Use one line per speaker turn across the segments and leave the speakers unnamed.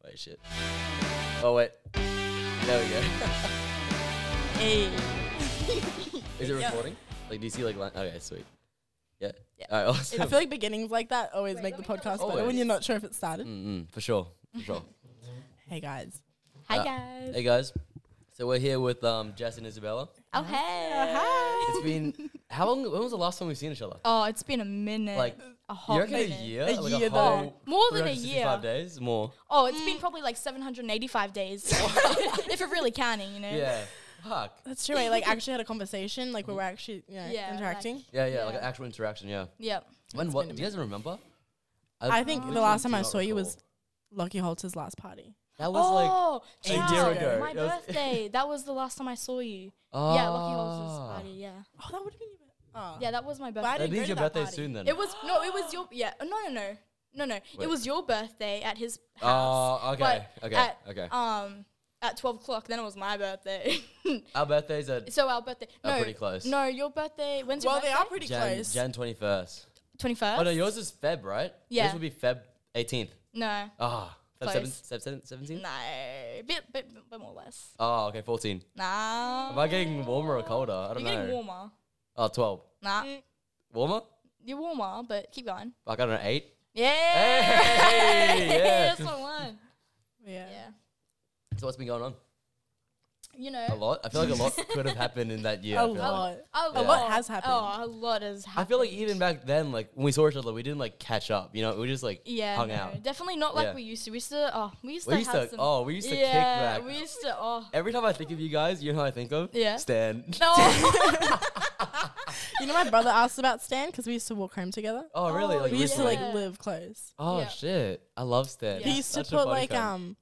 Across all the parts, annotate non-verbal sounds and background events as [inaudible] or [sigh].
copyright shit. Oh wait, there we go.
Hey.
Is it [laughs]
Yeah.
recording? Like, do you see like line? Okay, sweet. Yeah.
Yeah.
All right. Awesome.
I feel like beginnings like that always
Wait,
make the
let me
podcast
know.
better when
Always.
you're not sure if it
[laughs]
started.
Mm-mm, for sure. For
[laughs]
sure.
Hey guys.
Hi
Uh,
guys.
hey guys. So we're here with um, Jess and Isabella.
Oh hey.
hi.
It's
[laughs]
been how long? When was the last time we've seen each other?
Oh, it's been a minute.
Like,
a whole
You reckon a
minute.
year?
A
like
year,
a whole
though.
More than a
365
year.
days? More.
Oh, it's
Mm.
been probably like
[laughs]
785 days, if you're really counting, you know.
Yeah. Fuck.
That's true. I like actually had a conversation like where we're actually you know,
Yeah,
interacting.
like-
Yeah, yeah, like
Yeah.
an actual interaction, yeah.
Yep.
When what
been
do
a
you guys remember?
I think the
literally
last
do
time I
not
saw you was
recall.
Lucky Holter's last party.
that was like
oh,
a year
child,
ago.
My
That was- [laughs]
birthday. that was the last time I saw you. Yeah, Lucky Holes'
Ah.
party. Yeah.
Oh, that would have been. Your, oh.
Yeah, that was my birthday.
I
That
didn't go
means
to
your
that
birthday's
party.
soon then.
It was no, it was your yeah. uh, No, no, no, no, no.
Wait.
It was your birthday at his house.
Oh, okay,
but
okay,
at,
okay.
Um, at twelve o'clock. Then it was my birthday. [laughs]
Our birthdays are
so our birthday.
Are
No,
pretty close.
No, your birthday. When's your
Well, they
birthday?
are pretty
Jan,
close.
Jan 21st.
Twenty first.
Oh, no, yours is Feb, right?
Yeah.
Yours will be Feb 18th.
No,
Ah, Feb
Close.
7, Feb 7, 17?
no, bit, bit, bit more or less.
Oh, okay, 14.
Nah.
Am I getting warmer or colder? I don't
You're
know.
getting warmer.
Oh, 12.
Nah,
Warmer?
you're warmer, but keep going.
Like, I don't know, 8?
Yeah. [laughs]
Hey, yeah.
That's what I want.
Yeah.
Yeah.
So, what's been going on?
You
A
know.
lot? I feel like a lot
[laughs]
could have happened in that year. I
A
feel like.
lot.
A
Yeah.
lot has happened.
Oh, a lot has
I
happened.
feel like even back then, like, when we saw each other, we didn't, like, catch up, you know? We just, like,
yeah,
hung
no,
out.
Definitely not like
Yeah.
we used to. We used to. Oh, we used
We
to
used
have
to,
some.
oh, we used to
yeah,
kick back.
we used to. Oh.
Every time I think of you guys, you know how I think of?
Yeah.
Stan.
[laughs] No.
You know, my brother asked about Stan because we used to walk home together.
Oh, really?
Oh,
Like,
We used to like
Yeah.
live close.
Oh
Yeah.
shit! I love Stan.
Yeah.
He used to
Such a
put
funny
like
cunt.
um,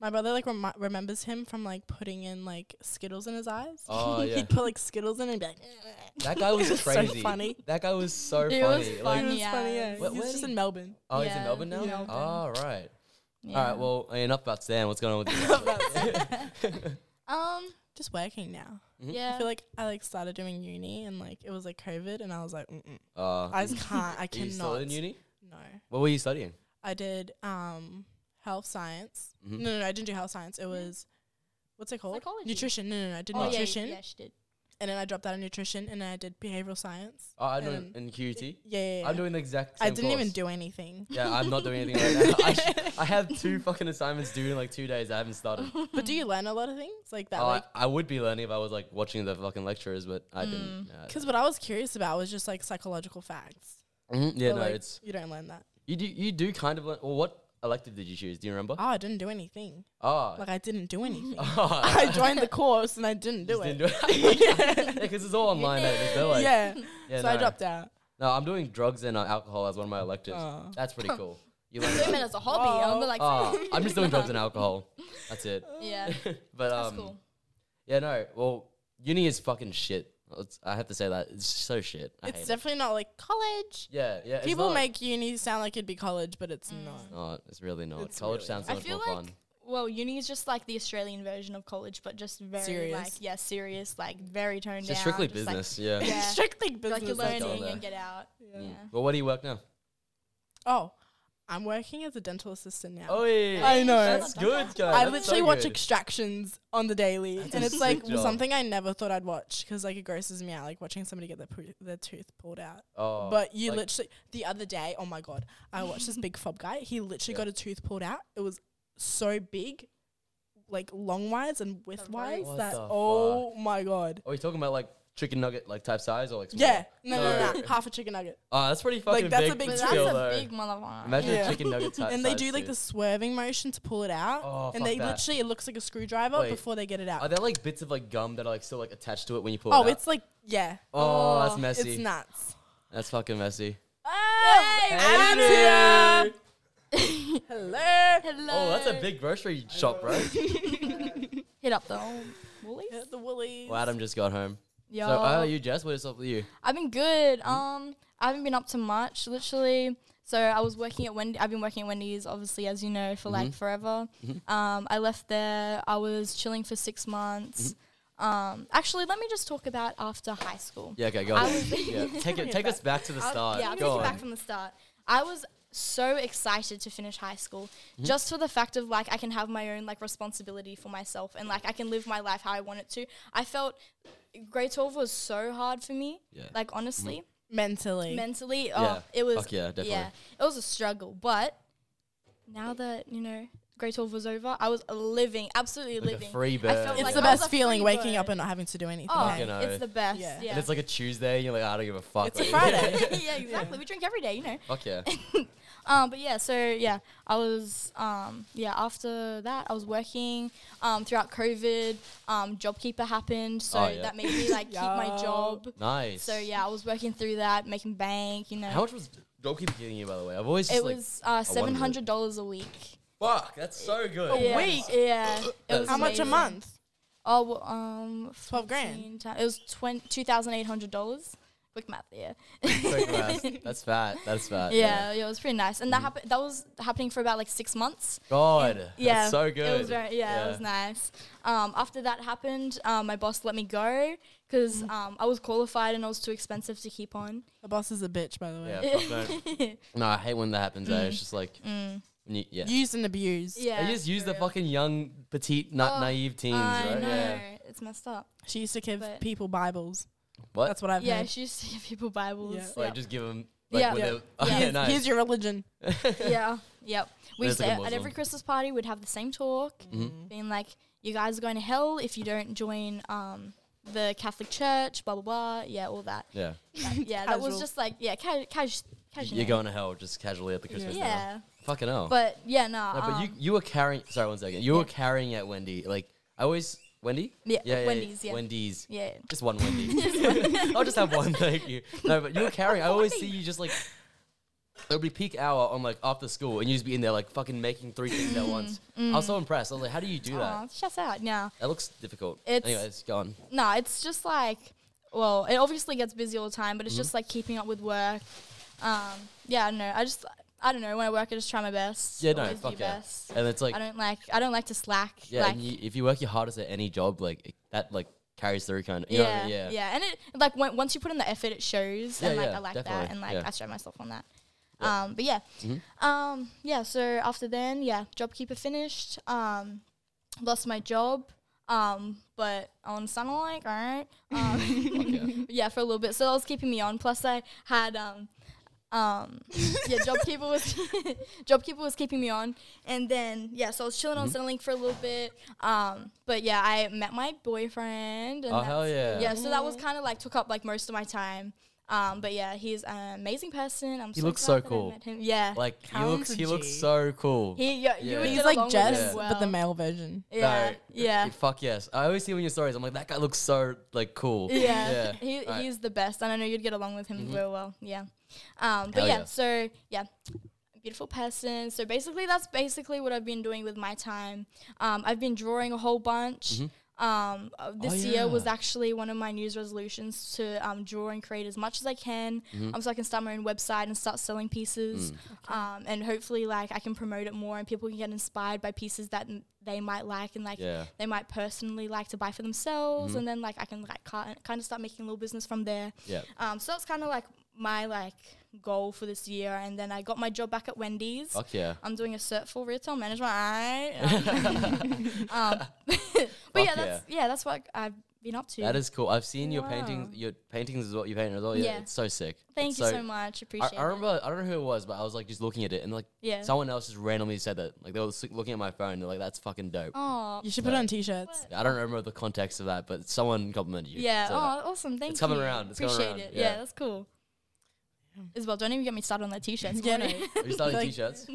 my brother like remi- remembers him from like putting in like Skittles in his eyes.
Oh, yeah.
[laughs] He'd put like Skittles in and be like,
[laughs] that guy
[laughs]
was
It was so
crazy.
funny.
That guy was so
He
funny.
was
Like,
um, He was
Funny
funny. Yeah.
as-
Where-
He was
where
just
did-
in Melbourne.
oh, he's in
Yeah,
Melbourne now.
in Melbourne.
All right.
yeah.
All right. Well, enough about Stan. What's going on
[laughs]
with you?
Um.
Just working now.
Mm-hmm.
Yeah.
I feel like I like started doing uni and like it was like COVID and I was like, Mm-mm.
[laughs] uh,
I just can't. I
[laughs] are you still
cannot.
in uni?
No,
What were you studying?
I did um health science.
Mhm.
No, no, no, I didn't do health science. It was what's it called?
Psychology.
Nutrition. No, no, no. I did
oh, yeah,
nutrition
Yeah, she did.
and then I dropped out of nutrition and then I did behavioral science.
Oh, I know
Um,
in QT.
Yeah, yeah, yeah.
I'm doing the exact. Same
I didn't even
course.
do
[laughs]
anything.
[laughs] Yeah, I'm not doing anything
[laughs]
right now. I, sh- I have two fucking assignments due in like two days. I haven't
[laughs]
started.
But do you learn a lot of things like that?
Oh,
like
I, I would be learning if I was like watching the fucking lecturers, but I didn't. Uh,
Because what I was curious about was just like psychological facts.
mhm, yeah,
But,
no,
like,
it's
you don't learn that.
you do you do kind of. Learn, well, what elective did you choose? Do you remember?
Oh, I didn't do anything.
Oh,
Like I didn't do anything.
[laughs]
[laughs]
I
I joined the course and I didn't do
just didn't
it.
do
[laughs]
it. [laughs] yeah, because it's all online. eh? There's no, like,
yeah.
yeah,
so I
no.
dropped out.
No, I'm doing drugs and uh, alcohol as one of my electives.
Oh.
That's pretty
[laughs]
cool. You learn
Women
about-
as a hobby. I'm
Wow. [laughs]
like.
Oh, I'm just
[laughs]
doing drugs and alcohol. That's it.
Yeah.
[laughs] but
That's
um,
cool.
yeah, no. Well, uni is fucking shit. It's, I have to say that it's so shit. I
It's
hate
definitely not like
it.
college.
Yeah, yeah. it's
People
not-
make uni sound like it'd be college, but it's
Mm.
not. [laughs]
No, it's really not.
It's
College
really
sounds so
I
much
feel
more
like
fun.
well, uni is just like the Australian version of college, but just very like
Serious.
yeah, serious, like very toned
It's
down.
just strictly
just, like,
business. yeah.
[laughs]
Yeah.
Strictly
Like,
business.
you're
that's all
learning
there.
and get out. Yeah.
Well, what do you work now?
Oh, I'm working as a dental assistant now.
Oh,
I know.
That's good, guys.
I
That's
literally
so
watch
good.
extractions on the daily, and
a
it's like
sick job.
something I never thought I'd watch because like it grosses me out, like watching somebody get their poo- their tooth pulled out.
Oh,
but you
like-
literally the other day, oh my god, I watched this big fob guy. He literally got a tooth pulled out. It was so big, like long wise and width wise.
What
That
the
oh my god,
Are we talking about like chicken nugget like type size or like? smaller?
yeah, no, no, no, half a chicken nugget.
Oh, that's pretty fucking
that's
big.
a big
But
It's
that's
still,
a
though.
big motherfucker.
Imagine
Yeah.
a chicken nugget type.
[laughs] and they
size
do like
too.
the swerving motion to pull it out,
Oh,
and
fuck
they
that.
literally it looks like a screwdriver
Wait.
before they get it
Are
out.
there like bits of like gum that are like still like attached to it when you pull it
Oh,
out?
it's like yeah,
oh, that's
Oh,
messy.
it's nuts.
That's fucking messy.
Hey,
Adam's
Andrew!
Hello.
Hello.
Oh, that's a big grocery shop,
[laughs]
bro.
hit up the old Woolies.
uh,
Hit the woolies.
well, Adam just got home.
Yo,
So, how are you, Jess? What is up with you?
I've been good.
Mm-hmm.
Um, I haven't been up to much, literally. So I was working at Wendy. I've been working at Wendy's, obviously, as you know, for
Mm-hmm.
like forever. Um, I left there. I was chilling for six months.
Mm-hmm.
Um, actually, let me just talk about after high school.
Yeah, okay, go.
I
on.
was-
yeah, take it, take us back to the
I'll-
start.
Yeah, I'm
go
taking
on.
back from the start. I was so excited to finish high school
Mm-hmm.
just for the fact of like I can have my own like responsibility for myself and like I can live my life how I want it to. I felt grade 12 was so hard for me.
Yeah. Mm-hmm.
Like honestly,
mentally.
mentally, oh,
Yeah.
it was
Fuck yeah, definitely.
it was a struggle, but now that, you know, grade 12 was over, I was living, absolutely
Like a
living.
free
I felt
bird.
it's
like
the
I was a
best feeling
free
waking up
bird.
and not having to do anything.
Oh,
You
eh?
know.
it's the best.
Yeah.
Yeah.
And
And it's like a Tuesday. You're like, [laughs] I don't give a fuck.
It's a Friday.
[laughs] yeah, exactly. We drink every day, you know.
Fuck
[laughs]
yeah.
Um, but yeah, so yeah, I was um, yeah. After that, I was working um, throughout COVID. Um, JobKeeper happened, so
Oh, yeah.
that made me like keep
[laughs]
my
Yo.
job.
Nice.
So yeah, I was working through that, making bank. You know,
How much was JobKeeper giving you, by the way? I've always just
it
like,
was uh, seven
wondered.
hundred dollars a week.
fuck, that's so good.
yeah.
week?
Yeah.
That
It was
How much a
amazing.
month?
Oh, well, um,
12 grand.
14 ti- It was twen- two thousand eight hundred dollars. Quick math, yeah.
So fast. That's fat. That's fat.
Yeah, yeah, it was pretty nice, and that happened. That was happening for about like six months.
God.
Yeah,
Mm. That's so good.
It was very, yeah, it was nice. Um, after that happened, um, my boss let me go because
Mm.
um, I was qualified and I was too expensive to keep on.
The boss is a bitch, by the way.
Yeah, fuck no.
[laughs]
No, I hate when that happens. eh? It's just like, when you, yeah.
Used and abused.
Mm. yeah,
they just use
for
the
real.
fucking young, petite, na-
Oh,
naive teens,
I
right?
know
Yeah.
it's messed up.
She used to give
But-
people Bibles.
What?
That's what I've
yeah,
heard.
she used to [laughs] give people Bibles.
Yeah.
like,
Yep.
just give them. Like,
Yeah.
With
Yeah.
their- Oh, yeah,
Here's-
nice. [laughs]
Here's your religion.
yeah, [laughs] yep. We
That's
used
like a
to, at
Muslim.
every Christmas party, we'd have the same talk,
Mm-hmm.
Mm-hmm.
being like, "You guys are going to hell if you don't join um, the Catholic Church." Blah blah blah. Yeah, all that.
yeah.
yeah, that was
Casual.
just like yeah, ca- cash, casual.
You're going to hell just casually at the Christmas dinner.
Yeah,
Fucking hell.
but yeah, no.
No, but you
um,
you were carrying. Sorry, one second. You were
yeah.
carrying at Wendy. Like I always Wendy.
Yeah, Wendy's, yeah.
Wendy's.
yeah.
Just one
[laughs]
Wendy. [laughs] I'll just have one. Thank you. No, but you were carrying. I always see you just like. It'll be peak hour on like after school, and you just be in there like fucking making three things at once. I was so impressed. I was like, "How do you do
Mm-hmm. Aw,
that?
shouts out. No,
That looks difficult."
It's-
Anyways, go on.
no, it's just like, well, it obviously gets busy all the time, but it's
Mm-hmm.
just like keeping up with work. Um, yeah, I don't know. I just, I don't know. When I work, I just try my best.
Yeah, no,
always do
fuck yeah.
best.
And it's like,
I don't like, I don't like to slack.
yeah,
like,
and you, if you work your hardest at any job, like it, that, like carries through kind of. You
yeah,
know what I mean?
yeah,
yeah.
And it like when, once you put in the effort, it shows. and
Yeah,
like
yeah,
I like
definitely,
that, and like
yeah.
I show myself on that.
Yeah. Mm-hmm.
Um, but yeah, um, yeah. So after then, yeah, JobKeeper finished. Um, lost my job. Um, but on Sunlight, all right. Um,
[laughs] Fuck yeah.
[laughs] yeah, for a little bit. So that was keeping me on. Plus, I had um, um,
[laughs]
yeah, JobKeeper was [laughs] JobKeeper was keeping me on, and then yeah, so I was
Mm-hmm.
chilling on Centrelink for a little bit. Um, but yeah, I met my boyfriend. And
Oh, hell
that's-
yeah.
Yeah, so that was kind of like took up like most of my time. Um, but yeah, he's an amazing person. I'm
He
so
looks
glad
so
that I
cool.
met him. Yeah,
Like he
Callum's
looks,
a
he looks
G.
so cool.
he yeah,
Yeah.
you would
He's
He's
get
like
along with
Jess,
him
but the
well.
male version.
Yeah, yeah.
Fuck yes. I always see when your stories. I'm like, that guy looks so like cool.
[laughs] Yeah,
Yeah.
he,
Right. Mm-hmm.
he's the best, and I know you'd get along with him real well. Yeah, um, but
Hell
yeah,
yeah.
so yeah, beautiful person. So basically, that's basically what I've been doing with my time. Um, I've been drawing a whole bunch. Um, uh,
Mm-hmm.
this
Oh, yeah.
year was actually one of my news resolutions to um, draw and create as much as I can,
Mm-hmm.
um, so I can start my own website and start selling
Mm.
pieces, um, and hopefully, like I can promote it more, and people can get inspired by pieces that m- they might like, and like
Yeah.
they might personally like to buy for themselves
Mm-hmm.
and then like i can like kind of start making a little business from there
Yeah.
um, so that's kind of like my like goal for this year and then i got my job back at wendy's
Fuck yeah.
i'm doing a cert for retail
[laughs]
management alright? um, [laughs] but
yeah.
yeah that's yeah that's what i've been up to
That is cool. I've seen your
Wow.
paintings. Your paintings is what you painted as well. Yeah.
Yeah.
It's so sick.
thank
It's
you so
I,
much appreciate
I
it
remember. I don't know who it was, but I was like just looking at it, and like
Yeah.
someone else just randomly said that. Like they were s- looking at my phone. They're like, "That's fucking dope."
oh
You should put
No.
on t-shirts.
I don't remember the context of that, but someone complimented you.
yeah
So,
oh awesome thank
coming
you.
around, it's coming
appreciate
around,
it
yeah.
yeah. that's cool Isabel, don't even get me started on
[laughs]
that t-shirt.
Yeah, no.
Are you starting
Like-
t-shirts?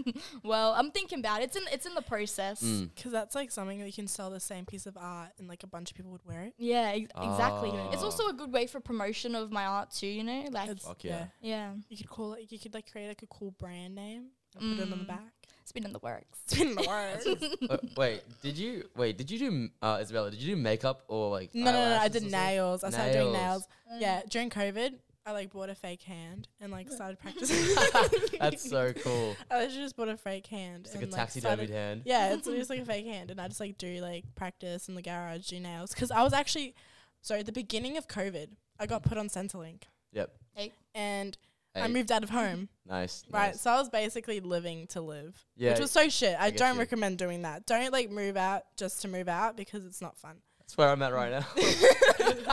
well, I'm thinking about it. It's in it's in the process.
Mm.
Because that's like something that you can sell the same piece of art and like a bunch of people would wear it.
Yeah, ex- exactly. It's
Oh.
also a good way for promotion of my art too. You know, like
It's-
Fuck yeah.
yeah,
You could call it, you could like create like a cool brand name and put it on the
Mm.
back.
it's been in the works.
It's been in the works.
Uh, wait, did you wait? Did you do m- uh, Isabella? Did you do makeup or like?
[laughs] No, no, no, I
eyelashes
did
or something?
nails. I started doing
Nails.
nails. Yeah, during COVID, I like bought a fake hand and like
[laughs]
started practicing.
[laughs] That's so cool.
[laughs] I literally just bought a fake hand.
It's like a
and,
taxidermied
started-
hand.
Yeah, it's just like a fake hand, and I just like do like practice in the garage, do nails. Because I was actually, sorry, the beginning of COVID, I got put on Centrelink,
Yep.
Hey.
and I
Hey,
moved out of
[laughs]
home,
Nice.
right?
nice.
So I was basically living to live,
Yeah.
which was so shit. I,
I get
don't
you.
recommend doing that. Don't like move out just to move out because it's
[laughs]
not fun. [laughs]
That's where I'm at right now. [laughs]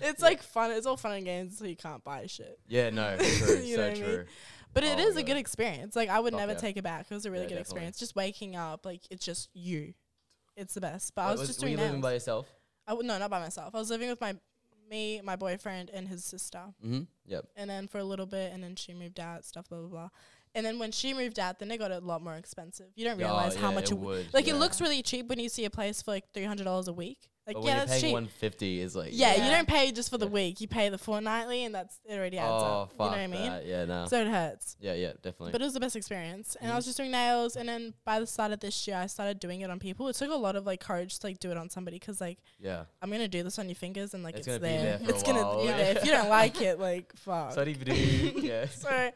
It's like fun. It's all fun and games, so you can't buy shit.
yeah, no, true,
[laughs] You know
so
what I mean?
true.
But it
Oh
is
my
a
God.
good experience. Like I would
Oh,
never
yeah.
take it back. It was a really
Yeah,
good
definitely.
experience. Just waking up, like it's just you. It's the best. But I
Wait,
was, just
were you
doing
living
that.
by yourself?
I w- no, not by myself. I was living with my me, my boyfriend, and his sister.
Mm-hmm. Yep.
And then for a little bit, and then she moved out. Stuff blah blah blah. And then when she moved out, then it got a lot more expensive. You don't
Yeah,
realize how
yeah,
much it
it
w-
would,
like.
yeah.
It looks really cheap when you see a place for like three hundred dollars a week. Like
But when
yeah,
you're
that's
paying
cheap.
150 is like
yeah,
Yeah.
you don't pay just for the
Yeah.
week. You pay the fortnightly, and that's it already adds
Oh,
up.
fuck
you know what I mean?
that. Yeah, no.
So it hurts.
yeah, yeah, definitely.
But it was the best experience. And I
Mhm.
was just doing nails. And then by the start of this year, I started doing it on people. It took a lot of like courage to like do it on somebody because like [laughs]
yeah.
I'm gonna do this on your fingers and like
It's
it's,
gonna be
there.
there for a
it's gonna
while,
be
like-
there. If you don't like
[laughs]
it, like fuck.
So
[laughs]
yeah.
so,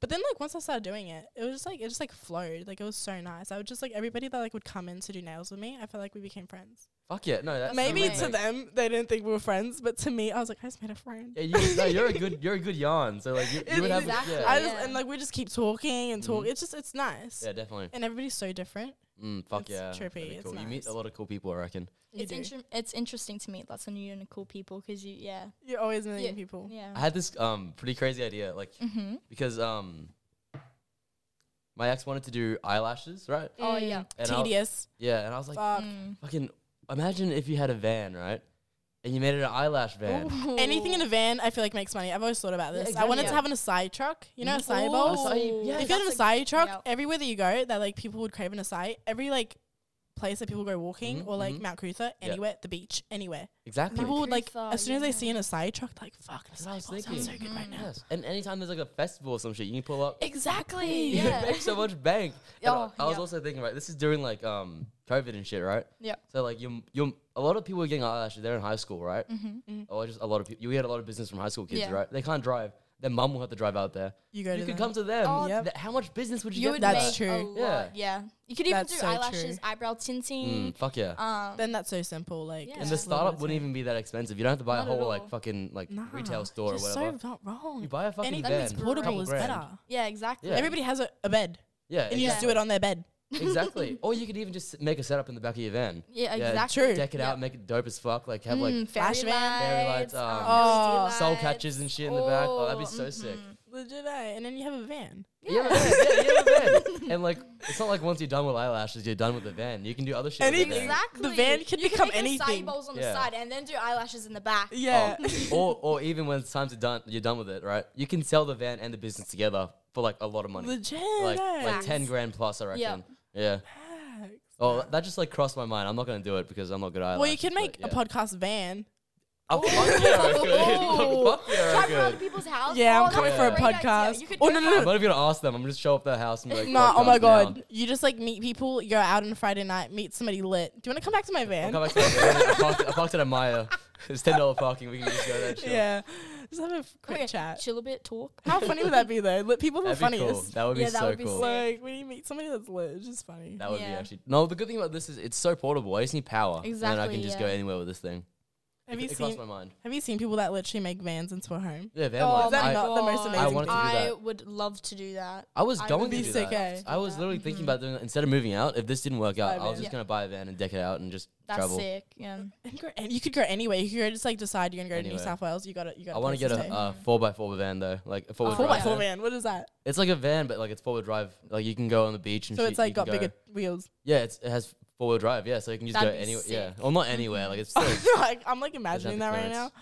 but then like once I started doing it, it was just like it just like flowed. Like it was so nice. I would just like everybody that like would come in to do nails with me. I felt like we became friends.
Fuck yeah. No, that's
Maybe
amazing.
to them they didn't think we were friends, but to me I was like I just made a friend.
Yeah, you, no, you're a good you're a good yarn. So like you, you would have
Exactly.
yeah.
I just
Yeah.
and like we just keep talking and talk.
Mhm.
It's just it's nice.
yeah, definitely.
And everybody's so different.
Mm, fuck
It's
yeah.
trippy,
That'd be
it's
cool. You meet
nice.
a lot of cool people, I reckon.
You
It's
do.
inter- it's interesting to meet lots of new and cool people because you yeah
You're always meeting
Yeah.
people.
I
yeah.
had this um pretty crazy idea, like
Mm-hmm.
because um my ex wanted to do eyelashes, right?
Oh, yeah.
And I'll-
Tedious.
Yeah, and I was like,
fuck.
Mm.
fucking imagine if you had a van, right? And you made it an eyelash van.
Anything in a van, I feel like makes money. I've always thought about
Yeah,
this. I wanted
exactly.
to have an acai truck. You know, acai
Ooh.
bowls.
Acai- yeah,
if you had an
that's
acai truck,
yeah.
everywhere that you go, that like people would crave an acai. Every like place that people go walking,
Mhm,
or like
mhm.
Mount Crutha,
Yeah.
anywhere, the beach, anywhere,
Exactly.
people would like
Crutha,
as soon as they
yeah.
see an acai truck, they're like fuck, an
That's what I was
acai bowl sounds so
thinking. Mm-hmm.
good right now.
Yes. And anytime there's like a festival or some shit, you can pull up.
exactly
You
[laughs] yeah
make so
[laughs]
much bank. And I-
Oh,
I was
yeah.
also thinking, right, this is during like um COVID and shit, right?
yeah
So like you, you, a lot of people are getting eyelashes. They're in high school, right?
Mhm.
Mhm.
Or just a lot of people. You get a lot of business from high school kids,
Yeah.
right? They can't drive. Their mum will have to drive out there.
You go
you
to
could
them.
come to them.
Oh,
Yep.
Th- how much business would you,
you
get?
would
from
make
That's
that?
a
true.
lot yeah you could even
That's
do
so
eyelashes
true.
eyebrow tinting
Mm, fuck yeah.
um
then that's so simple. Like,
Yeah.
it's
and the
just a little
startup
bit of
wouldn't
time.
even be that expensive. You don't have to buy a
Not at
whole like
all.
fucking like
Nah,
retail store or
you're
whatever.
So not wrong.
you buy a fucking
Anything
van.
that's
for a
portable
couple
is
grand.
better.
yeah exactly
Yeah.
Everybody has a, a bed,
Yeah,
and you just do it on their bed.
[laughs] Exactly. or you could even just make a setup in the back of your van.
yeah
Yeah,
exactly
true.
Deck it
Yeah.
out, make it dope as fuck. Like have like
Mm, fairy,
Flash
lights,
van.
Fairy lights,
um,
um,
Oh.
LED
soul
lights.
catches and shit in the back. Oh, that'd be
Oh,
so sick.
mhm.
Legit, eh? and then you have a van.
You have a van, yeah, you have a
[laughs]
van. and like, it's not like once you're done with eyelashes, you're done with the van. You can do other shit. With the
Anything.
van.
Exactly.
The van could
you
become
could make acai
anything.
bowls on
Yeah.
the side and then do eyelashes in the back.
Yeah.
Um, [laughs] or or even when it's time to done, you're done with it, right? You can sell the van and the business together for like a lot of money,
Legit.
like
eh?
like ten grand plus, I reckon.
Yeah.
Yeah.
Facts.
Oh, that just like crossed my mind. I'm not gonna do it because I'm not good at eyelashes.
Well, you can
but
make
yeah.
a podcast van.
Oh,
[laughs]
fuck yeah, I could.
Oh.
[laughs] Fuck yeah, I
Drive around to
could.
people's house.
Yeah,
Oh,
I'm
that's
coming for a
great idea.
podcast.
You could
Oh,
go
no, no,
for-
I'm not even gonna ask them. I'm just show up at their house and be like,
Nah, oh my
"Podcast now."
god. You just like meet people. You're out on a Friday night, meet somebody lit. Do you want to come back to my
I'll
van?
come back to that. I parked, I parked it at Maya. It's ten dollar parking. We can just go there. and chill.
Yeah. Just have a f- quick
Okay,
chat.
Chill a bit, talk.
How funny would that be though? Lit people are the
that'd be cool.
funniest.
That would be
Yeah, that
so
would be
cool.
sick.
Like when you meet somebody that's lit, it's just funny.
That would be
Yeah.
actually no. The good thing about this is it's so portable. I just need power, and then I
Exactly,
can just go
yeah.
anywhere with this thing.
have
it,
you
it crossed
seen
my mind.
Have you seen people that literally make vans into a home?
Yeah, van
Oh
life.
Is that
my
I,
not the most
God.
amazing
I wanted to do
I
that.
would love to do that.
I was
I would
going to
be
do
sick,
that.
eh?
I was
Yeah.
literally thinking about doing that instead of moving out. If this didn't work out,
Buy a
I was
van.
just
Yeah.
gonna buy a van and deck it out and just
That's
travel.
sick. Yeah.
And, go, and you could go anywhere. You could go just like decide you're gonna go to
Anywhere.
New South Wales. You got to You got.
I want to get a uh, four x four van though, like a four
Oh,
wheel
four by
drive.
four
van.
van. What is that?
It's like a van, but like it's four wheel drive. Like you can go on the beach and
So
shit,
it's
you
like
can
got
go-
bigger wheels.
Yeah, it's, it has four wheel drive. Yeah, so you can just
That'd
go
be
anywhere.
sick.
Yeah, well not anywhere. Like it's [laughs] still
[laughs]
[laughs]
like, I'm like imagining
the
that right now,
clearance.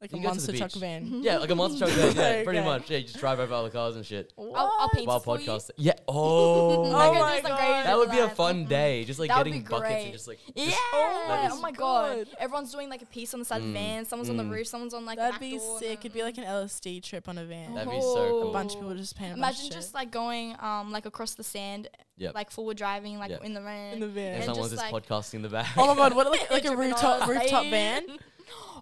like
You can
a
go to the
monster truck
beach.
van.
Mm-hmm.
yeah, like a
[laughs]
monster truck van. Yeah,
Okay.
pretty much. Yeah, you just drive over all the cars and shit
I'll, I'll paint
while
for you.
podcasting.
[laughs]
Yeah. Oh.
Like, I'll do
my
some
God.
crazy
That would be a
life.
fun day, just like
That would
getting
be
buckets
great.
and just like
Yeah.
just-
Oh,
is
my god.
good.
Everyone's doing like a piece on the side of the van. Someone's on the
mm.
roof. Someone's on like
That'd
the back
be
door,
sick. It'd be like an LSD trip on a van.
That'd be so cool.
A bunch of people just paint.
Imagine just like going um like across the sand,
Yep.
like forward driving, like
Yep.
in the rain.
in the van.
and
and
someone's
just,
just
like-
podcasting in the
[laughs]
back.
oh my god, what like like a
Dripping
rooftop
on the
rooftop van?
sand. [laughs]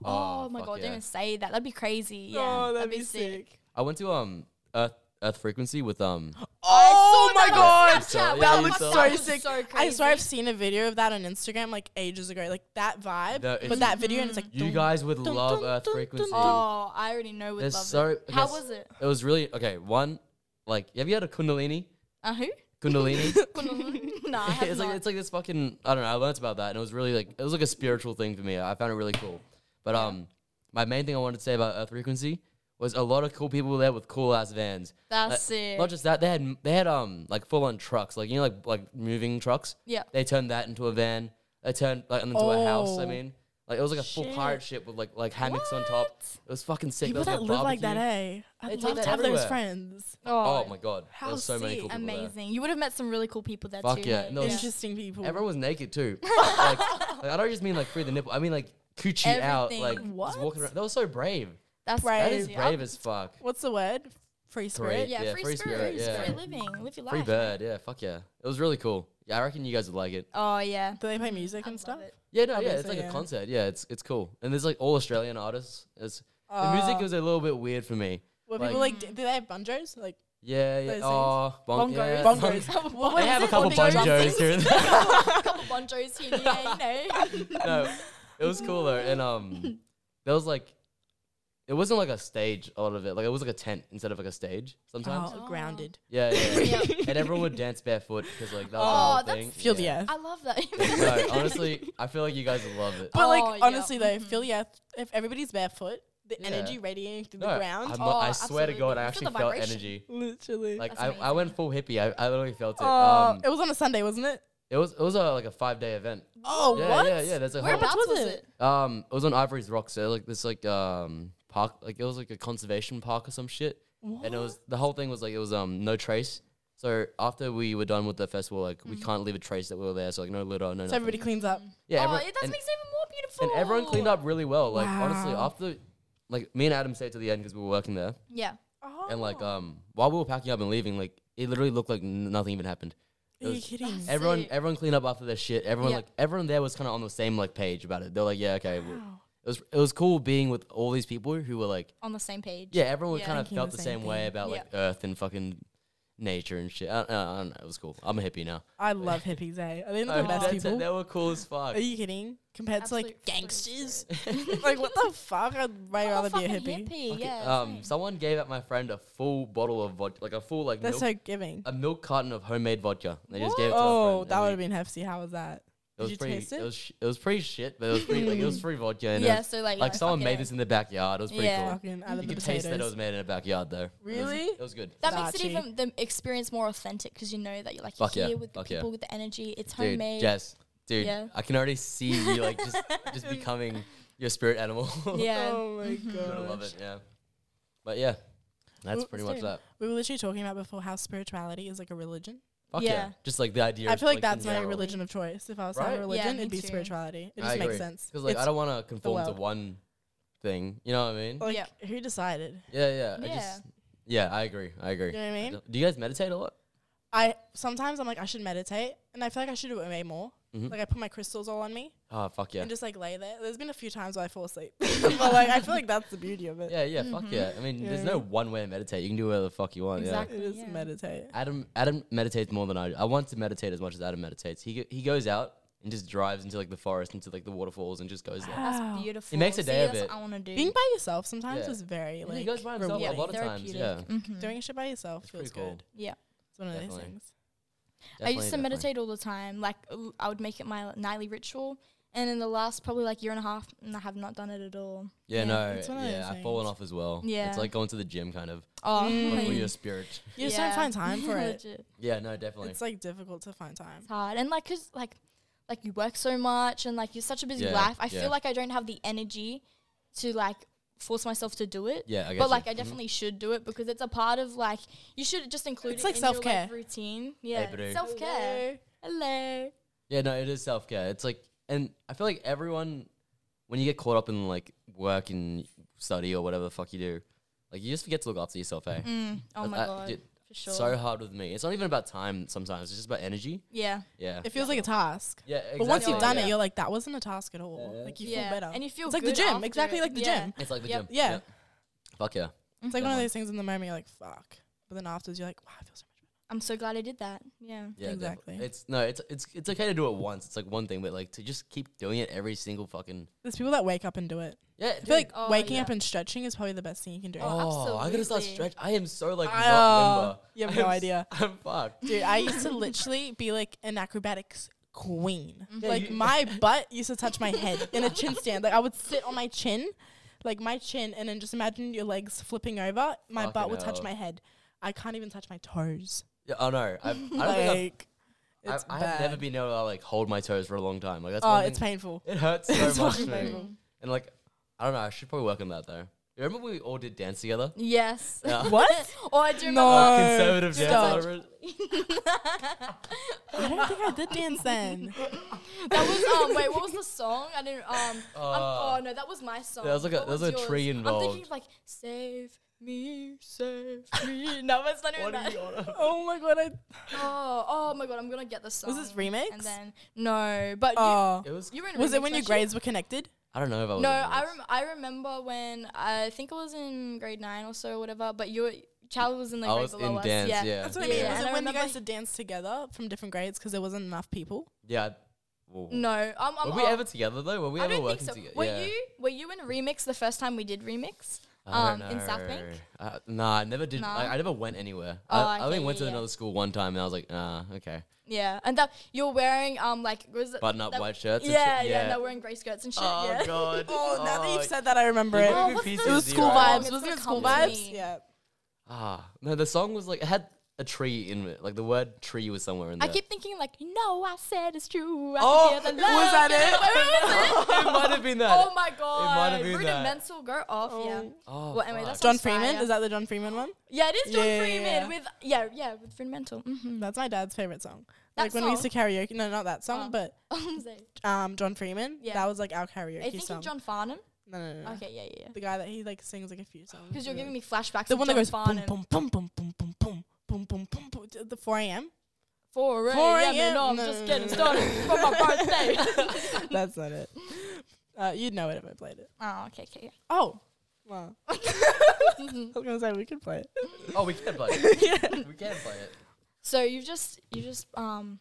Oh,
Oh, my
fuck
god,
yeah.
don't even say that. That'd be crazy. Yeah.
oh, that'd, be sick.
I went to um Earth Earth Frequency with
[gasps]
um.
Oh
I
my
saw that
god.
on Snapchat.
Yeah,
That
you
looks
saw
so
that.
sick.
So
I
crazy.
swear I've seen a video of that on Instagram like ages ago. Like that vibe.
That is-
but that video and it's like
You
dun-
guys would
dun,
love
dun,
Earth
dun, dun,
Frequency.
Oh, I already know. Would
There's
love
so-
it. How
okay, s-
was it?
It was really okay. One, like, have you had a Kundalini? [laughs]
Uh, who? [laughs]
Kundalini.
nah, I
[laughs]
have
it's
not.
like it's like this fucking I don't know. I learned about that, and it was really like it was like a spiritual thing for me. I found it really cool. But um, my main thing I wanted to say about Earth Frequency was a lot of cool people were there with cool ass vans.
That's
Like, uh,
it.
Not just that, they had they had um like full on trucks, like you know like like moving trucks.
Yeah.
They turned that into a van. They turned like into a house. I
Oh.
mean, like it was like a full
Shit.
pirate ship with like like hammocks on top. It was fucking sick.
people
There
that
was,
live like that,
barbecue.
eh?
They
I'd
take
love
that
to have
everywhere.
those friends.
Oh my god,
How
there was so many
sick.
cool people there.
Amazing. You would have met some really cool people there
Fuck
too.
yeah,
mate.
no, it's
Interesting people.
Everyone was naked
[laughs]
too. like, like, I don't just mean like free the nipple. I mean like coochie out,
Everything.
like just
What?
walking around. That was so brave.
That's
Brave.
That is
crazy.
brave
I'll-
as fuck.
What's the word? Free spirit.
Yeah,
yeah,
free,
free
spirit.
spirit,
Free
yeah.
spirit living. Live your life.
Free bird, yeah, fuck yeah. It was really cool. Yeah, I reckon you guys would like it.
Oh yeah.
Do they play music
I'd
and
love
stuff?
it.
Yeah, no,
I
yeah,
think
it's
so,
like a
yeah.
concert. Yeah, it's it's cool. And there's like all Australian artists. It's, the music
Oh.
was a little bit weird for me.
Were
like-
people like, d- do they have banjos? Like
Yeah, yeah.
Those
Oh, bong-
Bongos.
yeah. [laughs]
Bongos.
What
They
was
have a
it?
couple
Bongos?
bongos here and there.
a [laughs] couple bonjos
[laughs]
here, and there, you know.
no, it was cool though, and um, there was like, it wasn't like a stage. A lot of it, like it was like a tent instead of like a stage. Sometimes,
oh, grounded.
yeah, yeah. yeah.
[laughs] Yeah.
and everyone would dance barefoot because like that
Oh,
was the whole
that's
thing.
Feel the earth.
I love that.
no,
[laughs]
honestly, I feel like you guys would love it.
But
Oh,
like
yeah.
honestly though, feel the earth. If everybody's barefoot, the
Yeah.
energy radiating through
No,
the ground.
I'm
Oh,
not- I swear to
absolutely.
God, I
You feel
actually
the
felt
vibration.
energy.
literally.
Like
That's
I, I
amazing.
went full hippie. I, I literally felt it.
oh,
um,
it was on a Sunday, wasn't it?
it was it was a, like a five day event.
Oh,
Yeah,
what?
yeah, yeah. There's a
Where
whole,
Whereabouts
was,
was
it?
it?
um, it was on Ivory's Rock. So like this like um park, like it was like a conservation park or some shit. And it was the whole thing was like it was um no trace. So after we were done with the festival, like
Mm-hmm.
we can't leave a trace that we were there. So like no litter, no.
So
nothing.
everybody cleans up.
yeah,
oh,
everyone-
it, that
and-
makes it even more beautiful.
and everyone cleaned up really well. Like honestly,
Wow.
after like me and Adam stayed to the end because we were working there,
Yeah.
Oh,
and like um while we were packing up and leaving, like it literally looked like n- nothing even happened. it
are you
was-
kidding?
That's-
Everyone
Sick.
everyone cleaned up after their shit. Everyone
Yeah.
like everyone there was kind of on the same like page about it. They're like, yeah, okay. well- It was it was cool being with all these people who were like,
On the same page.
yeah, everyone
Yeah.
kind of
Thinking
felt the
the
same,
same
way
thing.
about
Yeah.
like Earth and fucking nature and shit. I, I, I don't know. It was cool. I'm a hippie now.
I love hippies, eh? Are they not
[laughs]
the
Oh,
best
that's it,
people?
They were cool as fuck.
Are
[laughs]
you [laughs] kidding? Compared to like
Absolute freedom.
gangsters? [laughs] like what the fuck? I'd way
I'm a
rather be a
fucking
hippie.
Fucking-
yeah.
um, someone gave out my friend a full bottle of vodka, like a full like
That's
milk,
so giving.
a milk carton of homemade vodka. They just gave it to our
Oh,
friend.
that
and
would
we-
have been hefty. How was that?
It was
Did you
pretty.
taste it?
was sh- it was pretty shit, but it was pretty like it was
[laughs]
free vodka. And it
Yeah,
was-
so, like,
like
yeah,
someone
fucking
made
A.
this in the backyard. It was pretty
Yeah.
cool.
Fucking out of
You
the
could taste that it was
potatoes.
made in a backyard though. It was-
Really?
It was good.
That makes it
Saatchi.
even the experience more authentic because you know that you're like
Fuck
you're
yeah,
here with the
fuck yeah.
people with the energy. It's
Dude,
homemade.
Jess, dude,
Yeah.
I can already see you like
[laughs]
[laughs]
just just becoming your spirit animal. [laughs]
Yeah.
Oh my
You're gonna love
god.
it. Yeah. But yeah, that's
Well,
pretty much
let's do
that.
We were literally talking about before how spirituality is like a religion.
Fuck yeah.
Yeah.
Just like the idea.
I
of,
feel like,
in
that's my
general.
religion of choice. If I was to have
Right?
a
Yeah,
religion,
me
it'd be
too.
spirituality. It
I
just makes
agree.
sense.
Because like I
It's
don't want to conform to
world.
one thing. You know what I mean?
like
Yeah.
who decided?
yeah, yeah. I
Yeah.
just yeah, I agree. I agree.
You know what I mean?
Do you guys meditate a lot?
I sometimes I'm like I should meditate, and I feel like I should do it way more.
Mhm.
Like I put my crystals all on me
Oh fuck yeah.
and just like lay there. There's been a few times where I fall
[laughs]
asleep, [laughs] but like I feel like that's the beauty of it.
Yeah, yeah, fuck yeah. I mean,
You know
there's
what I
no one way to meditate. You can do whatever the fuck you want.
Exactly.
It is
Yeah.
meditate.
Yeah. Adam Adam meditates more than I do. I want to meditate as much as Adam meditates. He go- he goes out and just drives into like the forest, into like the waterfalls, and just goes there.
That's beautiful.
It makes a
See,
day of
that's
it.
what I want to do.
Being by yourself sometimes
Yeah.
is very
And
like
he goes by himself a
rewarding.
lot of times.
Therapeutic. Mm-hmm.
Yeah,
rewarding. doing shit by yourself
It's
feels
pretty cool.
good.
Yeah.
It's one of those
Definitely.
things.
I
Definitely,
used to
definitely.
meditate all the time. Like l- I would make it my nightly ritual. And in the last probably like year and a half, and I have not done it at all.
Yeah,
Yeah,
no,
it's one of
yeah,
those
I've fallen
things.
off as well.
Yeah.
it's like going to the gym kind of like,
Oh,
for
Mm.
your spirit.
You just don't find time
[laughs]
[laughs]
for it.
Legit.
Yeah, no, definitely.
It's like difficult to find time.
It's hard. And like, cause like, like you work so much and like you're such a busy
Yeah,
life. I
yeah.
feel like I don't have the energy to like force myself to do it.
yeah, I Mm-hmm. guess.
But like, I definitely should do it because it's a part of like you should just include
It's
it
like
in your,
self-care.
routine. Yeah,
bro.
self care. Hello.
Yeah, no, it is self care. It's like, and I feel like everyone, when you get caught up in like work and study or whatever the fuck you do, like you just forget to look after yourself, eh?
Mm-hmm.
Mm. Oh
That's-
my
I-
god,
dude,
for sure. [laughs]
So hard with me. It's not even about time sometimes, it's just about energy.
yeah,
Yeah.
It feels like a task.
yeah, exactly.
But once you've done
yeah.
it, you're like, that wasn't a task at all.
Yeah.
Like you
yeah.
feel better.
and you feel
it's like the
good
gym,
after
exactly
it.
like the
Yeah.
gym.
It's like the
Yep.
gym.
Yeah.
Fuck yeah.
It's like one of
Definitely.
those things in the moment you're like, fuck. But then afterwards, you're like, wow, I feel so much
I'm so glad I did that. Yeah.
Yeah, definitely.
Exactly.
It's no, it's it's it's okay to do it once. It's like one thing, but like to just keep doing it every single fucking
better. There's people that wake up and do it.
yeah.
I
Dude.
feel like
Oh,
waking
yeah.
up and stretching is probably the best thing you can do.
[laughs]
Oh,
oh, I gotta start
absolutely.
stretch. I am so like
I,
not
uh,
limber.
you
[laughs]
have
I
no
am s-
idea.
I'm fucked.
Dude, I used to literally be like an acrobatics queen.
Mm-hmm.
Yeah,
like
you- [laughs]
my butt used to touch my head in a chin stand. Like I would sit on my chin, like my chin, and then just imagine your legs flipping over. My butt
Fucking
would touch
hell.
my head. I can't even touch my toes.
Yeah, oh no, I've, I don't think
Like
I've,
it's
I, I
bad.
have never been able to like hold my toes for a long time. Like that's
oh,
one thing. [laughs]
it's painful.
It
[laughs]
hurts so
It's
much.
fucking
to me.
painful.
Mm.
And like, I don't know. I should probably work on that though. You remember we all did dance together?
Yes. [laughs]
Yeah.
[laughs] What?
oh, I do remember.
No.
Uh, conservative dance.
stop.
whatever it-
I don't think I did
[laughs]
dance then.
That was um. Wait, what was the song? I didn't um. um,
Uh,
oh no, that was my song.
there was like a-
What
there was a tree
I'm
involved.
thinking of like save
[laughs]
me, [laughs] save me. no, it's not even
What are
that.
you on? about?
oh my god, I
[laughs] Oh, oh my god, I'm gonna get the song.
was this remix?
And then no, but
oh,
It was.
you, you were in a
was
remix,
it when your
weren't you?
grades were connected?
I don't know if I was.
No,
in the
I
mix.
rem- I remember when I think it was in grade nine or so, or whatever. But you, were, Charlie was in the
I
grade
was
below
in
us.
dance.
yeah.
Yeah. Yeah.
That's what
Yeah,
I mean.
yeah,
Was
and
it
I
when you
remember
guys
he-
did dance together from different grades because there wasn't enough people?
Whoa.
No, um, um,
Were we
uh,
ever together though? Were we
I
ever
don't think
working
so.
together?
Were
yeah.
you were you in remix the first time we did remix?
I don't
um, in South Bank?
know. Uh, nah, I never did.
Nah.
I, I never went anywhere.
Oh,
I, I
okay,
think went
yeah,
to
yeah.
another school one time, and I was like, ah, okay,
Yeah, and that you're wearing um like was it
button up
that-
white shirts. and shit.
Yeah, yeah, and they're wearing grey skirts and shit.
Oh
yeah. [laughs]
god.
Oh, now that you've said that, I remember
you
it.
gave
Oh,
me
what's the-
PTSD
It was school
right
Song,
now.
vibes,
it's
wasn't
gonna
it? School
come to
vibes.
me.
Yeah.
Ah, no, the song was like it had a tree in it. Like the word tree was somewhere in
I
there.
keep thinking like, you know, I said it's true. I
Oh,
can feel the
was
love."
that it?
Wait, wait, wait,
[laughs] [laughs]
wait.
it might have been that.
[laughs] oh my god!
might have been
Rudimental,
that.
go off. Yeah.
Oh,
Well, anyway,
fuck.
that's
John
That's fire.
Freeman. Is that the John Freeman one?
Yeah, it is John
Yeah, yeah,
Freeman
yeah.
with yeah, yeah, with Fremantle. Mm-hmm. [laughs]
That's my dad's favorite song.
That
like when we used to
song?
karaoke. No, not that song,
Oh.
but um, John Freeman.
Yeah.
That was like our
Are you
karaoke
thinking
song.
John Farnham?
no, no, no, no.
Okay, yeah, yeah, yeah.
The guy that he like sings like a few songs.
Because you're
and,
giving
like-
me flashbacks.
the
of
one
John
that goes boom,
Farnham.
boom, boom, boom, boom, boom, boom, boom, boom, boom, boom. t- The 4 a.m.
4 a.m.
4
No,
a.m.
no, I'm
No,
just
no,
getting
no, [laughs]
started for my birthday. [laughs]
That's not it. Uh, you'd know it if I played it.
oh, okay, okay.
[laughs]
Mm-hmm.
Oh, wow. I was gonna say we could play it.
Oh, we can play
[laughs]
it. We can play it.
So you've just you just um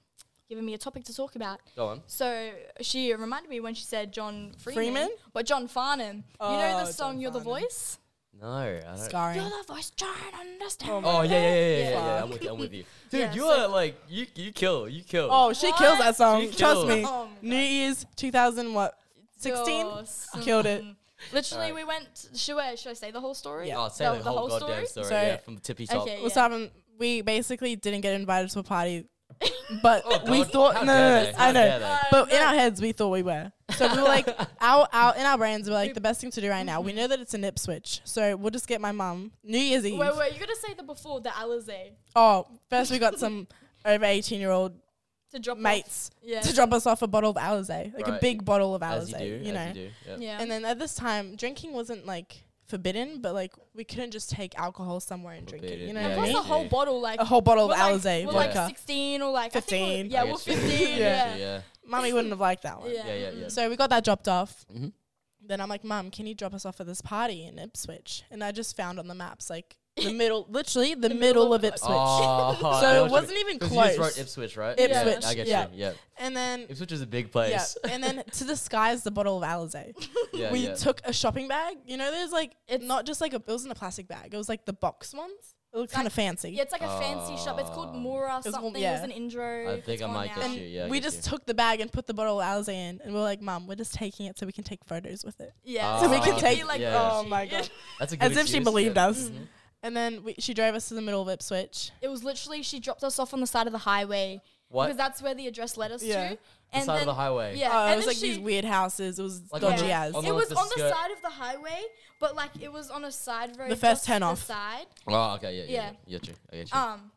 given me a topic to talk about.
Go on.
So she reminded me when she said John Freeman,
Freeman?
but John Farnham. you know
Oh,
the
John
song "You're the
Farnham.
Voice."
No, I don't.
Scarring.
You're the voice, trying to understand.
Oh my
Oh yeah, yeah, yeah, yeah. yeah,
Yeah.
yeah, I'm with you. I'm with
[laughs]
you, dude.
Yeah,
you
so-
are like you. You kill. You kill.
Oh, she
What?
kills that song.
She
Trust
kills.
me.
Oh my
New Year's 2000 what? 16?
Yours.
Killed it.
Mm-hmm. Literally,
Alright.
we went. Should I, should I say the whole story?
Yeah.
Oh, say
The-
the,
the
whole,
whole
goddamn
story?
story.
So-
yeah, from the tippy top.
Okay.
What's
yeah.
happened? We basically didn't get invited to a party, but
[laughs] Oh,
we
God.
thought
How
no,
dare they.
no, no,
How
I
dare
know.
Um,
they.
But in our heads, we thought we were. So we were
[laughs]
like, our, our in our brains, we we're like, the best thing to do right now. We know that it's a nip switch, so we'll just get my mum New Year's Eve.
Mm-hmm. Wait, wait. You gotta say the before the Alizé
Oh, first we got
[laughs]
some over eighteen year old
to drop off.
mates
Yeah.
to drop us off a bottle of Alizé, like
Right.
a big bottle of Alizé,
As you do.
you know.
As you do. Yeah.
Yeah.
And then at this time, drinking wasn't like forbidden, but like we couldn't just take alcohol somewhere and drink it. You
Forbidden,
know
yeah,
what I
Plus
mean?
the whole bottle, like
A whole bottle
we're
of
like,
Alizé
we're
vodka.
like 16 or like I think we're-
15.
I
yeah, we're
guess you-
15.
I guess
yeah.
you, Yeah.
Mummy wouldn't have liked that one.
Yeah.
Yeah. Yeah. Yeah.
So we got that dropped off.
Mhm.
Then I'm like, Mum, can you drop us off at this party in Ipswich? And I just found on the maps like
[laughs]
the middle, literally the, middle, of Ipswich.
Oh, I know
so
what
it
you
wasn't
mean.
even
'Cause You just
close.
wrote Ipswich, right?
Ipswich,
Yeah, I get
yeah.
you. Yeah.
and then
Ipswich is a big
yeah,
place. [laughs]
and then to the skies the bottle of Alizé.
Mm-hmm.
Yeah.
we
yeah.
took a shopping bag. You know, there's like it's not just like a, it wasn't a plastic bag. It was like the box ones. It looked kind of fancy.
Yeah, it's like a fancy shop. It's called
Oh.
Mora
called-
something. It was
yeah.
an intro.
I think I might get
And
you. Yeah. I
we
get
just
you.
took the bag and put the bottle of Alizé in, and we are like, "Mum, we're just taking it so we can take photos with it."
Yeah.
So
we
it
can
could
take-
be like
yeah.
that.
Oh my God.
That's a good
As if she
excuse,
believed
yeah.
us. And then we, she drove us to the middle of Ipswich.
It was literally she dropped us off on the side of the highway
What?
because that's where the address led us
Yeah.
to.
The
The
And
side of
then,
the highway.
Yeah.
Oh,
and
it was
then
like
she,
these weird houses. It was
Like on
dodgy
the-
as.
on
it
the-
was on the
skirt.
side of the highway, but like it was on a side road.
The first
just
turn
to
off.
side.
Oh, okay. Yeah. Yeah.
Yeah.
yeah. Get you. I get you.
Um,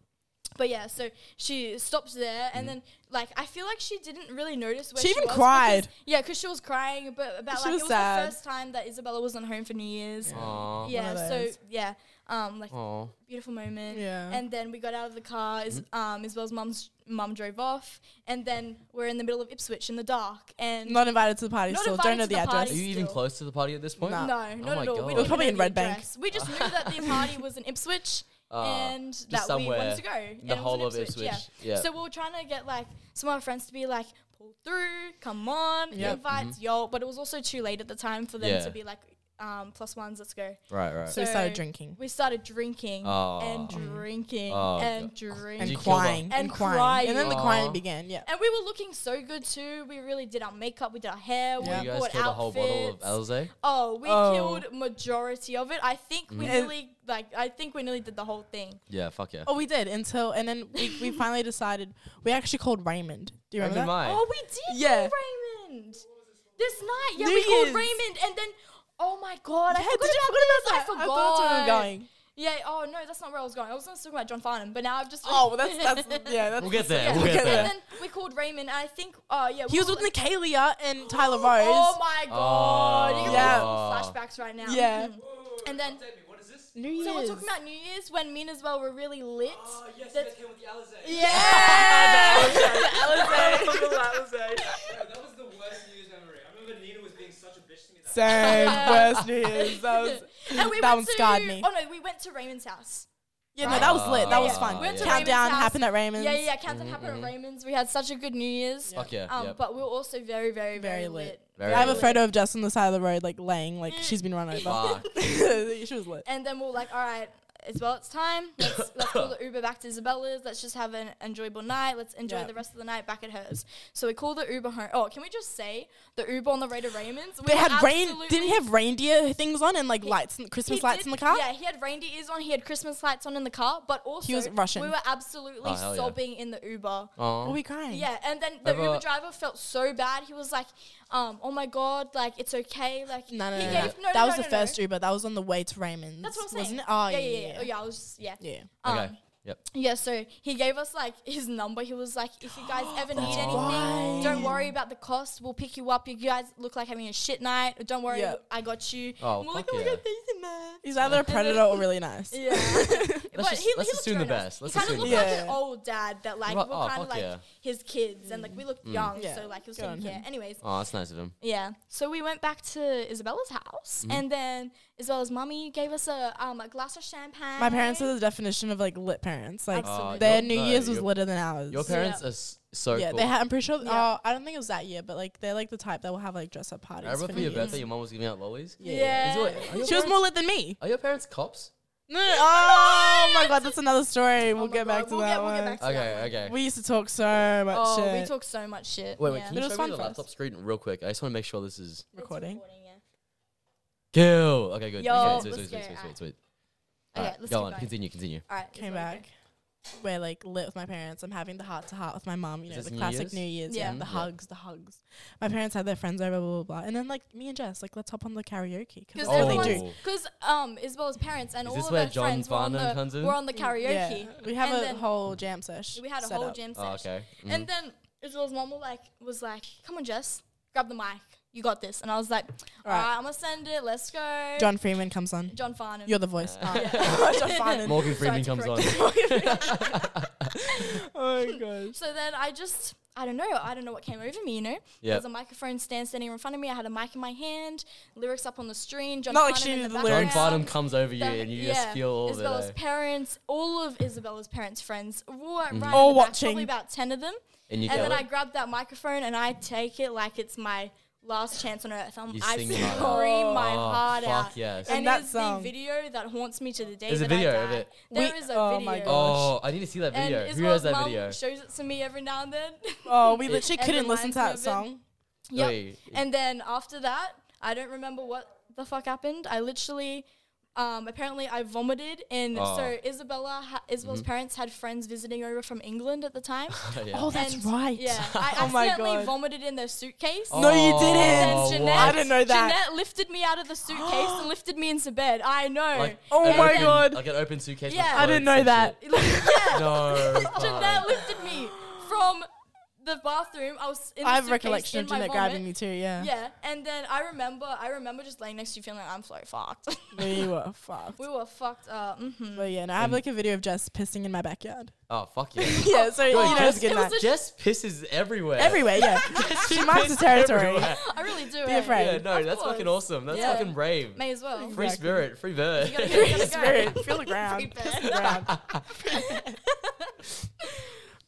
but yeah, so she stopped there,
Mm.
and then like I feel like she didn't really notice where
She
she,
even
was
cried.
Because, yeah, because she was crying, but about
She
like
was
it was the
sad.
first time that Isabella wasn't home for New Year's.
Aw.
Yeah,
One of
so
those.
yeah, um, like
Aw.
beautiful moment.
Yeah.
And then we got out of the car. Is
Mm.
um, Isabel's mum's mum drove off, and then we're in the middle of Ipswich in the dark, and
Not invited to the party.
Not
Still
invited
don't know
to
the,
the
address.
Are
party.
you even
still-
close to the party at this point?
Nah.
No,
Oh
not
my
at all.
It was
didn't
probably
know
in
the
Red Bank.
address. We just knew that the party was in Ipswich,
[laughs] Ah,
and
just
that we
somewhere
wanted to go. and
the
it was
whole
in
of Ipswich. Yeah.
So we were trying to get like some of our friends to be like, pull through, come on,
Yep.
invites, yo. But it was also too late at the time for them
Mm-hmm. Yeah.
to be like, um, plus ones, let's go.
right, right.
So we started
So-
drinking
We started drinking
Oh.
and
Mm.
drinking
Oh,
and
and
you
drinking.
kill them?
crying and,
And
crying. and then the
crying.
crying
Aw.
began. Yeah,
And we were looking so good too. We really did our makeup, we did our hair,
Did
Yeah.
we
you guys
bought
killed a whole bottle of
outfits.
Alize?
oh, we
Oh.
killed majority of it. I think we
Mm.
nearly like I think we nearly did the whole thing.
Yeah, fuck yeah.
oh, we did until and then we,
[laughs]
we finally decided we actually called Raymond. Do you remember
Raymond
that?
Mai.
Oh, we did
Yeah.
yeah. Raymond. This night, yeah,
New
we called
Year's.
Raymond, and then oh my god, I
Yeah,
forgot
did you
about
forget about
this. I
that? thought that's where we were
forgot.
going.
Yeah. Oh no, that's not where I was going. I was going to talk about John Farnham, but now I've just
Oh, well, that's
[laughs]
that's yeah. That's
We'll get there.
yeah.
We'll
Okay,
get
and
there.
then we called Raymond. And I think oh yeah,
He
we
was
were
with
like-
Michaelia
[gasps]
and Tyler Rose. Oh.
Oh my god, Oh, you can
Yeah.
have some flashbacks right now.
Yeah.
Mhm. [laughs] And then
New Year's.
so we're talking about New Year's when me and Isabel were really lit.
Ah, yes,
That's-
came with the Alize.
Yeah. [laughs]
that was the worst news memory. I remember Nina was being such a bitch to me. That
Same
Yeah.
worst New Year's. That, was,
[laughs] and
that
we went
one
to,
scarred me.
Oh no, we went to Raymond's house.
Yeah, no, that was lit. That
Yeah,
was
yeah.
fun.
We went to
Countdown
Raymond's house.
happened at Raymond's.
Yeah, yeah, yeah. Countdown happened at Raymond's. We had such a good New Year's.
Fuck Mm-hmm. yeah.
Um,
yep.
but we were also very, very,
Very
very,
lit.
lit.
Very
I have a
lit.
photo of Jess on the side of the road, like laying, like
Mm.
she's been run over.
[laughs]
Fuck.
[laughs] she was lit.
And then we were like, all right, Isabel,
[laughs]
it's time. Let's, let's call the Uber back to Isabella's. Let's just have an enjoyable night. Let's enjoy
Yeah.
the rest of the night back at hers. So we call the Uber home. Oh, can we just say the Uber on the way to Raymond's? We
They
were
had rain. Didn't
absolutely-
he have reindeer things on and like lights, and
he
Christmas lights in
did-
the car?
Yeah, he had reindeer ears on. He had Christmas lights on in the car. But also,
was Russian.
we were absolutely
Oh, hell yeah.
sobbing in the Uber.
Aw.
Were Oh, we crying?
Yeah, and then the
Over-
Uber driver felt so bad. He was like, um, "Oh my god, like it's okay." Like
No, no,
he
no. no.
gave-
that
no,
was
no,
the
no, no.
first Uber. That was on the way to Raymond's.
That's what I'm saying.
Wasn't it? Oh
yeah, yeah, yeah. Oh,
yeah.
yeah, I was just yeah.
Yeah.
Um,
okay. Yep.
Yeah, so he gave us like his number. He was like, if you
[gasps]
guys ever
Oh,
need anything,
right.
don't worry about the cost. We'll pick you up. You guys look like having a shit night. Don't worry,
Yeah.
I got you.
Oh,
And we're
fuck
like,
yeah.
my god, thank you, man.
He's either a predator or really nice.
Yeah. But
Let's just- let's
looked
assume the
very nice.
best. Let's
he kind
assume
of
the
looked like
best.
an old dad that like
Right,
we're
oh,
kind
fuck
of like
yeah. Mm.
his kids and like we looked young,
Yeah.
so like he was
Good on
taking care.
him.
Anyways,
Oh, that's nice of him.
yeah. So we went back to Isabella's house,
Mm-hmm.
and then Isabella's mummy gave us a um a glass of
[laughs]
champagne.
My parents
[laughs]
are the definition of like lit parents. Like
Absolutely.
your-
their New
no,
Year's was
your-
litter than ours.
Your parents are s- so
yeah,
cool.
they had. I'm pretty sure.
Yeah.
Oh, I don't think it was that year, but like they're like the type that will have like dress up parties.
I remember
for
for
New
your
Year's.
birthday, your mom was giving out lollies.
yeah.
Is your- are your
She was
parents-
more lit than
[laughs]
me.
Are your parents cops?
No, no, oh my god, that's another story. We'll
Oh my
get back
God,
to
we'll
that
get- we'll
one.
get back to-
Okay,
one.
okay.
we used to talk so much uh,
Oh,
shit.
we talked so much shit.
Wait, wait.
yeah.
Can
It
you
was
show
fun
me the
for us.
laptop screen real quick? I just want to make sure this is
It's
recording.
yeah.
kill. Okay, good.
Yo,
okay, sweet, sweet,
let's
sweet,
go.
sweet, sweet, sweet.
Okay,
Alright,
let's
go
keep
on.
going.
Continue, continue.
All right.
Came back. We're like lit with my parents. I'm having the heart to heart with my mom.
Is
You know,
this
the
New
classic
Year's?
New Year's.
Yeah.
Yeah, the
Mhm. Yeah.
hugs, the hugs. My parents had their friends over, blah blah blah, and then like me and Jess, like let's hop on the karaoke because
Because
Oh.
that's what they
everyone's-
do.
because um Isabel's parents and
Is
all
this
of
where
her
John
friends were on,
Farnham
the,
comes in?
were on the
Mm, Yeah.
karaoke.
We have
And
a
then
whole jam sesh.
We had a
set
whole
up.
jam session.
Oh, okay.
And
mhm.
then Isabel's mom was like was like, "Come on, Jess, grab the mic. You got this." And I was like, "All
Alright.
right, I'm gonna send it. Let's go."
John Freeman comes on.
John Farnham.
You're the voice.
Oh,
[laughs]
yeah. [laughs]
John Farnham.
Morgan Freeman
Sorry to
comes on.
correct
oh
[laughs]
my gosh.
so then I just I don't know I don't know what came over me. You know,
Yeah.
there's a microphone stand standing in front of me. I had a mic in my hand, lyrics up on the screen. John
Not like
Farnham
she
in
needed
the
the
John
lyrics.
background.
Farnham comes over you,
The-
and you just
yeah,
feel all the.
Isabella's
uh,
parents, all of Isabella's parents' friends, were right
Mm-hmm.
at
All
the back,
watching.
probably about ten of them.
And you
and
kill
then
it.
I grab that microphone and I take it like it's my last chance on earth. I'm,
You
I
sing
scream
it out.
my
Oh,
heart
fuck
out.
yes.
And,
And that
it's the
song.
video that haunts me to the day
There's a
that
video
I
of
die.
it.
There
We-
is a
oh
video.
my God.
Oh, I need to see that
And
video. Who has
Isabel's
that
mum
video?
shows it to me every now
[laughs]
and then.
Oh, we literally
It
couldn't listen to that
reminds me of
song.
yep.
Wait.
And then after that, I don't remember what the fuck happened. I literally, um, apparently, I vomited. And
Oh. Mm-hmm.
so Isabella, ha- Isabel's parents had friends visiting over from England at the time.
[gasps] yeah.
Oh, that's
And,
right. [laughs]
Yeah, I
Oh my
accidentally
God.
vomited in their suitcase.
No, you
And
didn't.
Oh,
Jeanette,
what?
I didn't know that.
Jeanette lifted me out of the suitcase
[gasps]
and lifted me into bed. I know.
Like,
Oh
an
my
open-
God.
Like an open suitcase.
Yeah.
with
[laughs]
I didn't
clothes
know
and
that.
shit.
yeah.
No.
[laughs] Jeanette
fuck.
lifted me from the bathroom. I was in the
I have
suitcase
recollection
in
of
my
Jeanette
vomit.
grabbing me too, yeah.
Yeah, and then I remember, I remember just laying next to you feeling like I'm so fucked. [laughs]
We were fucked.
we were fucked up.
Mm-hmm.
hmm
But yeah, no, I have
And-
like a video of Jess pissing in my backyard.
Oh fuck yeah.
[laughs] yeah, so you
Good,
know it's
Jess-
a good
it was
night.
a-
Jess pisses everywhere. [laughs]
Everywhere, yeah. she marks the territory.
Everywhere.
I really do.
Be
eh?
afraid.
Yeah, no,
Of
that's fucking
course.
awesome. That's
Yeah.
fucking brave.
May as well.
Free
Exactly.
spirit, free bird.
You gotta go, you gotta go.
Spirit, feel the ground.
Free
feel the
bird.
ground.
[laughs]
[laughs]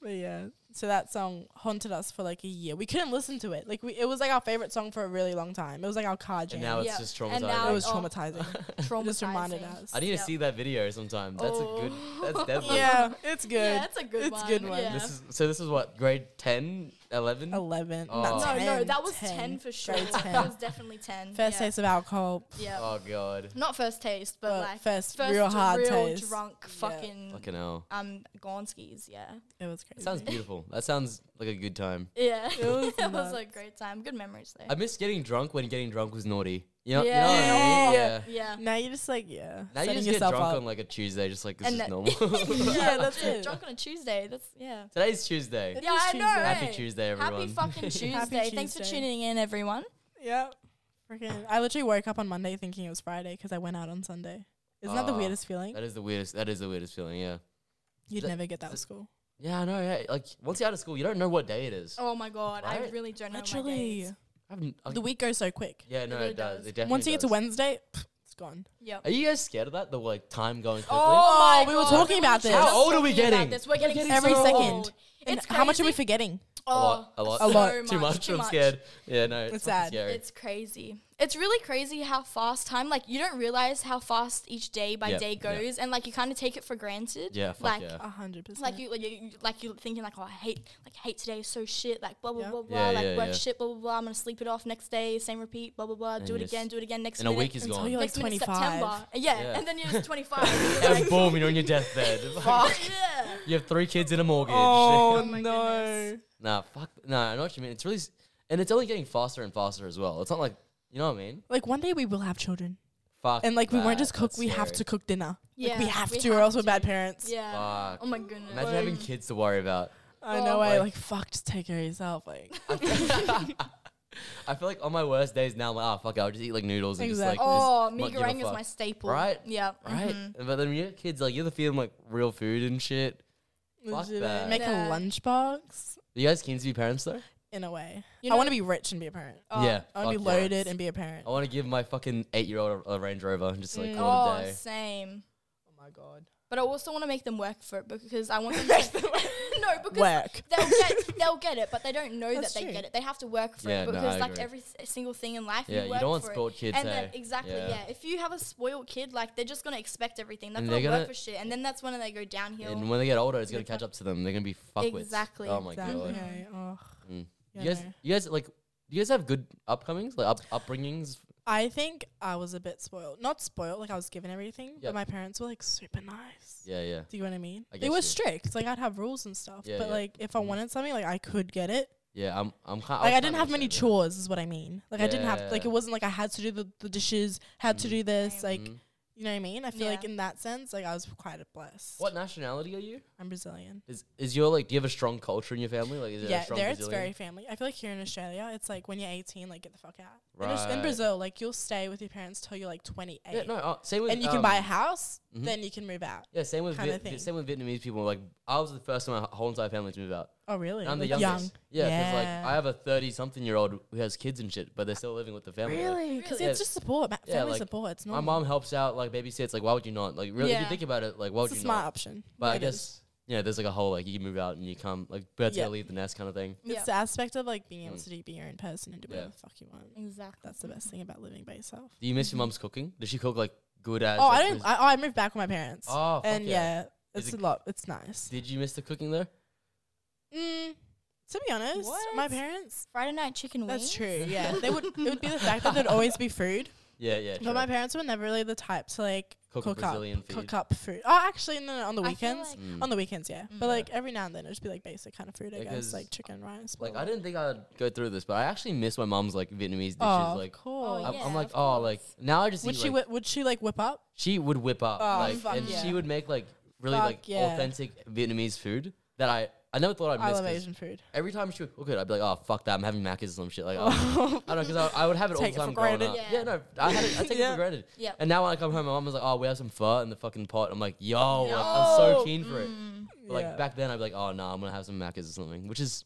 but yeah, so that song haunted us for like a year. We couldn't listen to it. Like we, it was like our favorite song for a really long time. It was like our car jam.
and now it's
Yeah.
just
And
traumatizing.
now
it was
Oh.
[laughs]
traumatizing. it just reminded
Traumatizing.
us.
[laughs] I need to
Yeah.
see that video sometime. That's a good. That's
Oh.
deadly.
Yeah, it's good. [laughs]
Yeah, it's a good
It's
one.
good one.
Yeah.
This is so. This is what grade 10, 11?
11.
Oh.
not
no, no,
10,
that was 10, for sure.
Grade
That
10.
was definitely 10.
First
yeah.
taste of alcohol.
Yeah. Hmm.
Oh god.
Not first taste, but
Well,
like
first
first
real hard
real
taste.
drunk fucking
Fucking hell.
um Gonskis, yeah.
It was
That
crazy.
sounds beautiful. That sounds like a good time.
Yeah.
It was
[laughs] it was
nuts.
a great time. Good memories there.
I miss getting drunk when getting drunk was naughty. You know, you know
Yeah.
what I mean?
Yeah.
yeah.
now you're just like, yeah.
Now you
setting
just get
yourself
drunk
up.
on like a Tuesday, just like this
And
is
that- [laughs]
normal.
yeah, that's it.
Drunk on a Tuesday. That's yeah.
[laughs] Today's Tuesday.
It
Yeah,
is
I know.
Tuesday.
Happy
right?
Tuesday, everyone.
Happy
[laughs]
fucking Tuesday. Thanks for
Tuesday.
tuning in, everyone.
Yep. Freaking. I literally woke up on Monday thinking it was Friday because I went out on Sunday. Isn't that the
Ah,
weirdest feeling?
That is the weirdest. That is the weirdest feeling. Yeah.
You'd
that-
never get that
that-
at school.
Yeah, I know. Yeah, like once you're out of school, you don't know what day it is.
Oh my god, I
Right?
really don't know my
Literally.
days.
I haven't- I-
The week goes so quick.
yeah, no,
really
it does.
does.
It definitely
Once you get to
does.
Wednesday, it's gone.
Yep.
Are you guys scared of that? The like time going quickly.
Oh,
Oh,
my
we were
God,
talking about
were
this.
How old are we
talking about
getting?
this. We're getting
every
so
second.
old.
And
It's
how much are we
crazy.
forgetting?
A lot, a
Oh,
lot.
A lot.
so
[laughs] too much. I'm scared. Yeah, no, it's,
It's
fucking
sad.
Scary.
It's crazy. It's really crazy how fast time, like you don't realize how fast each day by
Yeah,
day
yeah.
goes, and like you kind of take it for granted.
yeah, fuck
like,
yeah.
A hundred percent.
Like you, like you, you- like you're thinking like, oh, I hate, like hate today, so shit, like blah blah
Yeah.
blah
Yeah,
blah, like
yeah,
work
yeah.
shit, blah blah blah. I'm gonna sleep it off next day, same repeat, blah blah blah.
And
do it
yes.
again, do it again next.
And a
minute,
week is
until
gone. [laughs]
You're, like,
next minute
25.
September. Yeah,
Yeah.
and then you're
[laughs]
just 25. and you're
and
like,
boom, you're on your deathbed.
[laughs] yeah.
you have three kids and a mortgage. [laughs]
oh,
my
no.
goodness.
nah, fuck. Nah, I know what you mean. It's really, s- and it's only getting faster and faster as well. It's not like you know what I mean.
Like one day we will have children,
Fuck.
and like we won't
that,
just cook.
Ah, that's
We have
scary.
to cook dinner.
Yeah,
like, we have
we
to, or
have
else we're bad
to.
parents.
Yeah.
Fuck.
Oh my goodness.
Imagine having kids to worry about. [laughs]
I
Oh.
know. I
Like-
like fuck. Just take care of yourself.
[laughs]
Like
I feel like on my worst days now, I'm like, oh fuck, it, I'll just eat like noodles and
Exactly.
just like. just
Oh,
not
meat
give a
goreng is
fuck.
my staple.
Right?
Yeah.
Right,
mhm.
but then when you get kids, like you're the feeling like real food and shit. Fuck
legit,
that.
make
Yeah.
a lunchbox
Are you guys keen to be parents though?
in a way.
You
I
know-
want to be rich and be a parent.
Oh.
yeah,
Uh, I want to
fuck
be
yeah.
loaded and be a parent.
I want to give my fucking eight-year-old a, a Range Rover and just like
Mm.
call
Oh,
it a day.
same.
my god.
But I also want to make them work for it because I
[laughs]
want them to [laughs] no because
Work.
they'll get they'll get it, but they don't know
That's
that they
true.
get it. They have to work for
Yeah,
it
no,
because
I
like
agree.
every s- single thing in life,
Yeah,
you
you
work
don't want
for it.
spoiled kids,
And then
hey?
exactly,
Yeah.
yeah. If you have a spoiled kid, like they're just gonna expect everything. They're
And
gonna
they're
work
gonna-
for shit, and then that's when they go downhill.
And when they get older, it's gonna
Yeah,
catch up to them. They're gonna be fuckwits.
Exactly,
Oh my
Exactly.
god.
Okay, oh,
Mm.
yeah,
You guys,
no.
you guys like, you guys have good upcomings, like up, upbringings.
I think I was a bit spoiled. Not spoiled, like I was given everything,
Yeah.
but my parents were like super nice.
Yeah, yeah.
Do you know what I mean?
I
they
guess
were
you-
strict. Like I'd have rules and stuff.
Yeah,
but
yeah.
like if I
Mhm.
wanted something, like I could get it.
Yeah, I'm. I'm kind.
like I didn't have many chores, is what I mean. Like I didn't have like
Yeah.
it wasn't like I had to do the, the dishes, had to
Mhm.
do this,
Same.
like you know what I mean? I feel like
Yeah.
in that sense, like I was quite blessed.
What nationality are you?
I'm Brazilian.
Is is your like? Do you have a strong culture in your family? Like, is it a
yeah,
strong
there it's
Brazilian?
very family. I feel like here in Australia, it's like when you're 18, like get the fuck out. In, Aus- in
Right.
Brazil, like you'll stay with your parents till you're like 28,
Yeah, no. Uh, same with.
and you can buy a
um,
house,
mhm.
then you can move out.
Yeah, same with
kinda
Viet-
thing.
same with Vietnamese people. Like, I was the first in my whole entire family to move out.
Oh, really?
And I'm the
Like,
youngest. Yeah, 'cause,
Yeah.
like I have a thirty-something-year-old who has kids and shit, but they're still living with the family. Like,
Really? Because
Yeah.
it's just support, ma-
Yeah,
family
like,
support. It's
My
normal.
mom helps out, like babysits. Like, why would you not? Like, really, if you
Yeah.
think about it, like, why would
it's a
you
smart
not?
option.
But I
It is.
guess you know, there's like a whole like you move out and you come like birds
Yeah.
gotta leave the nest kind of thing.
it's
Yeah.
the aspect of like being able
Mm.
to be your own person and do
Yeah.
whatever the fuck you want.
exactly.
That's the best thing about living by yourself.
Do you miss your mum's cooking? Does she cook like good as?
Mm-hmm. Oh, I
like,
don't.
Braz-
I, oh, I moved back with my parents,
oh, fuck
and yeah,
Is
it's
it-
a lot. It's nice.
Did you miss the cooking there?
Mm, to be honest, my
What?
parents.
Friday night chicken wings.
That's true. Yeah,
[laughs]
they would. It would be the fact that there'd always be food,
Yeah, yeah.
but my
sure.
parents were never really the type to like
Cook
cook,
a
up,
Brazilian food.
cook up food. Oh, actually, no, no on the
I feel
weekends.
like-
Mm.
on the weekends, yeah.
Mm.
But
Yeah.
like every now and then, it'd just be like basic kind of food, I
Yeah,
guess,
'cause,
like chicken, rice. blah,
Like
blah,
I
blah.
didn't think I'd go through this, but I actually miss my mom's like Vietnamese dishes.
Oh,
like
cool.
yeah.
I'm, I'm like,
of
oh, like
course.
now I just
Would
eat,
she
like,
whi- would she like whip up?
she would whip up
Oh,
like,
fuck
and
yeah.
she would make like really
Fuck
like
yeah.
authentic Vietnamese food that I I never thought I'd
I
miss
love
'cause
Asian food.
[laughs] every time she would cook it, I'd be like, oh, fuck that, I'm having Macca's or some shit.
[laughs]
Like, oh. I don't know, because I, I would have it all the
Take it for
time growing
granted.
up.
Yeah.
Yeah, no, I, had it, I take it
[laughs] Yeah.
for granted.
Yep.
And now when I come home, my mom was like, oh, we have some pho in the fucking pot. I'm like, yo, like, I'm so
No. Mm.
keen for it.
Mm,
But, like,
Yeah.
back then, I'd be like, oh, no, I'm going to have some Macca's or something, which is,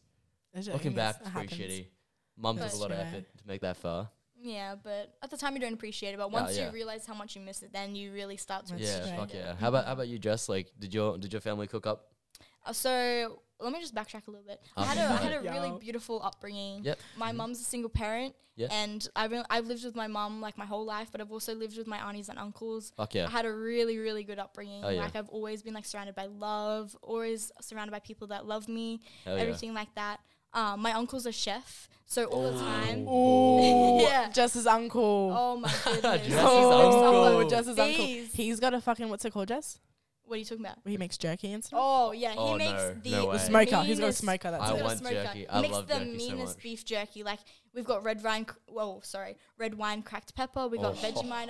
It's- I
looking
think it's-
back,
it
it's pretty
happens.
shitty. Mum took
That's
a lot of
true.
effort to make that pho.
Yeah, but at the time you don't appreciate it. But
Yeah,
once
yeah.
you realize how much you miss it, then you really start to
That's
appreciate
yeah,
true.
it.
fuck yeah. How about how about you, Jess? Like, did your did your family cook up?
Uh, so let me just backtrack a little bit. I had
Okay,
a, I
got
had
it.
a really
Yeah.
beautiful upbringing.
Yep. Mm-hmm.
My mum's a single parent,
Yeah.
and I've been, I've lived with my mum like my whole life, but I've also lived with my aunties and uncles.
Fuck yeah.
I had a really really good upbringing.
Oh, yeah.
Like I've always been like surrounded by love, always surrounded by people that love me,
Hell Oh, yeah.
everything like that. Um, my uncle's a chef, so all the time.
Oh.
Ooh,
[laughs] Yeah.
Jess's uncle.
[laughs]
Oh my goodness!
Jess's
Oh,
uncle.
Jess's uncle.
Jeez.
He's got a fucking what's it called, Jess?
What are you talking about?
Where he makes jerky and stuff.
Oh yeah, he
Oh,
makes
no,
the
no way. The
smoker. He's got a
meanest-
smoker. That's
I
He's
it.
got a
want
smoker.
jerky. I
makes
love
the
jerky so
meanest
much.
beef jerky. Like we've got red wine. cr- Whoa, sorry, red wine cracked pepper. We've got
Oh,
Vegemite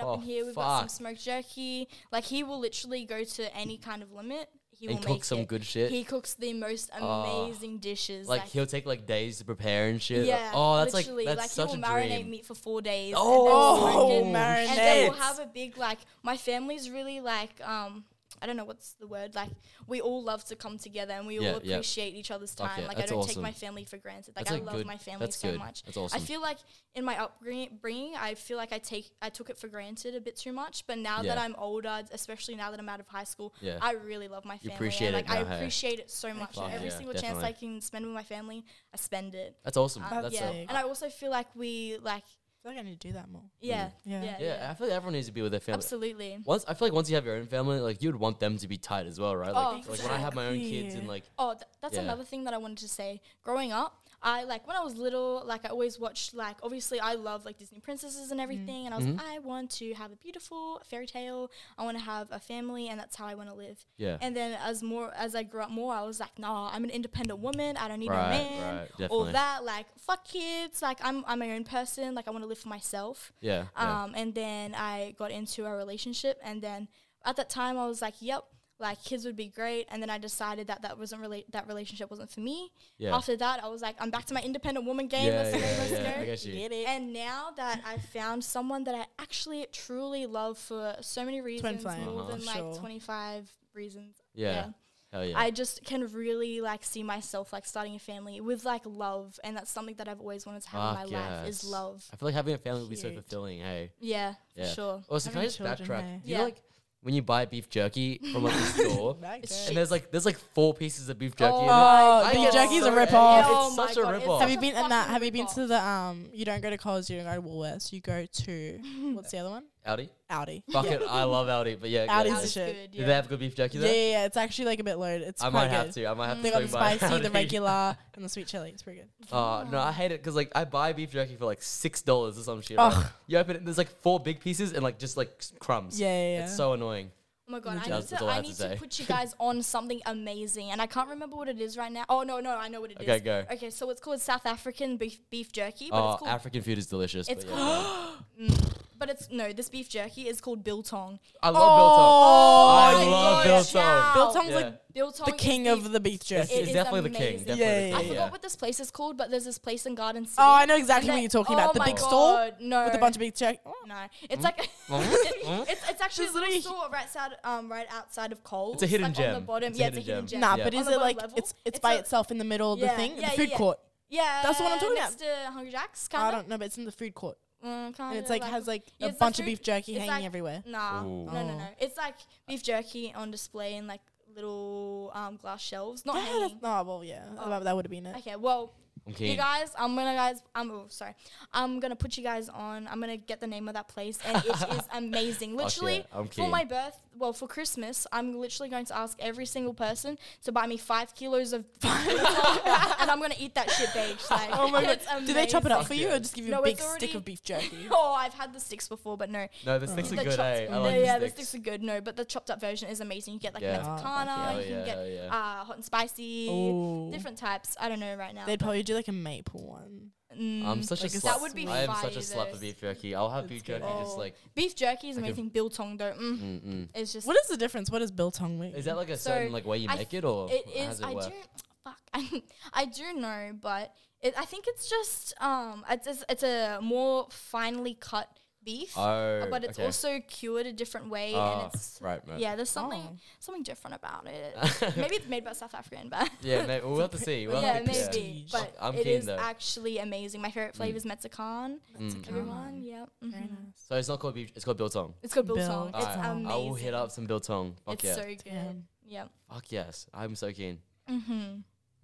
[laughs]
up in here. We've got some
fuck.
smoked jerky. Like he will literally go to any kind of limit. He
And
will
cook
make
some
it.
good shit.
He cooks the most
Oh.
amazing dishes.
Like, he'll take like days to prepare and shit.
yeah.
oh, that's like
literally,
that's
like
such
he
a
will marinate
dream.
meat for four days. and then
Oh,
smoke it.
marinate.
And then we'll have a big like my family's really like um I don't know what's the word like we all love to come together and we
Yeah,
all
yeah.
appreciate each other's
Fuck
time.
yeah,
like I
that's
don't
awesome.
take my family for granted. Like
That's,
I
like,
love
good.
my family
That's
so
good.
much.
That's awesome.
I feel like in my upbringing, I feel like I take I took it for granted a bit too much. But now that
Yeah.
I'm older, especially now that I'm out of high school,
Yeah.
I really love my family.
appreciate
and,
it
like I
now, hey?
appreciate it so much.
Fuck
Every
yeah,
single chance I
definitely.
can spend with my family, I spend it.
That's awesome.
Um,
that's
yeah,
a-
sick.
and I also feel like we like
I feel like I need to do that more.
yeah
Mm.
Yeah.
yeah
yeah, I feel like everyone needs to be with their family.
absolutely.
Once I feel like once you have your own family, like you'd want them to be tight as well, right? Like,
Oh,
like when I have my own kids and
exactly.
like
Oh, th- that's
Yeah.
another thing that I wanted to say. Growing up, I like when I was little, like I always watched like obviously I love like Disney princesses and everything, and I was
Mm-hmm.
like, I want to have a beautiful fairy tale. I want to have a family, and that's how I want to live.
Yeah.
And then as more as I grew up more, I was like, nah, I'm an independent woman. I don't need
Right,
a man.
right,
All
definitely.
that like fuck kids. Like I'm I'm my own person. Like I want to live for myself.
yeah, yeah.
Um, and then I got into a relationship, and then at that time I was like, "Yep, like kids would be great." And then I decided that that wasn't really that relationship wasn't for me.
Yeah.
After that, I was like, "I'm back to my independent woman game."
yeah,
let's go,
yeah,
[laughs] let's
yeah,
go.
I guess you.
it.
And now that I've found someone that I actually truly love for so many reasons,
flame.
more
Uh-huh.
than like
Sure.
25 reasons.
Yeah. Hell yeah.
I just can really like see myself like starting a family with like love, and that's something that I've always wanted to have
Fuck
in my life is
yes.
love.
I feel like having a family would be so
Cute.
fulfilling, hey.
Yeah, for
Yeah.
sure.
Also, can I
Having
just
children,
backtrack?
hey.
Do you
Yeah.
like when you buy beef jerky from like the
[laughs]
store? And there's like there's like four pieces of beef jerky. in it.
Oh,
I
beef
get
jerky's
so
a rip
angry.
off.
It's
Oh my
such a
God,
rip
it's
off.
Have
such
you
a
been in
fucking
that? Have you been
ripoff.
to the um? You don't go to Coles. You don't go to Woolworths. You go to
[laughs]
what's the other one?
Audi?
Audi.
Fuck it, I love Audi, but yeah,
Audi's
yeah,
the
yeah.
That's
shit.
good,
Do they have good beef jerky
Yeah, yeah,
there?
yeah, It's actually like a bit loaded. It's
I
quite
might
good.
have to. I might have to.
They got the
swing by
spicy, the
Audi.
regular, and the sweet chili. It's pretty good.
[laughs] Oh no, I hate it because like I buy beef jerky for like six dollars or some shit.
Ugh.
right? You open it, there's like four big pieces and like just like s- crumbs.
Yeah, yeah, yeah.
It's so annoying.
Oh my god, I need
That's- that's
to,
all I
I
had to
need
say.
to put you guys on something amazing, and I can't remember what it is right now. Oh no, no, I know what it is.
Okay, go.
Okay, so it's called South African beef beef jerky, but
Oh,
it's called.
African food is delicious.
It's
but yeah,
called-
no.
but it's no, this beef jerky is called biltong.
[gasps] I love oh, I
my
love
God,
biltong.
now.
Biltong's
Yeah.
like
Biltong,
the
is
king of the beef
It's,
jerky.
It
it's
is
definitely the king.
amazing.
Definitely
Yeah,
the
yeah,
I
king.
forgot what this place is called, but there's this place in Garden City.
Oh, I know exactly
and
what
they-
you're talking
oh
about. The
my
big
God,
store
no,
with a bunch of beef jerky. Oh,
No,
Hmm?
it's like [laughs]
Mm?
it's it's actually a
There's
little
literally-
store right outside um right outside of Coles.
It's a hidden
like On the
gem.
bottom,
It's a
yeah, it's a
hidden
hidden
gem.
gem.
Nah,
Yeah.
but
On
is
the
it
bottom
like
level,
it's it's
it's
by
a-
itself in the middle of the
Yeah,
thing,
yeah,
the food
yeah.
court?
Yeah,
That's the one I'm talking
next
about.
to Hungry Jack's, kind
I
of.
don't know, but it's in the food court,
Mm,
and
kinda
it's like
like
has like
Yeah,
a
it's
bunch of
like
beef
food-
jerky
it's
hanging
like-
everywhere.
Nah,
Ooh.
no, no,
Oh.
no. It's like beef jerky on display in like little um, glass shelves,
[laughs]
not
Yeah, that's-
hanging.
oh well, yeah, that- that would have been it.
Okay, well,
I'm
you
keen.
guys, I'm gonna guys, I'm oh, sorry, I'm gonna put you guys on. I'm gonna get the name of that place, and
[laughs]
it is amazing. Literally,
yeah, Oh, I'm
for
keen.
my birth, well, for Christmas, I'm literally going to ask every single person to buy me five kilos of, [laughs] and I'm gonna eat that shit, bitch. Like,
Oh my god,
it's
do they chop it up
Fuck
for you
yeah.
or just give you
No,
a big
it's
stick
[laughs] already-
of beef jerky?
Oh, I've had the sticks before, but no.
No, the sticks
The
are good.
chopped-
Hey, I like
yeah,
the
the
sticks.
sticks are good. No, but the chopped up version is amazing. You get like
Yeah.
Mexicana,
Oh,
you
yeah,
can get
hell yeah.
uh, hot and spicy,
Ooh.
different types. I don't know right now.
They'd
but,
probably do like a maple one.
mm,
I'm such
Like
a
a
slut.
That would be
I am
fire,
such a slut for
though.
beef jerky. I'll have
It's
beef
good.
jerky just
Oh.
like.
beef jerky is
Like a-
amazing. Biltong though, mm,
Mm-mm.
it's just
What is the difference? What is biltong mean?
Is that like a
So,
certain like way you
I
make
th-
it or
it
how does
is.
it
I
work?
don't. Fuck. [laughs] I, I do know, but it, I think it's just um, it's, it's it's a more finely cut beef,
Oh,
but it's
okay.
also cured a different way,
Ah,
and it's
right, right.
yeah. There's something
Oh.
something different
[laughs]
about it. maybe it's made by South African, but
Yeah,
[laughs]
mate, we'll have to see. We'll
yeah,
have to,
maybe.
prestige.
But
I'm
it
keen
is
though.
actually amazing. My favorite flavor is Metzakan.
Mm.
Everyone, yeah. mhm.
Very nice.
So it's not called beef, it's called biltong.
It's called Biltong.
Biltong.
It's
Alright,
amazing.
I will hit up some biltong. Fuck
It's
yeah.
so good. Yeah.
Damn.
Fuck yes. I'm so keen.
Mm-hmm.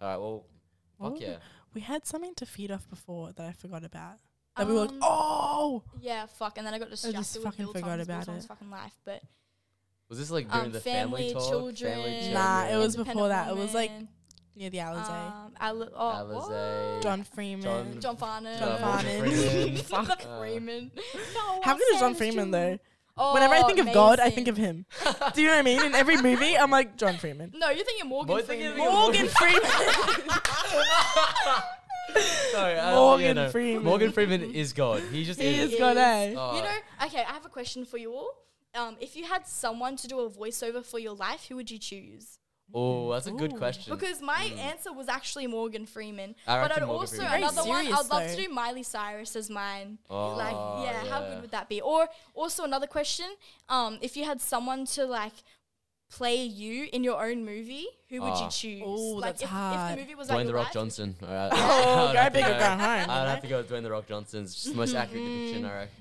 All right, well,
What
fuck
would-
yeah.
We had something to feed off before that I forgot about. That we were
Um,
like, oh,
Yeah, fuck. And then I got distracted with
fucking
Biltong,
forgot
'cause
about
Biltong's
it.
fucking life, but
Was this like during
um,
the family,
family,
talk?
children.
Family
Nah, it
children?
was before
Independent
that. It was, like,
Woman,
near the Alizé.
Um, Ali- oh,
Alizé.
what?
John Freeman.
John-
John Farnan.
John
Farnan. [laughs]
Freeman.
Fuck
Uh,
Freeman. No,
How
I
good is John
said
Freeman
John-
though?
Oh,
Whenever I think of God, I
amazing.
think of him. [laughs] Do you know what I mean? In every movie, I'm like John Freeman.
No, you're thinking Morgan
Boy, thinking
Freeman.
of
[laughs] Morgan [laughs] Freeman.
[laughs] Sorry, I-
Morgan
yeah, no.
Freeman.
Morgan Freeman is God. He just
he
is.
is God,
is.
eh?
Oh,
You know, okay, I have a question for you all. Um, if you had someone to do a voiceover for your life, who would you choose?
oh, that's a good
Ooh.
question.
Because my answer was actually Morgan Freeman,
Hmm. I
but
reckon
I'd
Morgan
also
Freeman.
another
Very
one.
serious,
I'd love to
though.
do Miley Cyrus as mine.
oh,
like, yeah, how good would that be? Or also another question: um, if you had someone to like play you in your own movie, who would
Ah.
you choose?
Ooh,
like,
that's
if, if
hard.
the movie was like
Dwayne
your
the Rock
life-
Johnson. All right.
[laughs]
[laughs]
Oh,
I'd
go
have to
big or
go-
go home.
I'd have to go with Dwayne the Rock Johnson. It's just the [laughs] most accurate depiction, I [laughs] reckon.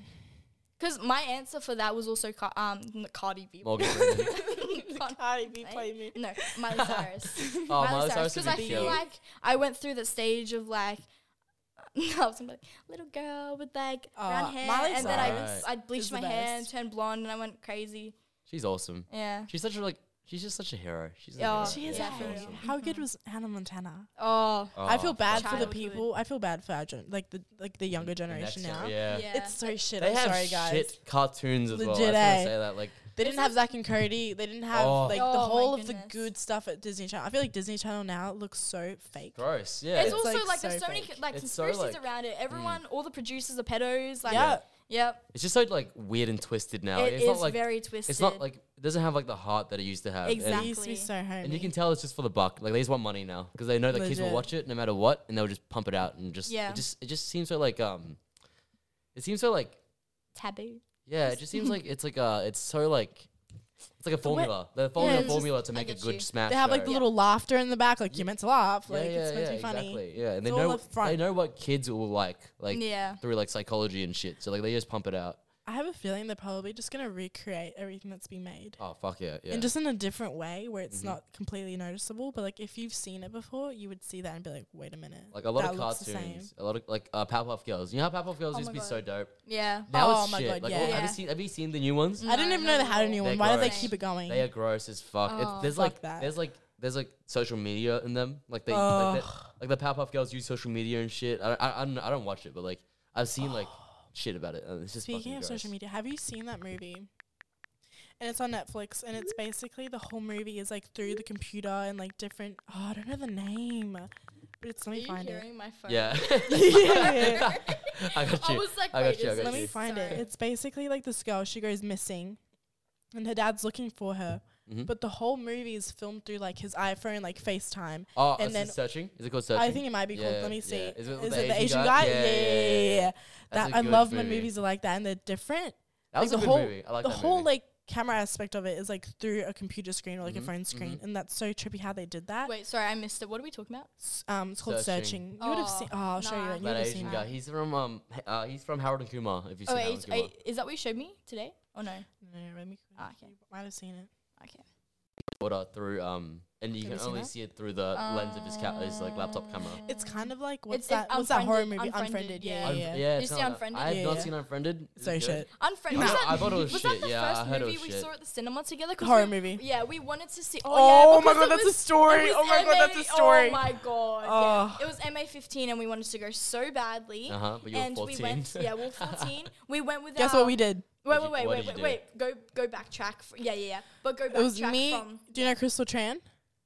Because my answer for that was also Ca- um, n- Cardi B.
Morgan
[laughs]
Freeman.
Cardi B
Right?
play me.
No,
[laughs]
Miley Cyrus.
Oh, Miley Cyrus
because
would
I
be
feel
cute.
like I went through the stage of like. [laughs] I was gonna be like little girl with like
Oh,
brown hair,
Miley
and then I
Cyrus
I bleached
is the
my hair and
best.
turned blonde, and I went crazy.
She's awesome.
Yeah.
She's such a like. She's just such a hero. She's.
Yeah.
a hero.
She is
Yeah,
a
for
hero.
real.
How good was Hannah Montana?
Oh.
I feel bad for the
Childhood.
people. I feel bad for our gen- like the like the younger
The next
generation
gen-
now.
Yeah.
Yeah.
It's so shit.
They
I'm
have
sorry, guys.
shit cartoons as well. I
Legit,
was gonna
eh?
say that like
They didn't have Zach and Cody. They didn't have
Oh.
like
Oh
the
my
whole of the
goodness.
good stuff at Disney Channel. I feel like Disney Channel now looks so fake.
gross. Yeah.
it's also
like,
like
so
there's so many
fake.
like
It's so,
conspiracies
like- mm.
around it. Everyone, all the producers are pedos. Like,
Yeah.
yep.
It's just so like weird and twisted now. Like,
it
it's
is
not like
very twisted.
it's not like it doesn't have like the heart that it used to have. And-
They
Exactly.
used to be so homey.
And, you can tell it's just for the buck. Like they just want money now because they know the kids will
Legit.
watch it no matter what, and they'll just pump it out and just
Yeah.
It just it just seems so like um, it seems so like
taboo.
yeah. It just
[laughs]
seems like it's like uh, it's so like. It's like a formula. They're following
Yeah,
a
it's just-
formula to
I
make a
get
good
you.
smash.
they have like the
show.
little laughter in the back, like you're meant to laugh,
Yeah,
like
yeah,
it's meant
yeah,
to be funny.
Exactly. Yeah, and they
It's all
know
up
they
front.
know what kids will like, like
Yeah.
through like psychology and shit. So like they just pump it out.
I have a feeling they're probably just gonna recreate everything that's been made,
Oh fuck yeah, yeah.
and just in a different way where it's
Mhm.
not completely noticeable. But like if you've seen it before, you would see that and be like, wait a minute,
like a lot
that
of
looks the same."
cartoons, a lot of like uh, Powerpuff Girls. You know how Powerpuff Girls
Oh
used
my
to be so dope.
Yeah.
Now
Oh
it's
my
shit.
God,
like,
yeah.
all- have
Yeah.
you seen have you seen the new ones?
I didn't
No,
even know they
no,
had a new
no.
one.
They're
Why did they
gross.
keep it going?
They are gross as fuck. It's-
Oh.
there's
Fuck
like
that.
there's like there's like social media in them. Like they
Ugh.
like, the, like the Powerpuff Girls use social media and shit. I I I don't, I don't watch it, but like I've seen
[gasps]
like shit about it. And it's just
Speaking
fucking
of
gross.
social media, have you seen that movie? And it's on Netflix, and it's basically the whole movie is like through the computer and like different. Oh, I don't know the name, but it's let
Are
me
you
find it.
hearing my phone? [laughs]
Yeah. [laughs]
Yeah.
I got you.
I was like,
I got
wait,
you, I
is
got
Let
this-
me
you.
find it.
Sorry.
It's basically like this girl. She goes missing, and her dad's looking for her.
Mhm.
But the whole movie is filmed through like his iPhone, like FaceTime.
Oh,
and
is
then-
it searching? Is it called searching?
I think it might be called.
Yeah,
Let me see.
yeah.
Is
Is
it,
it
is
with the
it the
Asian
Asian
guy?
guy?
Yeah,
Yeah,
yeah, yeah, yeah, yeah. That's
That
a
I
good
love when
movie.
movies are like that and they're different.
that was
like
a
the
good
whole-
movie. I like
the
that
whole
movie.
like camera aspect of it is like through a computer screen or like
Mhm,
a phone screen,
mhm.
and that's so trippy how they did that.
Wait, sorry, I missed it. What are we talking about?
S- Um, it's called
Searching.
searching. You would have
Oh,
seen. Oh, I'll show
nah.
you. it.
that
You would have
Asian
seen
guy.
that.
He's from um h- uh, he's from Harold and Kumar. If you've
Oh,
seen
wait,
Harold
is,
and Kumar,
I- is that what you showed me today? Oh no.
No, let me.
Ah, okay.
You might have seen it.
Okay.
order through um, and you
Have
can
you seen
only
that? Uh,
see it through the lens of
Ah.
his ca- his like laptop camera.
It's kind of like what's
um,
that?
It's- it's
what's that horror movie?
Unfriended-
Unfriended.
Unfriended,
Yeah,
yeah.
yeah.
yeah,
Did
it's not
you see
like-
Unfriended?
I have
Yeah,
not
yeah.
seen Unfriended. Is
So
it good?
shit.
Unfriended.
I
Was
thought-
that,
I thought it was
was
shit.
that the
Yeah, I
first
heard it
movie
was
we
shit.
saw at the cinema together? 'Cause
Horror
we-
movie.
Yeah, we wanted to see. Oh,
Oh
yeah,
my
because
god,
it
that's a
was-
story.
it
Oh
was
my god, that's
MA
a story. Oh, Ah.
Oh my god. yeah.
Ugh.
It was MA 15 and we wanted to go so badly.
Uh huh. But you're
and we
14.
went, yeah, we were 14.
[laughs]
we went with
Guess
our,
what we did?
Wait,
What'd
wait,
you-
wait,
what
wait,
did
wait,
you
Go, go backtrack. F- yeah, yeah, yeah. But go backtrack
It was me.
from.
Do you know Crystal Tran?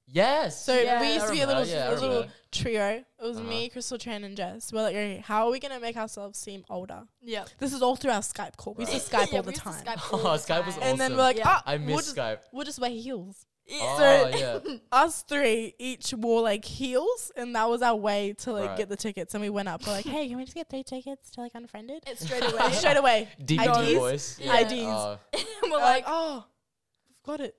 yes.
So
Yeah,
we used
I
to be a
remember,
little,
yeah, I
a little
remember.
trio. It was
Uh-huh.
me, Crystal Tran, and Jess. We're like, okay, how are we gonna make ourselves seem older?
Yeah.
This is all through our Skype
[laughs]
call. We used to Skype
Yeah,
all the
we used to
[laughs]
time.
Skype
Oh,
all the
Skype was
time.
And then
Awesome.
we're like,
Yeah.
ah,
I
we'll
miss
just,
Skype.
We'll just wear heels. [laughs]
Oh yeah.
us three each wore like heels, and that was our way to like
Right.
get the tickets. And we went up, we're like, "Hey, can we just get three tickets to like
[laughs]
unfriended?"
It's straight
[laughs]
away.
Straight away,
Deep
IDs.
in your voice.
Yeah.
IDs.
Oh.
and we're
We're
[laughs]
like,
like, "Oh, we've got
[laughs]
it."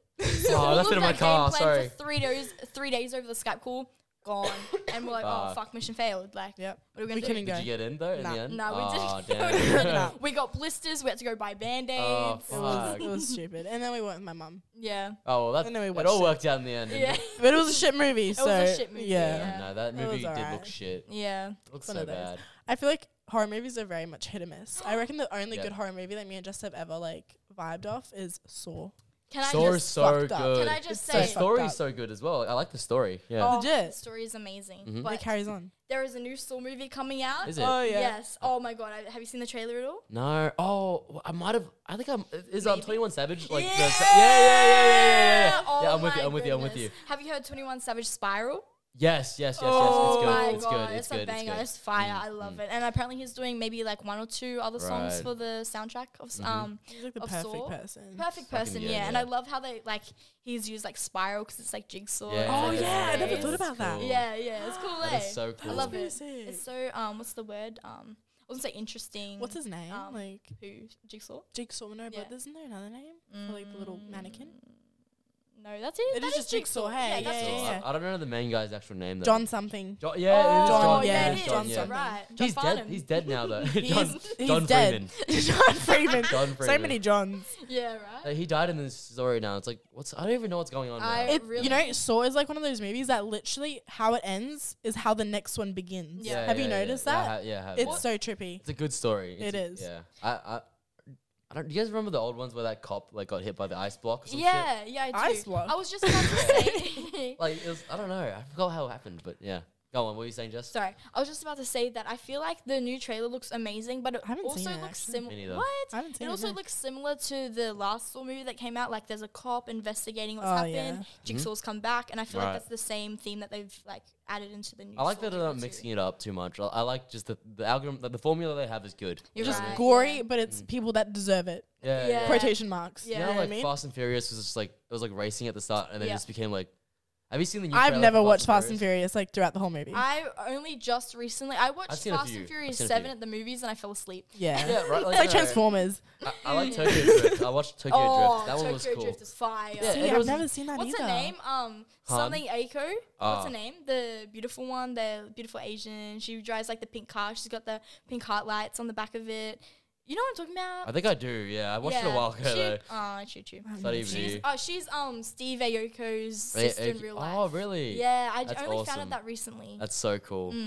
Oh,
all
left
of
it in my
that game
car,
plan
sorry.
For three days, three days over the Skype call, gone,
[laughs]
and we're like, oh
Fuck.
fuck, mission failed. Like,
[laughs] Yep.
what are we
We
gonna
couldn't
do?
go.
Did you get in though in
Nah.
the end?
No, [laughs] we
oh,
didn't.
damn.
Nah. [laughs]
We got blisters. We had to go buy band aids.
Oh,
It was,
Fuck.
it was stupid. And then we went with my
[laughs]
mum.
yeah,
Oh, well,
And then
that
we
it
watched
all
it.
worked out in the end. didn't
yeah, [laughs]
it?
But it was a shit movie.
was
so
a shit movie, [laughs] yeah.
No, that
It was
movie did look
alright.
shit.
yeah.
Looks
one
so
of those.
bad.
I feel like horror movies are very much hit or miss. I reckon the only
Yeah.
good horror movie that me and Jess have ever like vibed off is Saw.
Can I
Saw
just
is so
fucked up.
good.
can I just
It's
the
so
say
fucked
story
up.
is so good as well. I like the story. Yeah.
oh,
Legit.
the story is amazing.
Mhm.
It
But
carries on.
there is a new Saw movie coming out.
Is it?
Yes. Oh my god, I, have you seen the trailer at all?
No. Oh, well, I might have. I think I'm. Is um
Maybe.
Twenty One Savage like? The, sa- yeah, yeah, yeah, yeah, yeah, yeah. Yeah,
Oh
yeah I'm with you.
my
I'm with you. I'm with you.
goodness. Have you heard Twenty One Savage Spiral?
Yes, yes, yes, yes.
Oh
it's good. It's
my
good.
god,
It's
a
good. It's
banger.
good. Mm,
It's fire. I love it. And apparently he's doing maybe like one or two other songs
Right. Mm-hmm.
for the soundtrack of s um
She's like the
Of
perfect
Saw?
person.
Perfect Person.
yeah,
Yeah. And I
yeah.
love how they like he's used like Spiral because it's like jigsaw.
Yeah,
Oh,
it's
yeah, I never
cool.
thought
It's
about that.
cool.
Yeah, yeah, it's cool.
That is
eh?
so
I
cool.
love
That's
it.
pretty sick.
It's so um, what's the word? Um, I wasn't say interesting.
What's his name?
Um,
like
Who? Jigsaw.
Jigsaw. No,
yeah.
but isn't there another name for like the little mannequin?
Mm, No, that's it.
It
that
is just Jigsaw, hey?
Yeah,
Yeah,
that's
yeah,
Jigsaw. Oh,
yeah.
I, I don't know the main guy's actual name though.
John
[laughs]
something.
John. Yeah, it is
John,
John.
yeah,
Yeah,
it is.
John.
John
Yeah.
something.
Right. John
He's dead.
Farnham.
He's dead now
[laughs]
though. John,
He's- he's
John
dead.
Freeman.
[laughs] John [laughs] Freeman.
John Freeman.
So many Johns.
Yeah, [laughs] right.
Like, he died in this story now. It's like what's? I don't even know what's going on. Now.
I-
It,
Really?
You know, Saw is like one of those movies that literally how it ends is how the next one begins.
Yeah.
Have you noticed
yeah.
that?
I ha- yeah, I have,
It's
yeah.
so trippy.
It's a good story.
It
a-
is.
Yeah. I, I, I don't. Do you guys remember the old ones where that cop like got hit by the ice block? Or some Shit?
Yeah, yeah, I do.
Ice block.
I was just about to
[laughs]
say. [laughs]
Like it was, I don't know. I forgot how it happened, but yeah. Go on. What were you saying, Jess?
Sorry, I was just about to say that I feel like the new trailer looks amazing, but it
I haven't
also
seen it,
looks
actually.
Me
similar.
neither.
What?
I haven't seen
It
it,
also
no.
looks similar to the last Saw movie that came out. Like, there's a cop investigating what's
Oh,
happened.
yeah.
Jigsaw's come back, and I feel
Mm-hmm. Right.
like that's the same theme that they've like added into the new.
I like
Saw
that they're not
movie too.
mixing it up too much. I, I like just the the algorithm, the, the formula they have is good.
You're
Just
right,
gory,
yeah.
but it's people that deserve it.
Mm. Yeah.
Yeah.
Quotation marks.
You
Yeah. You
know,
know what I
like
mean?
Fast and Furious was just like it was like racing at the start, and then
Yeah.
it just became like. Have you seen the? New
I've
trailer
never
for
watched Fast and Furious like throughout the whole movie.
I only just recently I watched
seen a
Fast
few.
and
I've
Furious
seen a
Seven
few.
at the movies, and I fell asleep.
yeah.
Yeah, right. Like,
It's like Oh,
I don't know.
Transformers.
I, I like Tokyo Drift. I watched Tokyo Drift. That
Oh, Tokyo
one was cool.
Drift is fire.
Yeah,
See,
it
I've
was-
never seen that
What's
either.
her name? Um, something Aiko.
Ah.
What's her name? The beautiful one, the beautiful Asian. She drives like the pink car. She's got the pink heart lights on the back of it. You know what I'm talking about?
I think I do. Yeah, I watched it a
Yeah,
while ago.
she-
though.
Ah, choo choo.
It's not even
She's
you.
oh, she's um Steve Aoko's
Eh, eh,
sister in real life.
Oh, really?
Yeah, I j-
That's
only found
awesome.
out that recently. Mm.
That's so
Mm.
cool.
Oh.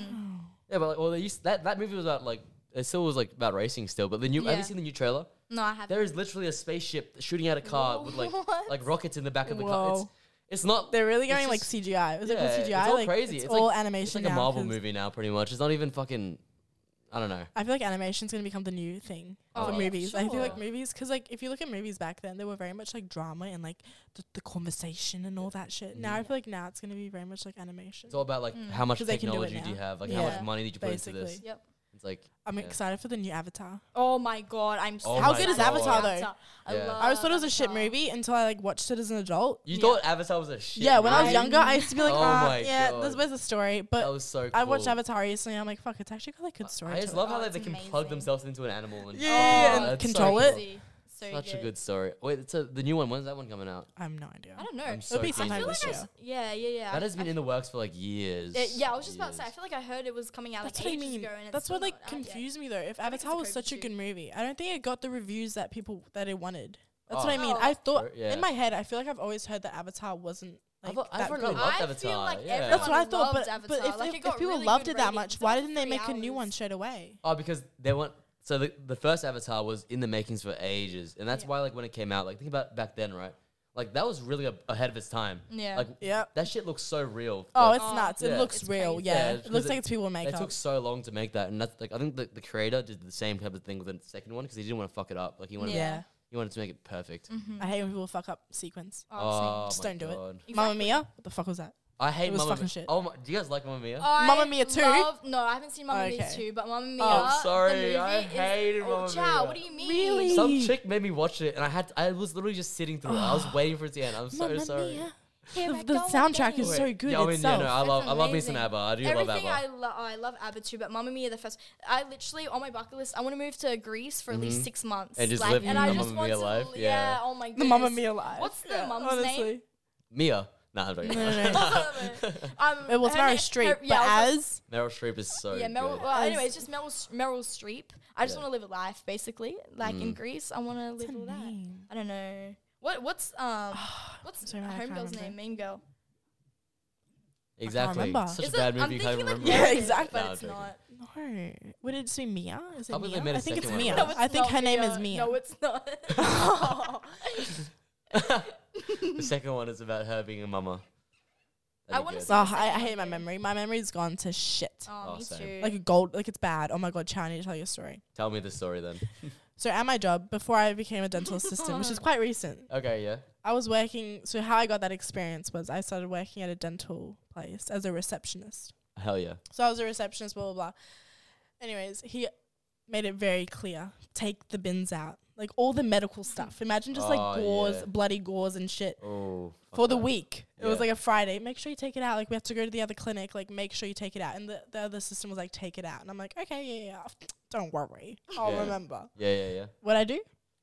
Yeah, but like, well, they used that that movie was about like it still was like about racing still. But the new have
Yeah.
you seen the new trailer?
no, I haven't.
There is literally a spaceship shooting at a car with like
[laughs]
[laughs]
What?
like rockets in the back of the car. It's,
Whoa.
it's not.
They're really
it's
going
just-
like CGI. It was
yeah,
like with CGI.
It's all
like,
crazy.
It's,
like-
all animation.
It's like a
now
Marvel
'cause
movie now, pretty much. It's not even fucking. I don't know.
I feel like animation's gonna become the new thing
Oh,
for
yeah,
movies. I feel like
sure.
movies, because like if you look at movies back then, they were very much like drama and like the, the conversation and all that shit. Now I feel like now it's gonna be very much like
Mm-hmm.
animation.
It's all about like how much
Mm. 'Cause they can do it
technology do, you
now.
have? Like how
Yeah,
much money did you put into this?
basically.
yep.
It's like
I'm
yeah.
excited for the new Avatar.
Oh my god, I'm so
Oh
How
my
good is
God.
Avatar though?
I,
Yeah. I
love
I always thought it was a shit
Ah.
Avatar.
movie until I like watched it as an adult.
You
Yeah.
thought Avatar was a shit.
yeah, when I was
movie?
younger, I used to be
[laughs]
like,
Oh
ah,
my
yeah, this
God.
was a story.
that
But
was so. Cool.
I watched Avatar recently. and I'm like, fuck, it's actually got like good story.
I just
to
love
Oh,
how like,
it's
they can plug
amazing.
themselves into an animal and
it. Yeah,
Oh,
and
that's so
control
cool.
it.
Crazy. So
Such a good story. Wait, it's a, the new one. When's that one coming out?
I have no idea.
I don't know.
I'm
I
so
be
keen
sometime
for
feel
this
this.
like I
year.
s- yeah, yeah, yeah.
That has
I-
been
I-
in the works for like years.
Yeah, yeah, I was just about to say. I
Years.
feel like I heard it was coming out
That's
like
what I
ages
mean.
ago, and it's
That's what
still
like
not out yet.
confused me though. If
think it's
Avatar
a
was such a
Kobe
good
shoot.
movie, I don't think it got the reviews that people that it wanted. That's what
Oh.
I mean.
Oh.
I thought
Sure, yeah.
in my head, I feel like I've always heard that Avatar wasn't
I
like
thought- I
that
forgot
good.
about- loved
I feel
Avatar,
like
yeah.
everyone
That's what I thought.
loved
But,
Avatar.
but if,
like,
if,
it
if
got
people
really
loved
good
it that
ratings.
much,
It's
why
only
didn't they
three
make a new one
hours.
straight away?
Oh, because they weren't. So the, the first Avatar was in the makings for ages, and that's why like when it came out, like think about back then, right? Like that was really a, ahead of its time.
Yeah.
Like
Yep.
that shit looks so real.
Oh,
Like,
it's
Oh,
nuts.
yeah.
It looks
It's
real.
crazy.
Yeah,
Yeah,
it
'cause
looks like it's people
It
makeup.
took so long to make that, and that's like I think the, the creator did the same type of thing with the second one because he didn't want to fuck it up. Like he wanted,
yeah.
Yeah. Mm-hmm.
he wanted to make it perfect.
I hate when people fuck up sequence.
Oh, I've seen it.
Just
my
don't do it.
God.
Mamma
Exactly.
Mia, what the fuck was that?
I hate
It was
Mamma
fucking
Mia.
shit.
Oh my, do you guys like Mamma Mia?
I
Mamma Mia 2?
love- no, I haven't seen Mamma Mia
Okay. Oh,
two, but Mamma Mia.
I'm
sorry,
the movie
I
is-
hated
oh,
Mamma
Chow,
Mia.
What do you mean?
Really? [gasps]
Some chick made me watch it, and I had to, I was literally just sitting through it. I was waiting for it to end. I'm so
Mamma
sorry.
Mia. The, the soundtrack is
Wait,
so good
yeah, I mean, yeah,
itself.
no, I
That's
love, I love me some
amazing.
ABBA. I do love
Everything
ABBA.
I love, I love ABBA too, but Mamma Mia the first. I literally on my bucket list. I want to move to Greece for at least six months,
Mm-hmm. And just
like,
live
and I
Mamma
just want
Mia
to,
life,
Yeah.
yeah.
Oh my.
the Mamma
goodness. [laughs]
Mia live.
What's the
Yeah,
mum's name?
Mia. Nah,
[laughs]
I'm joking.
No, no, no.
um,
It was
her
Meryl
na-
Streep,
her- yeah, I
but
was-
as
Meryl Streep is so
yeah, Meryl.
good.
Well,
As-
anyway, it's just Meryl, S- Meryl Streep. I just
Yeah. Mm.
want to live a life, basically, like in Greece. I want to live a life.
name?
I don't know what what's
[sighs]
um what's
sorry, I can't
homegirl's
remember.
name? Mean girl.
Exactly.
remember.
Such a
Is it-
bad
I'm
movie. you can't even
thinking, like,
remember.
Yeah,
it.
it is,
exactly.
Nah,
But
I'm
it's
joking.
not.
No. Would it just be Mia? Is it
Probably they
Mia?
made a
I think it's
second one
Mia.
of
it's
I think
not
her name is Mia.
No, it's not.
[laughs]
[laughs] Oh,
[laughs] the second one is about her being a mama.
I wanna
to.
say-
Oh, I, I hate my memory. My memory's gone to shit.
oh,
Oh,
me
same.
too.
Like a gold, like it's bad. Oh my god, Chan, I need to tell you a story.
Tell me the story then.
So at my job, before I became a dental assistant, which is quite recent,
Okay, yeah.
I was working. So how I got that experience was I started working at a dental place as a receptionist.
Hell yeah.
So I was a receptionist, blah blah blah. Anyways, he made it very clear: take the bins out, like all the medical stuff. Imagine just
Oh,
like gauze,
yeah.
bloody gauze and shit
Oh. fuck
for the
that.
week. It was
Yeah.
like a Friday. Make sure you take it out. Like we have to go to the other clinic. Like make sure you take it out. And the, the other system was like, take it out. And I'm like, okay, yeah, yeah. Don't worry, I'll
Yeah.
remember.
Yeah, yeah, yeah.
What I do?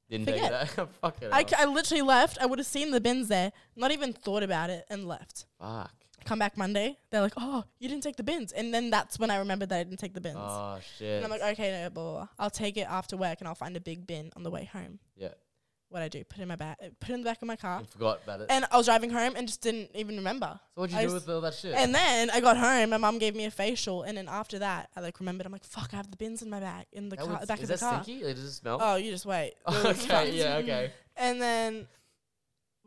Didn't
Forget.
take that. [laughs] Fuck it.
I,
up.
c- I literally left. I would have seen the bins there, not even thought about it, and left.
Fuck.
Come back Monday. They're like, oh, you didn't take the bins. And then that's when I remembered that I didn't take the bins.
Oh shit.
And I'm like, okay, no, blah, blah, blah. I'll take it after work and I'll find a big bin on the way home.
yeah. Mm.
What I do, put it in my bag, put it in the back of my car.
I forgot about it.
And I was driving home and just didn't even remember.
so what'd you
I
do
s-
with all that shit?
And then I got home, my mom gave me a facial, and then after that, I like remembered. I'm like, fuck, I have the bins in my bag in the
That
car,
would-
back
is
of the
that
car.
stinky? Like, does it smell?
Oh, you
[laughs]
just wait. It was
okay.
fucked.
Yeah. Okay.
And then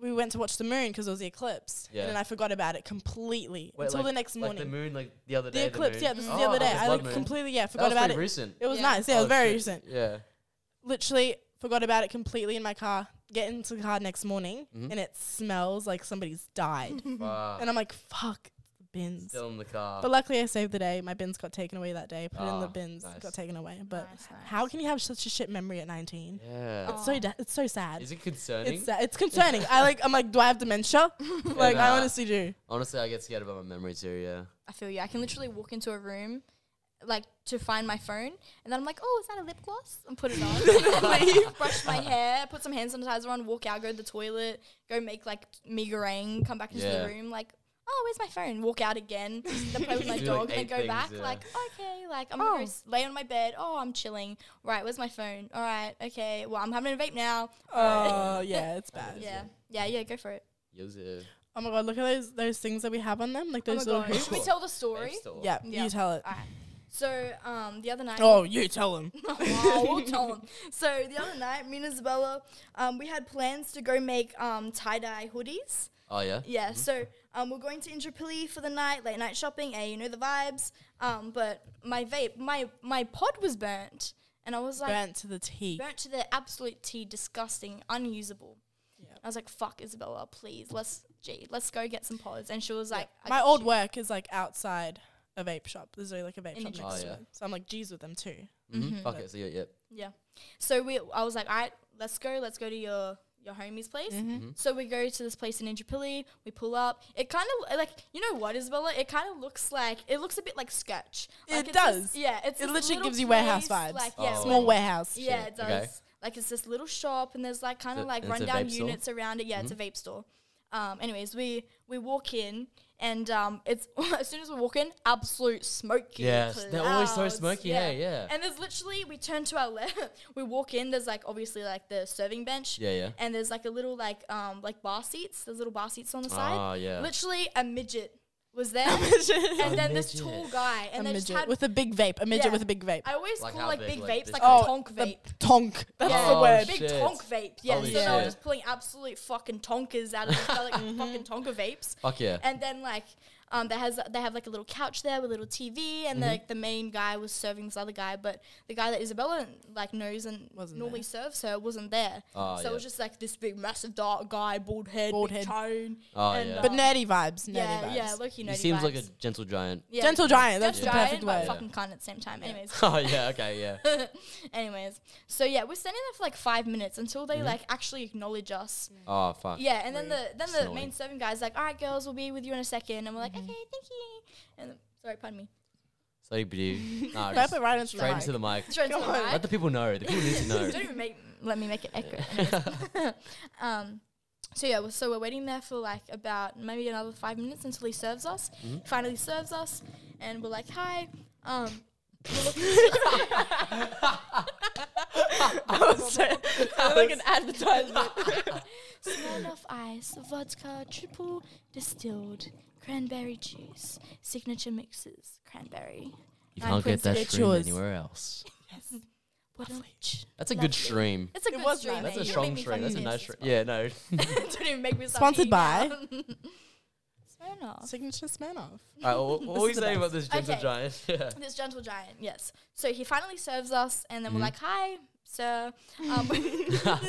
we went to watch the moon because it was the eclipse.
Yeah.
And then I forgot about it completely
Wait,
until the
like-
next
Like the
morning.
moon, like the other
the,
day.
eclipse,
moon.
yeah, this was the
Oh,
other day.
the
I
blood
like
moon.
completely, yeah,
That was
forgot about
pretty
it.
recent.
It was
Yeah.
nice. Yeah, it
Oh,
was very
shit.
recent.
Yeah.
literally forgot about it completely in my car. Get into the car next morning,
Mhm.
and it smells like somebody's
[laughs]
died.
Fuck.
and I'm like, fuck the bins.
Ah. Still in the car.
But luckily, I saved the day. My bins got taken away that day. Put it in the
Ah,
bins.
nice.
Got taken away. But
Nice,
how
nice.
can you have such a shit memory at 19?
yeah.
Aw.
It's so da- it's so sad.
Is it concerning?
It's sad. it's concerning. I like I'm like, do I have dementia?
[laughs]
like I
nah.
honestly do.
Honestly, I get scared about my memory too. Yeah.
I feel you. I can literally walk into a room, like to find my phone, and then I'm like, oh, is that a lip gloss? And put
[laughs]
it on, [laughs] brush my hair, put some hand sanitizer on, walk out, go to the toilet, go make like me goreng, come back into
Yeah.
the room, like. Oh, where's my phone? Walk
[laughs]
out again, then play with my
Do, like,
dog,
eight
and then go
things,
back.
yeah.
Like, okay, like I'm gonna
Oh.
go s- lay on my bed. Oh, I'm chilling. Right, where's my phone? All right, okay. Well, I'm having a vape now.
Oh yeah, [laughs] it's bad.
Uh, Yeah, yeah, yeah. Go for it.
Use it.
Oh my god, look at those those things that we have on them, like
Oh
those
my
little.
god,
[laughs]
should we
hoops.
tell the story?
Vape store.
Yeah,
Yeah.
you tell it.
Alright. So, um, the other night.
Oh, you tell them.
[laughs] Wow,
[laughs]
we'll tell 'em. So the other night, me and Isabella, um, we had plans to go make um, tie dye hoodies.
Oh yeah.
Yeah,
Mm-hmm.
so um, we're going to Intrapilli for the night, late night shopping. Hey, you know the vibes. Um, but my vape, my my pod was burnt, and I was like,
Burnt to the tea.
burnt to the absolute tea, disgusting, unusable. I was like, "Fuck, Isabella, please, let's, gee, let's go get some pods." And she was like, I
My
got
old
you.
work is like outside a vape shop. There's only like a vape
In
shop
Egypt.
next
Oh,
to
yeah.
it. So I'm like, G's with them too.
Mm-hmm. Fuck it. So yeah, yeah.
Yeah. So we, I was like, all right, let's go. Let's go to your your homie's place.
Mm-hmm.
Mm-hmm.
So we go to this place in Indrapilli. We pull up. It kind of like you know what, Isabella? It kind of looks like it looks a bit like sketch. Like
It
it's this-
does.
yeah, it's
It
this
literally
little
gives you warehouse
place,
vibes.
Like yeah,
Oh.
Small
Wow.
warehouse. [laughs]
yeah,
shit.
it does.
Okay.
Like it's this little shop, and there's like kind
Is
of
it-
like
it's a
rundown
vape store? Mm-hmm.
units around it. Yeah, it's a vape store. Um, anyways, we we walk in. And um, it's [laughs] as soon as we walk in, absolute smoky.
Yes, they're always so
clouds.
smoky, hey, yeah.
And there's literally we turn to our left, [laughs] we walk in. There's like obviously like the serving bench.
Yeah, yeah.
And there's like a little like um like bar seats. There's little bar seats on the side.
Ah, yeah.
Literally a midget
[laughs]
was there, and then this
midget.
tall guy, and
a [laughs]
they just
midget
had.
with a big vape. A midget
Yeah.
with a big vape. Oh,
I always
Like how
call like
big,
big
like
vapes
this
like
big?
a tonk
the
vape.
Tonk. That's the
Oh,
word.
Big
shit.
tonk vape. Yeah.
Holy
so they were
shit.
just
[laughs] Mm-hmm.
pulling absolute fucking tonkers out of these like fucking tonka vapes.
Fuck yeah.
And then like Um, that has they have like a little couch there with a little TV, and like the main guy was serving this other guy, but the guy that Isabella like knows and
Wasn't
normally serves her wasn't there.
Ah,
so
yeah.
it was just like this big massive dark guy, bald head,
Bald
bald
head.
head, tone.
Oh,
and,
yeah.
But
um,
nerdy vibes. Nerdy
yeah,
vibes.
yeah, low-key nerdy
He seems like a
vibes.
gentle giant.
Yeah.
Gentle giant. That's
Gentle
the
giant,
perfect
but
word.
Fucking cunt at the same time. Anyways, [laughs]
Oh yeah, okay, yeah.
anyways. So yeah, we're standing there for like five minutes until they like actually acknowledge us.
Oh fuck.
Yeah, and then the then the
Snoring.
main serving guy's like, "All right, girls, we'll be with you in a second. and we're like,
Mm-hmm.
"Okay, thank you." And sorry, pardon me. [laughs]
So you do. Nah,
Can I
just
put right into the
straight
mic?
into the mic.
Straight into
Come
the
on.
mic.
Let the people know. The people
[laughs]
need to know.
Don't even make, let me make it echo. Anyways. [laughs] um, so yeah, we're- so we're waiting there for like about maybe another five minutes until he serves us.
Mm-hmm.
Finally serves us, and we're like, "Hi." Um,
[laughs]
we're looking-
[laughs]
[laughs]
like an advertisement.
Smirnoff Ice, vodka, triple distilled, cranberry juice, signature mixes, cranberry.
You
Nine
can't get that
points.
stream
Bitches.
anywhere else.
What a ch-
That's a good
lovely.
stream.
It's a
It
good
was
stream.
nice.
That's
mate.
a
You don't
strong
make me
stream.
fucking
That's a
miss
nice
this.
stream. Yeah,
[laughs]
no.
Don't even make me start
Sponsored
eating
by-
now. [laughs] Smirnoff.
Signature Smirnoff.
Alright, well, what were you saying about this gentle
Okay.
giant? [laughs]
[laughs]
Yeah.
This gentle giant, yes. So he finally serves us, and then
Mm-hmm.
we're like, "Hi, sir."
[laughs]
Um, [laughs]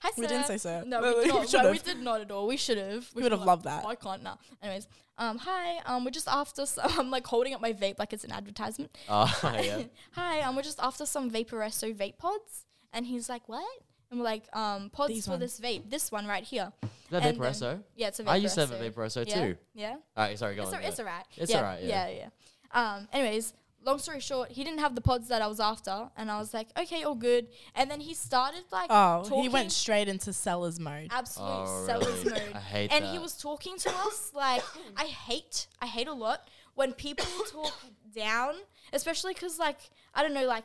Hi, sir.
We didn't say so.
No,
Well, [laughs]
we,
we
did not.
should've.
no, we did not at all. We should have.
We would have loved that.
I can't now. Anyways, um, hi. Um, we're just after. Some, [laughs] I'm like holding up my vape like it's an advertisement.
Oh, [laughs] yeah.
[laughs] hi, um, we're just after some Vaporesso vape pods. And he's like, what? And we're like, um, pods
These
for
one.
this vape, this one right here.
Is that
And, um,
Vaporesso?
yeah, it's a Vaporesso.
I used to have a Vaporesso
yeah?
too.
Yeah,
Alright, sorry, go
it's,
on.
a,
yeah.
it's all right.
It's
yeah,
alright, yeah.
Yeah, yeah. Um, anyways, long story short, he didn't have the pods that I was after. And I was like, okay, all good. And then he started like,
Oh, he
talking
went straight into seller's mode.
absolute
Oh,
seller's
really?
mode.
I hate
and he
that.
was talking to us like I hate, I hate a lot when people [laughs] talk down, especially because like I don't know, like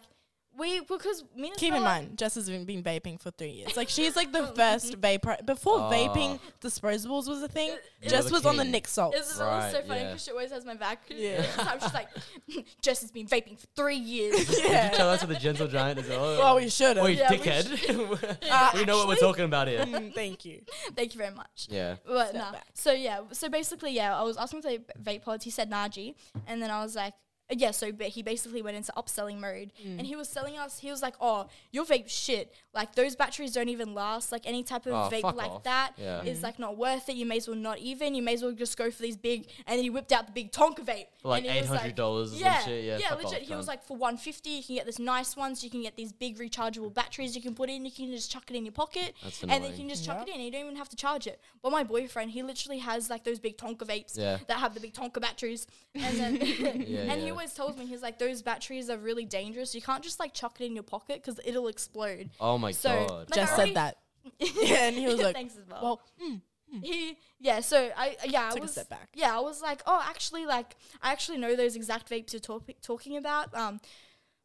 we because me and
Keep in
Stella-
mind, Jess has been, been vaping for three years. Like she's like
[laughs]
the first vapor. Before vaping, disposables was a thing.
You were
Jess
the
was on the
king.
Nick salt.
This is
Right,
always so funny
yeah.
because she always has my back.
Yeah.
[laughs] Yeah, I'm just like, "Hmm, Jess has been vaping for three years.
[laughs]
[laughs]
Did you tell us that the gentle giant is all?
Well, we should have.
Wait,
Yeah, Oh, we
dickhead.
Uh,
[laughs] we know what we're talking about here.
[laughs]
Mm, thank you.
Thank you very much.
Yeah.
But
Step
nah.
back.
So yeah. So basically, yeah. I was asking for vape pods. He said Naji, and then I was like, uh, yeah. So but he basically went into upselling mode,
Mm.
and he was selling us. He was like, oh, your vape shit. Like those batteries don't even last. Like any type of
Oh,
vape
fuck
like
off.
that is
Yeah.
Mm-hmm.
like not worth it. You may as well not even. You may as well just go for these big. And then he whipped out the big Tonka vape.
For like
and he was
$800 or some
yeah,
shit, yeah, fuck
legit.
off,
he was
cunt.
like, for 150 you can get this nice ones. You can get these big rechargeable batteries. You can put in. You can just chuck it in your pocket.
That's
and then
annoying.
you can just chuck it in. You don't even have to charge it. But my boyfriend, he literally has like those big Tonka vapes
Yeah.
that have the big Tonka batteries.
[laughs]
And then and
yeah.
he always tells me he's like, those batteries are really dangerous. You can't just like chuck it in your pocket because it'll explode.
Oh my
So,
god.
like, I
Jess
already-
said that. Yeah,
[laughs]
and he was like,
Thanks as well.
well,
He yeah, so I yeah,
Took a
I was
step back.
yeah, I was like, oh, actually, like I actually know those exact vapes you're talk- talking about. Um,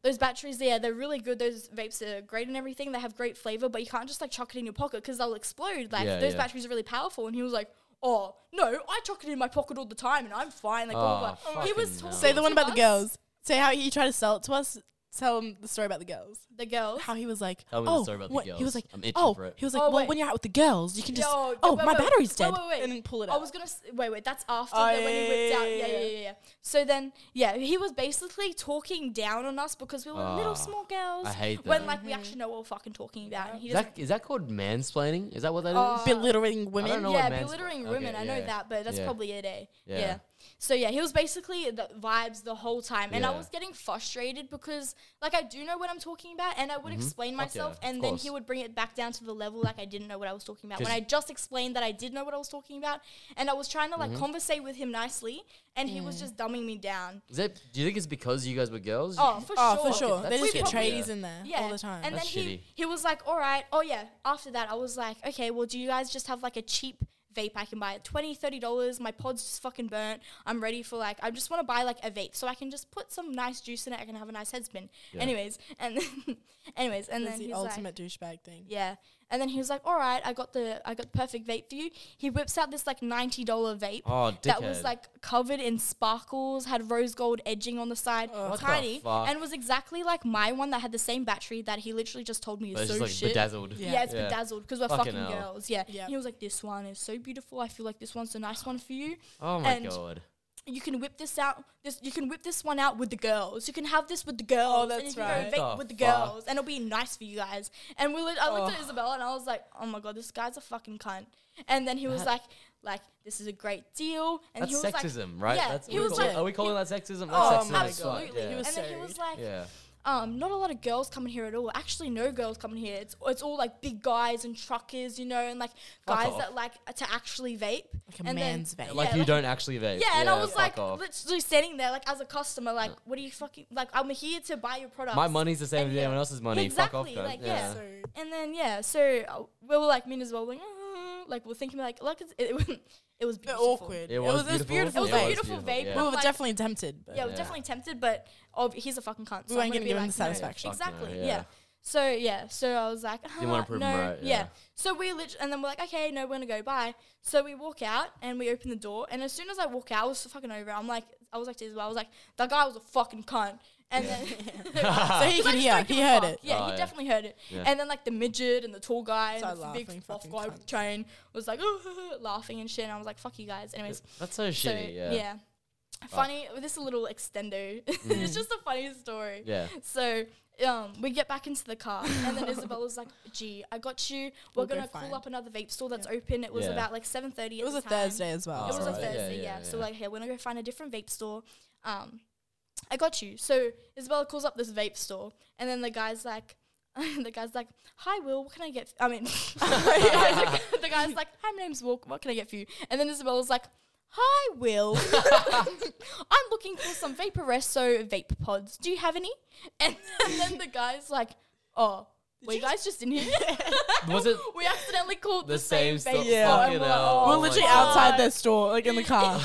those batteries, yeah, they're really good. Those vapes are great and everything. They have great flavor, but you can't just like chuck it in your pocket because they'll explode. Like
Yeah,
those
yeah.
batteries are really powerful. And he was like. Oh no! I chuck it in my pocket all the time, and I'm fine. Like blah
Oh,
blah. blah. He was
fucking
talking.
hell.
say the one
to
about the
us-
girls. Say how he tried to sell it to us. Tell him the story about the girls.
The girls.
How he was like,
Tell me the
oh,
story about the
what- He was
girls.
like,
I'm itching
oh,
for it.
he was like,
Oh,
well,
wait.
when you're out with the girls, you can just,
Yo,
oh,
wait,
my
wait,
battery's
wait,
dead,
wait, wait.
and then pull it
I
out.
was gonna s- wait, wait. That's after
Oh,
the, when he whipped out.
yeah,
Yeah,
yeah,
yeah, yeah, yeah. So then, yeah, he was basically talking down on us because we were
Ah,
little small girls.
I hate
when
that.
like we actually know what we're fucking talking about. And he
Is
just
that, is that called mansplaining? Is that what that is?
Uh,
Belittling
I don't
women.
know what
yeah,
man's-
belittering
okay,
women. I know
yeah.
that, but that's
Yeah.
probably it. Eh?
Yeah.
Yeah. So yeah, he was basically the vibes the whole time, and I
Yeah.
was getting frustrated because like I do know what I'm talking about, and I would explain
Mm-hmm. Fuck yeah,
myself,
of
and then he
course.
would bring it back down to the level like I didn't know what I was talking about when
'Cause-
I just explained that I did know what I was talking about, and I was trying to like
Mm-hmm.
conversate with him nicely, and he
Mm.
was just dumbing me down.
Is that? Do you think it's because you guys were girls?
Oh, for
Oh,
sure.
for sure.
That's
They just get
shitty.
tradies
Yeah.
in there
Yeah.
all the time.
And
That's
then
shitty.
he he was like, "All right, oh yeah." After that, I was like, "Okay, well, do you guys just have like a cheap vape I can buy at 20 30 dollars? My pod's just fucking burnt. I'm ready for like I just want to buy like a vape so I can just put some nice juice in it. I can have a nice head spin."
Yeah.
Anyways, and then [laughs] anyways, and
That's
then
the
he's like,
ultimate douchebag thing.
yeah. And then he was like, "All right, I got the I got the perfect vape for you." He whips out this like ninety dollar vape
Oh,
that was
dickhead.
like covered in sparkles, had rose gold edging on the side,
What the
tiny,
fuck?
and was exactly like my one that had the same battery that he literally just told me
But
is
it's
so
just like
shit.
bedazzled.
Yeah.
Yeah, it's
Yeah.
bedazzled because we're
Fucking
fucking,
hell.
girls. Yeah.
Yep.
He was like, "This one is so beautiful. I feel like this one's a nice one for you."
Oh my
And-
god.
you can whip this out. This you can whip this one out with the girls. You can have this with the girls. and
that's
you can
right.
Go
The
vape with the
fuck?
girls, and it'll be nice for you guys. And we, lit- I looked
Oh.
at Isabella and I was like, oh my god, this guy's a fucking cunt. And then he was
That-
like, like this is a great deal. And
That's
he was like-
sexism, right?
Yeah,
That's
he
we
was
call-
like,
are we calling
he-
that sexism? That's
Oh
sexism
my
as fuck,
absolutely,
Yeah.
he was-
and then he was
Sorry.
like,
yeah.
um, not a lot of girls coming here at all. Actually, no girls coming here. It's it's all like big guys and truckers, you know, and like
Fuck
guys
off.
that like to actually vape.
Like a
And then-
man's vape.
Like
yeah,
you
like-
don't actually vape.
Yeah, and I was
fuck
like
off.
literally standing there, like as a customer, like, what are you fucking like? I'm here to buy your product.
my money's the same
and
as
yeah.
anyone else's money. Fuck off,
Exactly,
cunt.
like,
yeah.
yeah.
So
And then yeah, so uh, we were like, me and Isabel were like, "Mm," like we're thinking like, like it's, it, [laughs] was- it was
They're
beautiful.
awkward.
It was
this
beautiful.
beautiful.
It was
Yeah,
a
vape.
it was
beautiful
beautiful,
vape.
yeah.
but,
We were
like,
definitely tempted, but
yeah, we
Yeah.
we're definitely tempted, but oh, he's a fucking cunt.
we
so I'm
weren't
gonna
gonna
be
give him
like,
the
no.
satisfaction.
Fuck no,
Exactly.
yeah.
yeah. So yeah. So I was like,
Didn't wanna
"Uh-huh,
prove
no,
'em right,
Yeah.
yeah.
So we lit- and then we're like, okay, no, we're gonna go bye. So we walk out and we open the door, and as soon as I walk out, I was fucking over. it. I'm like, I was like to Isabel, I was like, that guy was a fucking cunt. And
Yeah.
then
[laughs]
[laughs]
so he
He's
could
like,
hear.
"Don't give
He
a
heard
fuck."
it.
Yeah,
Oh,
he
yeah.
definitely heard it.
Yeah.
And then like the midget and the tall guy
Start
and the big
laughing,
off
fucking
guy
cunts.
train was like [laughs] laughing and shit. And I was like, fuck you guys. Anyways,
That's so
so
shitty. Yeah.
yeah.
Oh.
Funny. This is a little extendo. [laughs]
Mm.
it's just a funny story.
Yeah.
So um, we get back into the car, and then Isabella's like, "Gee, I got you. We're
We'll go
gonna call
find-
up another vape store that's open. It was
Yeah.
about like 7:30.
It was a Thursday as well.
It
Oh,
was a
right. Yeah,
Thursday.
yeah,
Yeah. So
yeah.
like, hey, we're gonna go find a different vape store. Um, I got you. So Isabella calls up this vape store, and then the guy's like. [laughs] the guy's like, "Hi, Will. What can I get?" f-" I mean, [laughs] the guy's like, "Hi, my name's Will. What can I get for you?" And then Isabella's like, "Hi, Will. [laughs] I'm looking for some Vaporesso vape pods. Do you have any?" And, [laughs] then the guy's like, "Oh, were you guys just in here? [laughs]
Was it
we accidentally called the,
the same
vape
stuff?
store."
Yeah.
and
Fucking
we're like,
hell.
"Oh
we
my
were literally
God.
outside their store, like in the car.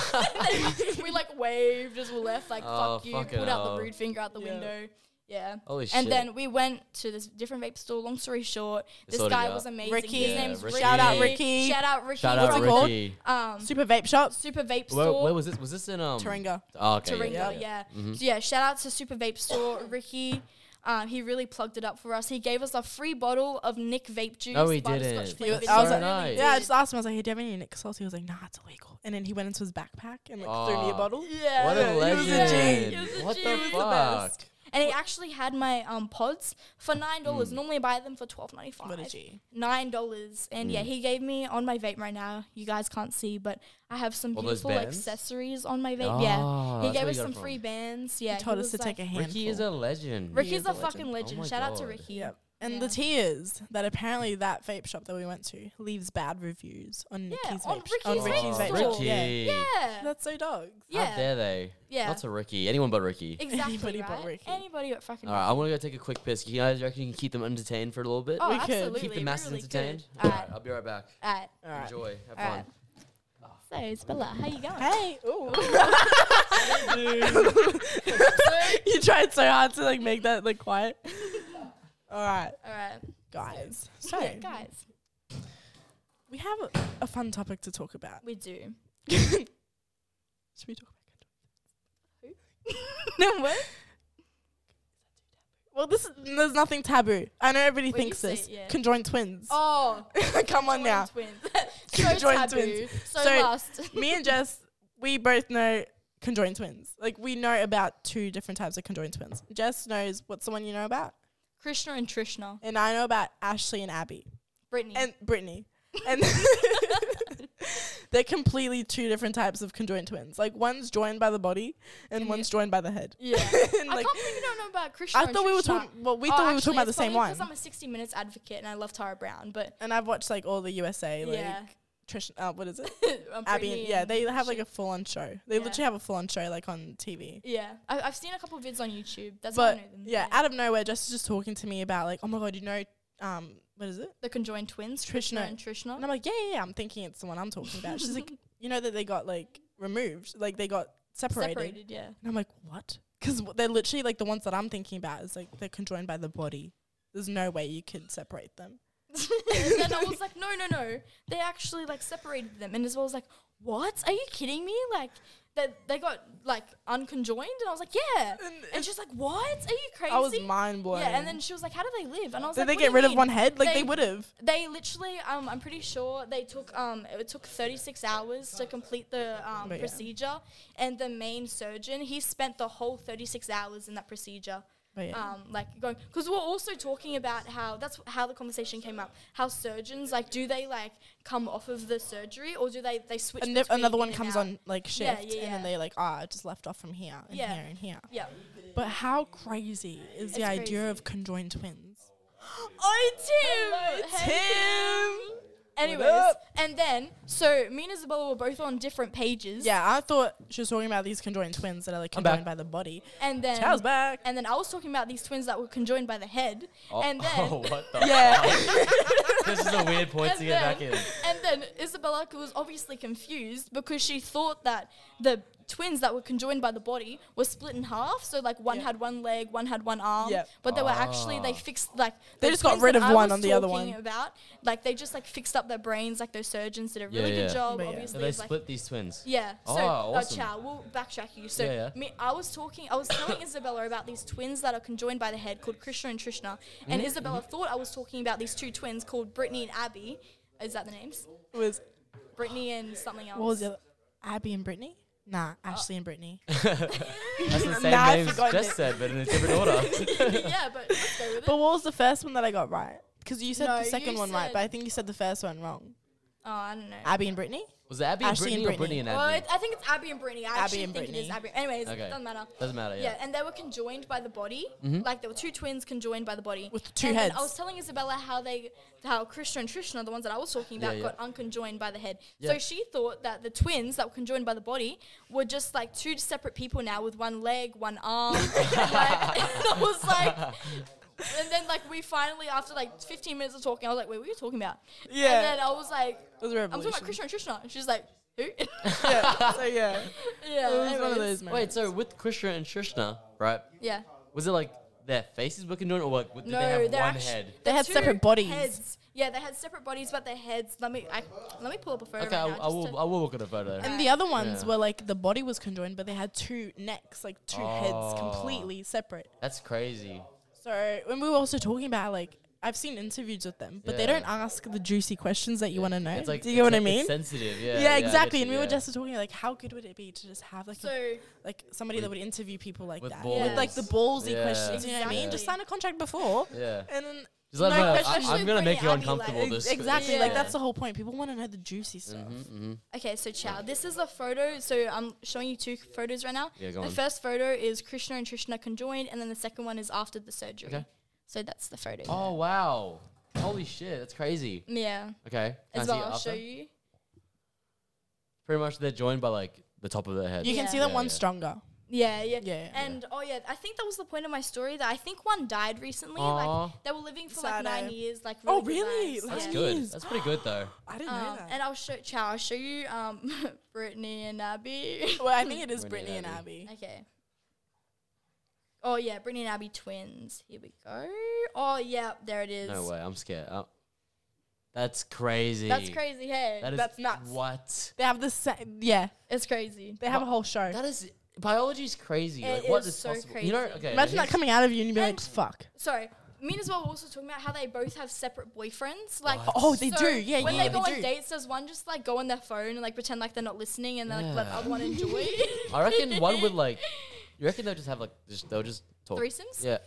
[laughs] we like waved as we left, like
Oh,
fuck you,
fucking
pulled out
hell.
the rude finger out the
Yeah.
window. Yeah.
Holy shit.
and then we went to this different vape store. Long story short,
They
this
sorted
guy
it out.
was amazing.
Ricky.
His
Yeah,
name's
Ricky.
Ricky.
Shout out
Ricky.
Shout out Ricky.
shout
What's
out
it called?
Ricky.
Um,
Super vape shop.
Super Vape
Where,
Store.
where was this? Was this in um
Taringa.
Oh, okay,
Turinga,
yeah. Mm-hmm.
yeah.
yeah, yeah.
So yeah, shout out to Super Vape Store, Ricky. Um, he really plugged it up for us. He gave us a free bottle of Nick Vape Juice.
No, he
by the
didn't.
Scotch
He was-
Flavors.
I was
He
like-
nice.
Yeah, I
did.
just asked him. I was like, "Hey, do you have any Nick Salt?" He was like, "Nah, it's illegal." And then he went into his backpack and like threw me a
Aw.
bottle.
yeah.
What a
he was a
legend!
G.
He was a
what
G.
the
He was the
fuck?
best.
And he actually had my um pods for nine
Mm.
dollars. Normally I buy them for twelve ninety five.
What a G.
Nine dollars. And
Mm.
yeah, he gave me on my vape right now. You guys can't see, but I have some
All those
beautiful
bands?
accessories on my vape.
Ah,
yeah. He
that's
gave
where
us
you got it
some free
from.
bands. Yeah.
He told us to take a handful.
Ricky is a legend.
Rick-
Ricky's
is
a,
a legend.
fucking
Oh
legend.
my
Shout out to
God.
Ricky.
Yep. And the
Yeah.
tea is that apparently that vape shop that we went to leaves bad reviews on
Yeah,
Nikki's
on
vape sh- on
oh,
Ricky's
Ricky's vape
vape store.
shop.
Ricky.
Yeah.
Yeah.
That's so dogs.
How
Yeah.
dare they?
Yeah.
Not to Ricky. Anyone but Ricky.
[laughs] Exactly.
Anybody but
right?
Ricky.
Anybody but fucking
All right, I want to go take a quick piss. You guys reckon you can keep them entertained for a little bit?
Oh,
We could
absolutely.
keep the
we
masses
really could.
entertained.
All
All
right.
right, I'll be right back.
All right.
All right.
Enjoy. Have
All
fun.
right. So, Isabella, how you going?
Hey, ooh. [laughs] you tried so hard to like make that like quiet. All right,
All right.
guys. So
So, guys,
we have a, a fun topic to talk about.
[laughs]
we do.
Should we talk about good? no what? Well, this is, there's nothing taboo. I know everybody
Well, you
thinks
say
this.
it, yeah.
Conjoined twins.
Oh,
[laughs] Come on now.
Twins. [laughs]
[laughs]
so
Conjoined
taboo.
twins.
So,
So-
lost.
Me and Jess, we both know conjoined twins. Like we know about two different types of conjoined twins. Jess knows what's the one you know about,
[laughs] Krishna and Trishna.
and I know about Ashley and Abby
Brittany.
and
[laughs]
Brittany. And [laughs] they're completely two different types of conjoined twins. Like one's joined by the body, and
Yeah.
one's joined by the head.
yeah.
[laughs] and
I
like,
can't believe you don't know about Krishna.
I
and
thought we were
Trishna.
talking. Well, we
Oh,
thought we were
actually,
talking about the
it's
same
probably
one.
'cause I'm a 60 Minutes advocate and I love Tara Brown, but
And I've watched like all the USA, like
yeah, [laughs]
Trish, uh, what is it?
I'm
Abby,
Brittany
and, yeah,
and
they have
Trish-
like a full on show. They
Yeah.
literally have a full on show like on TV.
yeah. I, I've seen a couple of vids on YouTube. That's how I
but
know them.
yeah, out of nowhere, Jess is just talking to me about like, oh my god, you know, um, what is it?
the conjoined twins,
Trishna.
Krishna and Trishna.
And I'm like, yeah, yeah, yeah, I'm thinking it's the one I'm talking about. She's
[laughs]
like, you know that they got like removed, like they got separated.
separated. Yeah.
And I'm like, what? Because they're literally like the ones that I'm thinking about is like they're conjoined by the body. There's no way you could separate them. [laughs]
and then I was like, no, no, no. They actually like separated them. And Isabel was like, what? Are you kidding me? Like, that they got like unconjoined? And I was like, yeah.
And-
And she's like, what? Are you crazy?
I was mind blown.
Yeah, and then she was like, "How do they live?" And I was
did
like,
they
"What do
get
you
rid of
mean?"
one head? Like they,
They-
would have.
They literally, um, I'm pretty sure they took um, it took 36 hours to complete the um,
But yeah.
procedure, and the main surgeon he spent the whole 36 hours in that procedure.
But yeah.
Um, like going because we're also talking about how that's wh- how the conversation came up. How surgeons like do they like come off of the surgery or do they they switch?
And
between
another
in
one
and
comes
out?
on like shift,
Yeah, yeah,
and
yeah.
then they like ah, I just left off from here and
Yeah.
here and here.
Yeah.
But how crazy is the
It's
idea
crazy.
of conjoined twins?
Oh, Tim.
Tim.
Anyways,
up?
and then so me and Isabella were both on different pages.
Yeah, I thought she was talking about these conjoined twins that are like
I'm back.
conjoined by the body.
And then
Chow's back.
And then I was talking about these twins that were conjoined by the head.
Oh,
and
[laughs]
then
oh, [laughs] what the?
Yeah.
[laughs]
This is a weird point
And
to get back
then- [laughs]
in.
And then Isabella was obviously confused because she thought that the twins that were conjoined by the body were split in half. So like one
Yeah.
had one leg, one had one arm.
Yeah.
But they were actually they
Ah.
fixed like
They
the
just got
twins
rid
that
of
I
one
was
on the other
talking
one.
About like they just like fixed up their brains. Like those surgeons did a
Yeah,
really
yeah.
good job.
But yeah.
So
Obviously,
they
it's, like,
split these twins.
Yeah. So,
Oh,
oh,
awesome.
Chow, we'll backtrack you. So,
Yeah, yeah.
Me, I was talking, I was telling Isabella about these twins that are conjoined by the head called Krishna and Trishna.
Mm-hmm.
And Isabella thought I was talking about these two twins called Brittany and Abby. Is that the names?
was
Brittany and something else.
what was the other? Abby and Brittany? Nah, Ashley and Brittany.
That's
[laughs]
the same
Nah, I
name as
forgot
Jess
it.
said, but in a different order.
yeah, but let's go with
[laughs]
it.
[laughs] But what was the first one that I got right? Because you said
No,
the second
you
one right,
said-
but I think you said the first one wrong.
Oh, I don't know.
Abby and Brittany?
Was it Abby
Ashley
and
and
Brittany or Brittany and
Oh,
Abby?
I I think it's Abby and Brittany. I
Abby
actually
and
think it is
Brittany.
Abby. Anyways,
Okay.
doesn't matter.
Doesn't matter. Mm-hmm.
Yeah. and they were conjoined by the body. Like there were two twins conjoined by the body.
With two
and then
heads.
I was telling Isabella how they, how Krishna and Trishna, the ones that I was talking about,
Yeah, yeah.
got unconjoined by the head.
Yeah.
So she thought that the twins that were conjoined by the body were just like two separate people now with one leg, one
[laughs]
arm. [laughs] like, I was like. And then, like, we finally, after like 15 minutes of talking, I was like, wait, what are you talking about?
Yeah.
And then I was like,
It was a
I'm talking
revolution.
about Krishna and Trishna. And she's like, who? [laughs]
yeah. So yeah.
yeah.
It was one of
anyways.
those
Wait,
moments.
so with Krishna and Trishna, right?
Yeah.
Was it like their faces were conjoined, or like, did
No,
they have
they're
one
actu-
head?
They
the
had
two
separate bodies.
Heads. Yeah, they had separate bodies, but their heads. Let me, I, let me pull up a photo.
Okay, I,
right now,
I will.
just to-
I will look at a photo.
[laughs] And the other ones
Yeah.
were like the body was conjoined, but they had two necks, like two
Oh.
heads completely separate.
That's crazy.
So and we were also talking about like I've seen interviews with them, but they don't
Yeah.
ask the juicy questions that you want to know.
It's like,
Do you get what
it's
I
like-
mean?
It's sensitive. Yeah.
yeah,
I get
exactly.
you,
And we
yeah.
were just talking like, how good would it be to just have like a-
So
like somebody that would interview people like
With
that
balls.
with like the ballsy
Yeah.
questions. You know what I mean?
Exactly.
Just sign a contract before,
Yeah.
and then
Just let
no
them know,
questions.
I, am gonna
Especially
make you
Brittany, I'd be
uncomfortable.
like-
This
exactly like
Yeah.
that's the whole point. People want to know the juicy
Mm-hmm,
stuff.
okay, so Chow, this is a photo. So I'm showing you two photos right now.
Yeah, go
the
on.
first photo is Krishna and Trishna conjoined, and then the second one is after the surgery.
Okay.
So that's the photo.
Oh wow! Holy shit! That's crazy.
Yeah.
Okay. Can I
As
see it
well, I'll show
after?
you.
Pretty much they're joined by like the top of their head.
You
Yeah.
can see that
Yeah,
one's
yeah.
stronger.
Yeah, yeah.
Yeah, yeah.
And oh yeah, I think that was the point of my story that I think one died recently.
Aw.
Like they were living for
Sad,
like nine
eh?
years. Like really
Oh,
good
really?
lives.
That's
That's
Yeah.
good.
Jeez.
That's pretty good though.
I didn't know
Um,
that.
and I'll show Chow, I'll show you um [laughs] Brittany
[laughs]
and Abby.
well, I think it is
Brittany
Brittany
and
and Abby.
okay. Oh yeah, Brittany and Abby twins. Here we go. Oh yeah, there it is.
No way. I'm scared. Uh, that's crazy.
That's crazy, hey.
That is
That's nuts.
What?
They have the same. Yeah,
it's crazy.
they have
What?
a whole show.
That is biology's crazy.
It
like, what
is
is
so
possible? You know?
crazy.
Okay.
Imagine that
here's-
coming out of you and you be
And-
like, fuck.
Sorry. Me and as well were also talking about how they both have separate boyfriends. Like
What?
Oh, they
so
do. Yeah,
When
yeah,
they go
they
on
do.
dates, does one just like go on their phone and like pretend like they're not listening and then like let the
Yeah.
other one enjoy?
[laughs] [laughs] I reckon one
[laughs]
would like. You reckon they'll just have like just they'll just talk.
Threesomes?
Yeah.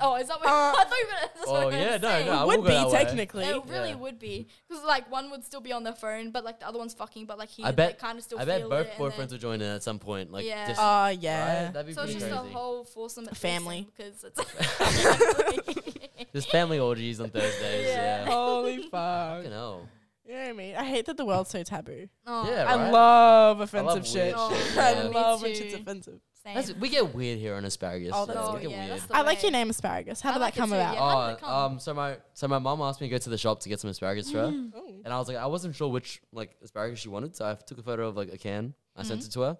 Oh, is that what [laughs]
Uh,
I thought you were that's what I
Oh
was
yeah. No.
saying.
No. I will
Would
go that
be
way.
technically.
It really
Yeah.
would be because like one would still be on their phone, but like the other one's fucking. But like he,
I bet.
kind of still.
I bet
feel
both
it and
boyfriends
then-
will join in at some point. Like.
Yeah.
Just,
Oh
right?
yeah.
That'd be
So it's
pretty
just
crazy.
a whole foursome at
Family.
threesome
[laughs]
[laughs] because it's.
Just family orgies on Thursdays.
[laughs] Yeah.
yeah. [laughs]
Holy fuck.
Fucking hell.
You know what I mean? I hate that the world's so taboo.
oh,
Yeah.
I
right?
love offensive
weird
shit.
shit,
[laughs] I
yeah.
Me
love when shit's
too.
offensive.
same.
That's, we get weird here on asparagus.
Oh,
so
that's
we
good.
get
yeah,
weird.
that's the
I like
way.
your name, asparagus. How
I
did
like
that come
it too,
about?
yeah. How did it
Oh,
come?
um, so my so my mom asked me to go to the shop to get some asparagus for her,
Mm.
and
Oh.
I was like, I wasn't sure which like asparagus she wanted, so I took a photo of like a can. I sent
Mm-hmm.
it to her.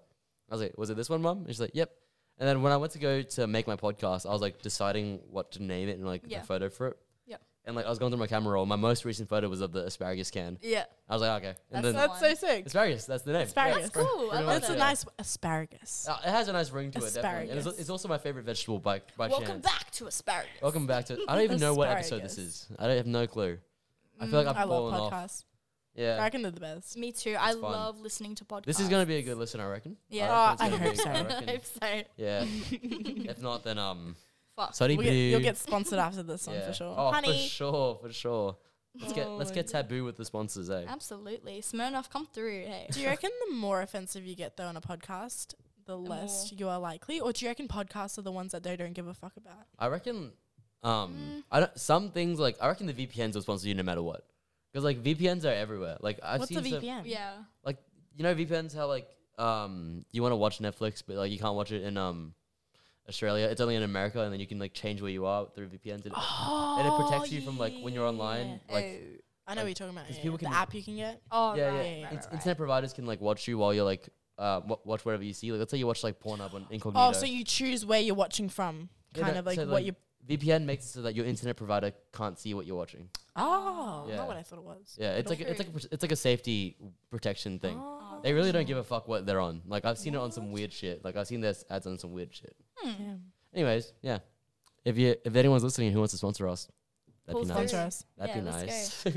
I was like, Was it this one, mom? And she's like, Yep. And then when I went to go to make my podcast, I was like deciding what to name it and like
Yeah.
the photo for it.
Yep.
and like I was going through my camera roll. My most recent photo was of the asparagus can.
Yeah.
I was like, okay, and
That's
then
the one.
That's so sick.
asparagus. That's the name.
Asparagus.
Yeah.
That's cool. I
pretty
love
much,
That's a
yeah.
it.
nice asparagus.
Uh, it has a nice ring to it, definitely. And it's,
Asparagus.
it's also my favorite vegetable by, by
Welcome
chance.
back to Asparagus.
Welcome back to. I don't
[laughs]
even know what episode this
Asparagus.
is. I don't have no clue. I feel like I've
I love
fallen off.
podcasts. I
Yeah.
reckon they're the best.
Uh, Me too. I
fun.
love listening to podcasts.
This is going to be a good listen, I reckon.
Yeah.
reckon
Oh,
it's
I
gonna
hope
be-
[laughs] I
reckon-
hope
[laughs]
so.
Yeah. if not, then um,
Fuck.
sorry,
We'll get, you'll
boo.
get sponsored after this one
Yeah.
for sure.
Oh,
Honey.
for sure, for sure. Let's get let's
Oh my
get taboo with the sponsors, eh?
Absolutely. Smirnoff, come through.
[laughs]
Hey.
Do you reckon the more offensive you get though on a podcast, the less you are likely, or do you reckon podcasts are the ones that they don't give a fuck about?
I reckon um
Mm.
I don't some things like I reckon the VPNs will sponsor you no matter what. Because like VPNs are everywhere. Like I've
What's a
seen some-
VPN?
Yeah.
like you know VPNs how like um you want to watch Netflix but like you can't watch it in um Australia. It's only in America and then you can like change where you are through VPNs and, and it protects you from like when you're online. Like
I know what you're talking about.
'Cause
yeah,
people
the
can-
app you can get.
Oh,
yeah,
right,
yeah.
right,
Ins-
right, right.
Internet providers can like watch you while you're like uh, w- watch whatever you see. Like let's say you watch like Pornhub on incognito.
Oh, so you choose where you're watching from,
Yeah,
kind
no,
of like
so,
what
like-
you.
VPN makes it so that your internet provider can't see what you're watching.
Oh,
Yeah.
not what I thought it was.
Yeah, it's like a- it's like a, pr- it's like a safety protection thing.
Oh,
They really don't give a fuck what they're on. Like I've seen it on some weird shit. Like I've seen their s- ads on some weird shit.
Hmm.
yeah.
Anyways, yeah. If you if anyone's listening who wants to sponsor us, that'd be
Pulls
nice.
Sponsor
through.
us.
That'd
Yeah,
be
let's
nice.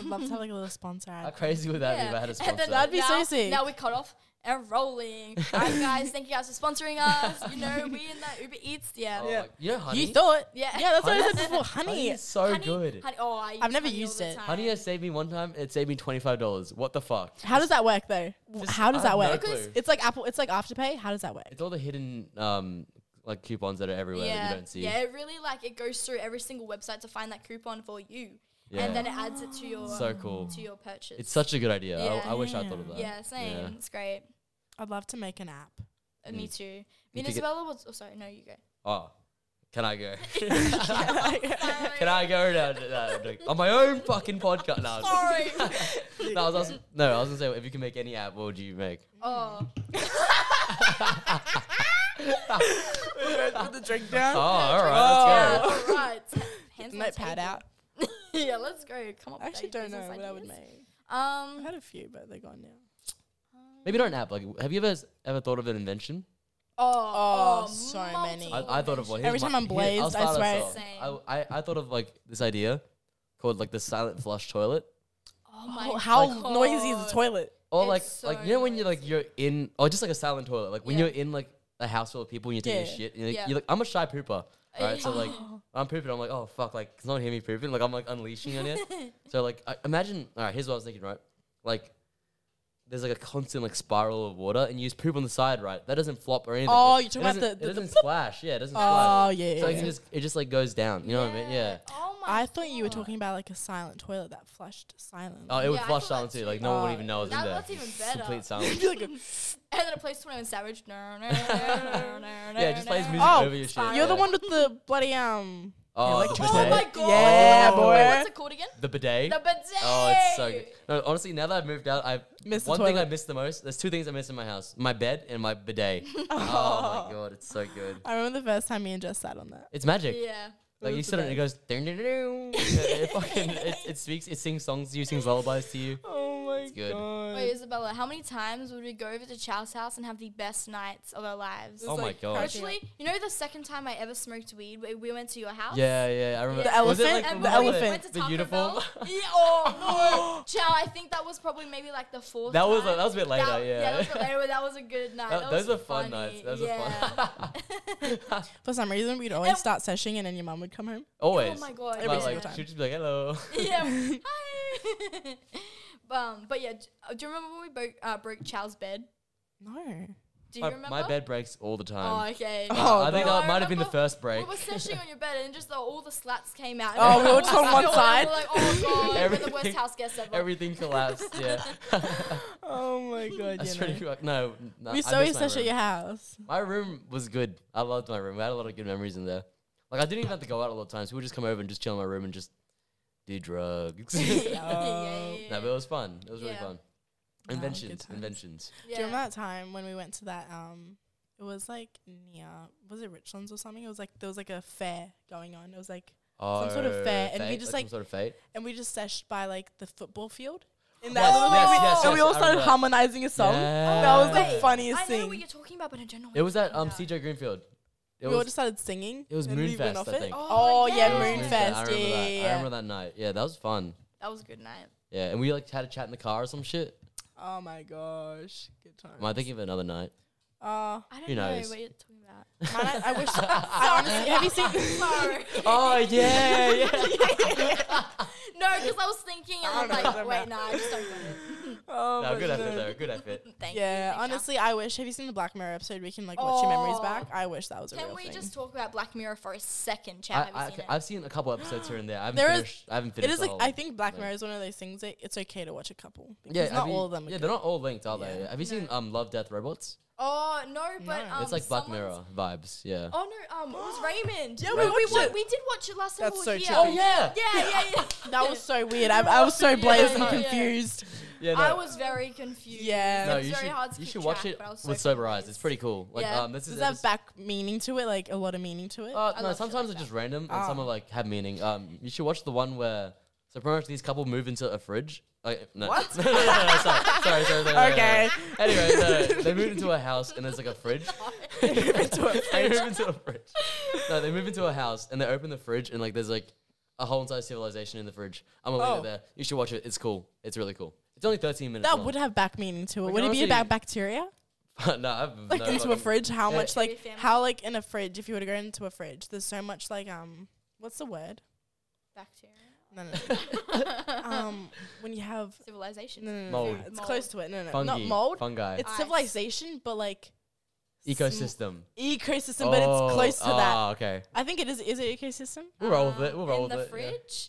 I'd love to have like a little
[laughs]
sponsor.
How
ad.
crazy would that be if I had a
[laughs] And
sponsor?
then
That'd be so
now-
sick.
Now we cut off and
[laughs]
rolling. All right, guys. Thank you guys for sponsoring us. You know, we in that Uber Eats. Yeah.
Oh, yeah. You know [laughs] honey?
You thought?
Yeah.
Yeah, that's what I
Honey?
said before. Honey.
is so
honey,
good. Honey,
honey- oh, I use
I've never
honey all
used
the
it.
time.
has saved me one time. It saved me twenty five dollars. What the fuck?
How does that work though? W-
Just-
How does
I
that
have no
work?
clue.
It's like Apple. It's like Afterpay. How does that work?
It's all the hidden um like coupons that are everywhere
yeah.
that you don't see.
Yeah, it really like it goes through every single website to find that coupon for you,
Yeah.
and then it adds it to your
so cool.
to your purchase.
It's such a good idea. I, I
Yeah.
wish I thought of
Yeah.
that.
yeah, same.
Yeah.
It's great.
I'd love to make an app. [laughs]
Uh, Me too.
Mm. You could get-
Venezuela was. Oh, sorry. No, you go.
Oh, can I
[laughs]
go?
[laughs]
Sorry.
[laughs] Can I go
[laughs]
now? No, no, no. on my own fucking podcast? No, I
Sorry.
was- no, I was, asking- no, I was gonna say if you can make any app, what would you
[laughs]
make?
[laughs] oh.
[laughs] Put the drink down.
Oh, all
Yeah,
right,
Uh.
let's go. [laughs]
all right. Hands on
Notepad
table.
out.
[laughs] yeah, let's go. Come up.
I actually
with any
don't know
business
what I would
ideas.
make. I
Um.
had a few, but they're gone now.
Maybe not an app. Like, have you ever ever thought of an invention?
Oh,
Oh,
oh
so
multiple
many.
I, I thought of one.
inventions.
Here's
Every time
my-
I'm
here, I'll
blazed, I
start
swear.
us
Same.
off. I, I I thought of like this idea called like the silent flush toilet,
Oh my.
Oh, how
God.
noisy is the toilet?
or
It's
like
so
like you know when you're like
noisy.
you're in, or just like a silent toilet. Like when
Yeah.
you're in like a house full of people and you're taking
Yeah.
a shit. You're like,
Yeah.
you're like, I'm a shy pooper. Alright, so [gasps] like I'm pooping, I'm like, oh fuck, like can someone hear me pooping? Like I'm like unleashing on it.
[laughs]
so like I, imagine all right, here's what I was thinking, right? Like there's like a constant like spiral of water and you just poop on the side, right? That doesn't flop or anything.
Oh,
It-
you're
it
talking
doesn't-
about the-
it
the- the
doesn't splash, yeah, it doesn't
Oh
splash.
yeah.
So like,
yeah.
it just it just like goes down, you know what I mean? Yeah.
[laughs] Oh my.
I thought you were
God.
talking about like a silent toilet that flushed silent.
Oh, it would
Yeah, I
flush
thought that
down too.
too.
Like no one
Oh,
would even know I was in
that-
there.
that's even
Just
better. [laughs]
Complete silence.
[laughs] Be like a-
And then it plays Twenty One Savage. No, no, no, no, no, no.
[laughs] Yeah, it just plays
no.
music
Oh,
over your shit.
you're the
yeah.
one with the bloody um.
Oh,
like
the
a [laughs]
Oh
bidet.
my god.
Yeah,
Wait,
boy.
What's it called again?
The bidet.
The bidet.
Oh, it's so good. No, honestly, now that I've moved out, I've
Missed the
one thing I
toilet.
miss the most. There's two things I miss in my house: my bed and my bidet. oh my god, it's so good.
I remember the first time me and Jess sat on that.
It's magic.
Yeah.
Like you
It's
sit on it,
the
it goes. "Dun, dun, dun, [laughs] dun." it, fucking, it, it speaks. It sings songs to you. Sings lullabies to you.
Oh my
good.
god.
Wait, Isabella, how many times would we go over to Chow's house and have the best nights of our lives?
Oh my God.
Actually, you know the second time I ever smoked weed, we, we went to your house.
Yeah, yeah. I remember.
The
Was it,
elephant?
like,
And
The
we
remember
elephant.
Went to
The
Taco
uniform.
Bell. yeah,
[laughs]
oh no, Chow. I think that was probably maybe like the fourth.
That was
time.
like, that was a bit later.
That-
yeah.
that was a bit later. but That was a good
[laughs]
night.
That-
That
those
was
were fun
funny.
nights. Those
yeah.
were fun.
For some reason, we'd
And-
always start seshing and then your mum would come home.
[laughs] Always.
Oh my god.
Every
But,
single
like,
time.
she'd just be like, "Hello."
[laughs] yeah. Hi. [laughs] um, but yeah, d- uh, do you remember when we broke, uh, broke Chow's bed?
No.
Do you
My,
remember?
my bed breaks all the time.
Oh, okay.
Oh,
I think
no.
that might have been the
Remember-
first break.
We
[laughs]
were sitting on your bed and just the, all the slats came out.
Oh, we were
all
just on one
spilled
side.
and we were like, oh god, we're the
Everything-
worst house guests ever.
Everything collapsed.
[laughs]
Yeah. [laughs]
Oh my god.
That's
you
pretty
know.
cool. No, no
We
I
used to always
miss my
sesh at
room.
your house.
My room was good. I loved my room. I had a lot of good memories in there. Like I didn't even have to go out a lot of times. We would just come over and just chill in my room and just do
[laughs]
drugs.
[laughs]
[laughs]
yeah,
Oh.
no,
yeah, yeah.
but it was fun. It was really
Yeah.
fun.
good
Inventions,
times.
inventions.
yeah.
Do you remember that time when we went to that? Um, it was like near, was it Richlands or something? It was like there was like a fair going on. It was like
Oh,
sort of fair, and we
fate,
just,
some
like-
sort of fate.
and we just seshed by like the football field. And
Yes,
that was like,
yes,
we,
yes,
and we
yes,
all
I
started
remember that.
harmonizing a song. That was the
Yeah.
funniest
I know what
thing.
you're talking about, but I don't know. what
It was
you're
at um
talking
CJ Greenfield. It
We all
was
just started singing.
it was
and we went
Moonfest,
off
I
it.
think.
Oh, yeah,
it was
Moonfest,
Moonfest.
I remember
yeah,
that.
yeah,
I
yeah.
remember that night. Yeah, that was fun.
about. That was a good night.
Yeah, and we like had a chat in the car or some shit.
Oh my gosh, good time.
Am I thinking of another night?
Uh,
I don't
Who
know
knows?
what you're talking about.
man,
[laughs]
I, I wish. I honestly, have you seen?
[laughs] Sorry.
Oh yeah, yeah.
no, because I was thinking and
I don't
I'm
know,
like,
doesn't
wait, nah, I just don't get
Oh,
No,
but
good effort
no.
though. Good effort.
it. Thank you.
Yeah,
thank you.
honestly, I wish. Have you seen the Black Mirror episode? We can like watch your memories
Oh.
back. I wish that was a
Can
real
we
thing.
just talk about Black Mirror for a second,
I,
chat? Have
I,
you seen it?
I've seen a couple episodes here and there. I haven't
There is-
finished. I haven't
it
finished.
is
the
like
whole-
I think Black
like-
Mirror is one of those things that it's okay to watch a couple. Because
Yeah, have
not
you-
all of them. Are
Yeah,
good.
they're not all linked, are they?
Yeah.
Have you seen um Love, Death, Robots?
Oh no, but
No.
um,
it's like Black
someone's-
Mirror vibes. Yeah.
Oh no, um,
[gasps]
it was Raymond.
Yeah,
we
we,
watched
wa-
it.
we did watch it last time
That's
we were
so
here.
Oh, cheap.
yeah.
yeah, yeah, yeah.
That was so weird. I, I was so
Yeah,
blazing
yeah.
confused.
Yeah. No.
I was very confused.
Yeah.
no,
it's
you
very
should,
hard to
you
keep
should watch
track,
it
but I was so
with sober eyes.
confused.
It's pretty cool. Like
Yeah.
um, this is
Does
it.
that back meaning to it? Like a lot of meaning to [laughs] it?
Uh,
I
no,
love shit
sometimes
like
it's
that.
just random, and some
Ah.
are like have meaning. Um, you should watch the one where so pretty much these couple move into a fridge. Like, no. [laughs]
What?
no, no, no, no, sorry, sorry, sorry, sorry, sorry, sorry.
okay.
Anyway,
[laughs]
no, they move into a house and there's like a fridge.
Into a
[laughs] they
fridge.
move into a fridge. No, they move into a house and they open the fridge and like there's like a whole entire civilization in the fridge. I'm gonna leave
Oh.
it there. You should watch it. It's cool. It's really cool. It's only 13 minutes.
That
long. [laughs]
would have back meaning to it.
Like,
would it be
honestly-
about bacteria?
no, I've
Like
no
into a
fucking-
fridge? How
Yeah.
much like
Bacteria family.
how like in a fridge? If you were to go into a fridge, there's so much like um, what's the word? [laughs]
Bacteria. [laughs]
No, no. no. um, when you have
Civilization.
no, no, no, no,
Mold.
it's
Mold.
close to it. No, no,
Fungi,
not mold.
fungi,
It's
Ice.
civilization, but like
ecosystem.
ecosystem, but it's close to that.
Ah, okay.
I think it is. Is it ecosystem?
We'll roll with it. We'll roll
in
with
the
it. yeah.
fridge.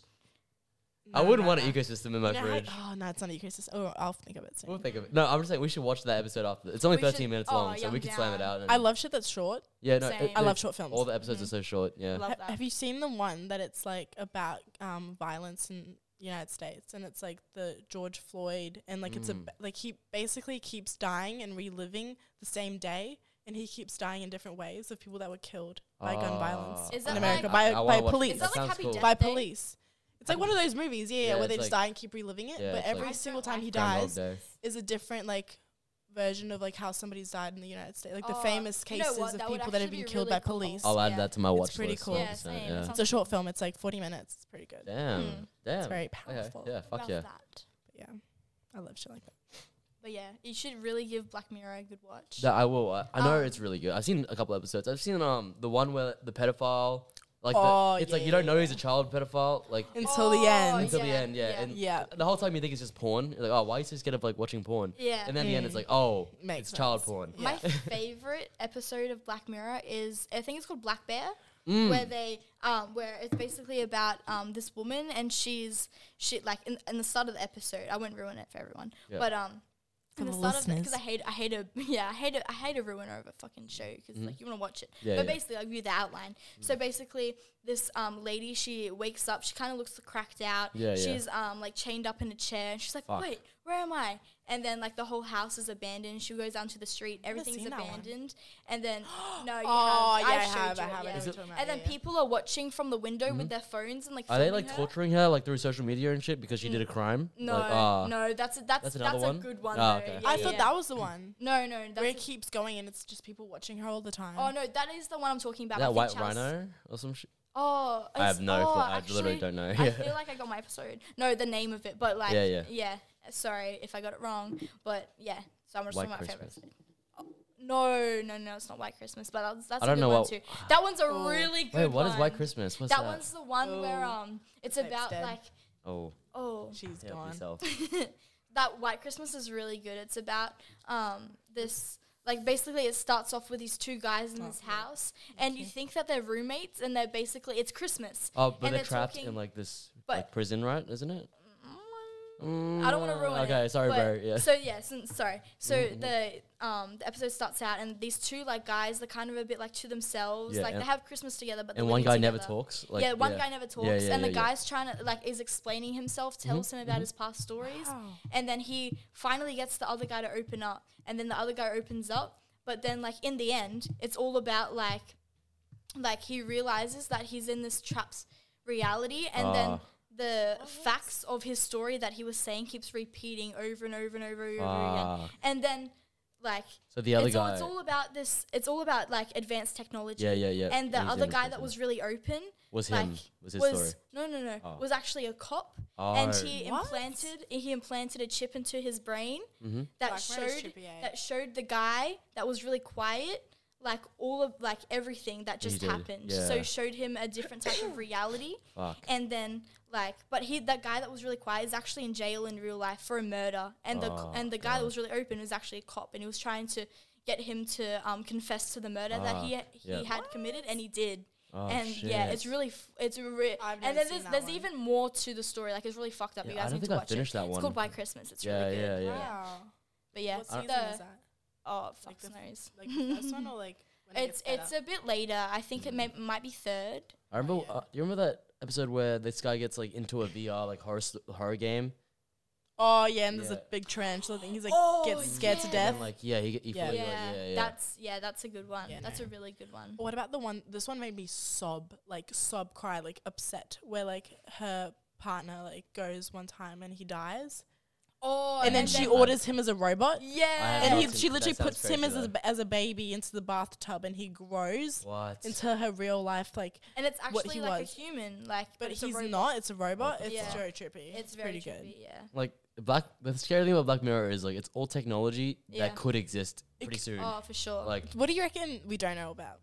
I
No,
wouldn't
no,
want
no.
an ecosystem in my
No, how-
fridge.
Oh no, it's not ecosystem. Oh, I'll think of it soon.
We'll think of it. No, I'm just saying we should watch that episode after. It's only
We should-
13 minutes
oh,
long,
yeah,
so we
I'm
can slam it
down.
out. And
I love shit that's short.
Yeah, no, it-
Same.
I
no,
love short films.
All the episodes are so short. Yeah.
Love
Ha-
that.
Have you seen the one that it's like about um, violence in the United States, and it's like the George Floyd, and like it's a
Mm.
ba- like he basically keeps dying and reliving the same day, and he keeps dying in different ways of people that were killed by gun violence
Ah.
Is
in
that
America
like-
by,
I wanna
by
watch
police,
That
Is that like
sounds
Happy
cool.
Death
by
Day?
police. It's like one of those movies, yeah,
Yeah,
where they
it's
just
like-
die and keep reliving it.
yeah,
but
it's
every
like
single
I
time he
don't
Groundhog
dies,
Day.
is a different like version of like how somebody's died in the United States, like the
Oh,
famous
you know
cases
what?
of
That would
people that have
actually
been
be
killed
really
by
cool.
police.
I'll
Yeah.
add that to my
It's
watch
pretty
list.
cool.
Yeah,
100%,
same.
yeah.
That
It's a
sounds
short film. It's like 40 minutes. It's pretty good.
Damn. Damn.
It's very
Okay,
powerful.
Yeah, fuck
Love
yeah.
that.
Yeah. I love shit like that.
But yeah, you should really give Black Mirror a good watch.
No, I will. I, I know
Um,
it's really good. I've seen a couple episodes. I've seen um the one where the pedophile like
Oh,
the, it's like
yeah,
you don't
yeah,
know he's a child pedophile like
Until
Oh,
the end.
until the
yeah,
end. Yeah.
yeah.
And
Yeah. [gasps]
the whole time you think it's just porn. You're like, oh, why are you so scared of like watching porn?
Yeah.
And then the end it's
Mm.
like, oh,
Makes
it's child
sense.
porn.
My
Yeah. [laughs]
favorite episode of Black Mirror is I think it's called Black Bear,
Mm.
where they um, where it's basically about um, this woman and she's she like in, in the start of the episode. I won't ruin it for everyone,
Yeah.
but um.
For
In the
the
start of because
listeners.
I hate I hate a [laughs] yeah I hate a, I hate a ruin over a fucking show because like you want to watch it
Mm. Yeah, Mm.
but
yeah.
basically I'll give you the outline so basically this um lady she wakes up she kind of looks cracked out
Yeah, yeah.
she's um like chained up in a chair and she's like
Fuck.
wait where am I and then like the whole house is abandoned she goes down to the street everything's
seen that one.
abandoned and then [gasps] no you
Oh,
have
yeah, I
I've showed
have,
you
I
it,
have, I know
yeah.
what you're talking about,
and then
yeah, yeah.
people are watching from the window with their phones and like
Mm-hmm. Are they
filming
like
her.
torturing her like through social media and shit because she did a crime?
no
Like, ah.
no that's a, that's
That's
that's,
another
a
one?
good one
Ah,
though.
okay.
Yeah,
I
yeah,
thought
yeah.
that was the one.
no no
Where it
that's a-
keeps going and it's just people watching her all the time.
oh no that is the one I'm talking about
That
I think
white
Charles-
rhino or some shit?
Oh,
I have
it's-
no
oh,
clue. I literally
actually,
don't know.
I
Yeah.
feel like I got my episode. No, the name of it, but like,
Yeah, yeah.
Sorry if I got it wrong, but yeah. So I'm just
White
talking about
Christmas.
favorite. No, no, no, it's not White Christmas, but that's, that's
I
a
don't
good
know
one
what-
too. That one's a
Oh.
really good
Wait, what
one.
is White Christmas? What's
That,
that?
one's the one where
Oh.
um, it's
Snape's
about
dead.
like
oh,
oh,
She's
help
gone.
yourself.
[laughs] that White Christmas is really good. It's about um, this like basically it starts off with these two guys
Oh,
in this house, and you think that they're roommates, and they're basically it's Christmas.
Oh, but
And
they're
they're
trapped in
talking-
like this
but-
like prison, right? Isn't it?
I don't want to ruin it.
Mm, Okay, sorry,
but-
bro. Yeah. Mm-hmm.
So yeah, so, sorry. So the um the episode starts out and these two like guys are kind of a bit like to themselves.
Yeah,
like they
and-
have Christmas together, but they're
and one
living
guy never
together.
talks. Like,
yeah, one guy never talks,
yeah,
and the
yeah, Mm-hmm, yeah.
guy's trying to like is explaining himself, tells him about his past stories,
Wow.
and then he finally gets the other guy to open up, and then the other guy opens up, but then like in the end, it's all about like, like he realizes that he's in this traps reality and then
Ah.
the facts of his story that he was saying keeps repeating over and over and over and over
Ah.
again. And then like
So the other
it's, all,
guy.
it's all about this it's all about like advanced technology.
yeah, yeah, yeah.
And the
He's
other
in
guy
this
that
one.
was really open
was
like
him. was his story.
no no no
Oh.
was actually a cop and he
What?
implanted he implanted a chip into his brain
Mhm.
that
Black Mirror's
showed
trippy, eh?
that showed the guy that was really quiet like all of like everything that
He
just
did,
happened so
yeah.
showed him a different type of reality
Fuck.
and then like but he that guy that was really quiet is actually in jail in real life for a murder and the
Oh,
c- and the guy that was really open was actually a cop and he was trying to get him to um, confess to the murder that
Ah,
he he
yeah.
had committed and he did
Oh,
and yeah,
shit.
it's really, f- it's re-
I've never
and then
seen
there's,
that
there's
one.
even more to the story. Like it's really fucked up.
Yeah,
you
I
guys
don't
need
think
to
I've
watch it.
finished that
It's
one.
called By Christmas. It's
Yeah,
really good.
yeah, yeah.
Wow.
But yeah,
What season
the-
is that?
oh fuck
Like the, f-
knows.
like the first
[laughs]
one or like when it
It's
gets
it's
better?
a bit later. I think it may, might be third.
I remember.
yeah.
Uh, you remember that episode where this guy gets like into a VR like horror s- horror game,
oh yeah, and there's
Yeah.
a big trench. So I think he's like
Oh,
gets scared
yeah.
to
and
death.
then, like yeah, he get, he
Yeah.
fully,
yeah,
Like, yeah, yeah.
that's yeah, that's a good one.
Yeah.
That's a really good one.
What about the one? This one made me sob, like sob cry, like upset. Where like her partner like goes one time and he dies,
Oh,
and then
and
she
then-
orders him as a robot,
yeah,
that
and he
sounds-
she
that
literally
sounds
puts him as
crazy,
a,
though.
as a baby into the bathtub, and he grows
what?
into her real life. Like,
and it's
what
actually
he
like
was.
a human, like
but
it's a
he's
robot.
not. It's a robot.
the
It's
fuck?
very trippy.
It's very
pretty
trippy,
good.
Yeah,
like Black. The scary thing about Black Mirror is like it's all technology
Yeah.
that could exist
It
pretty
c-
soon,
oh for sure.
like
What do you reckon? We don't know about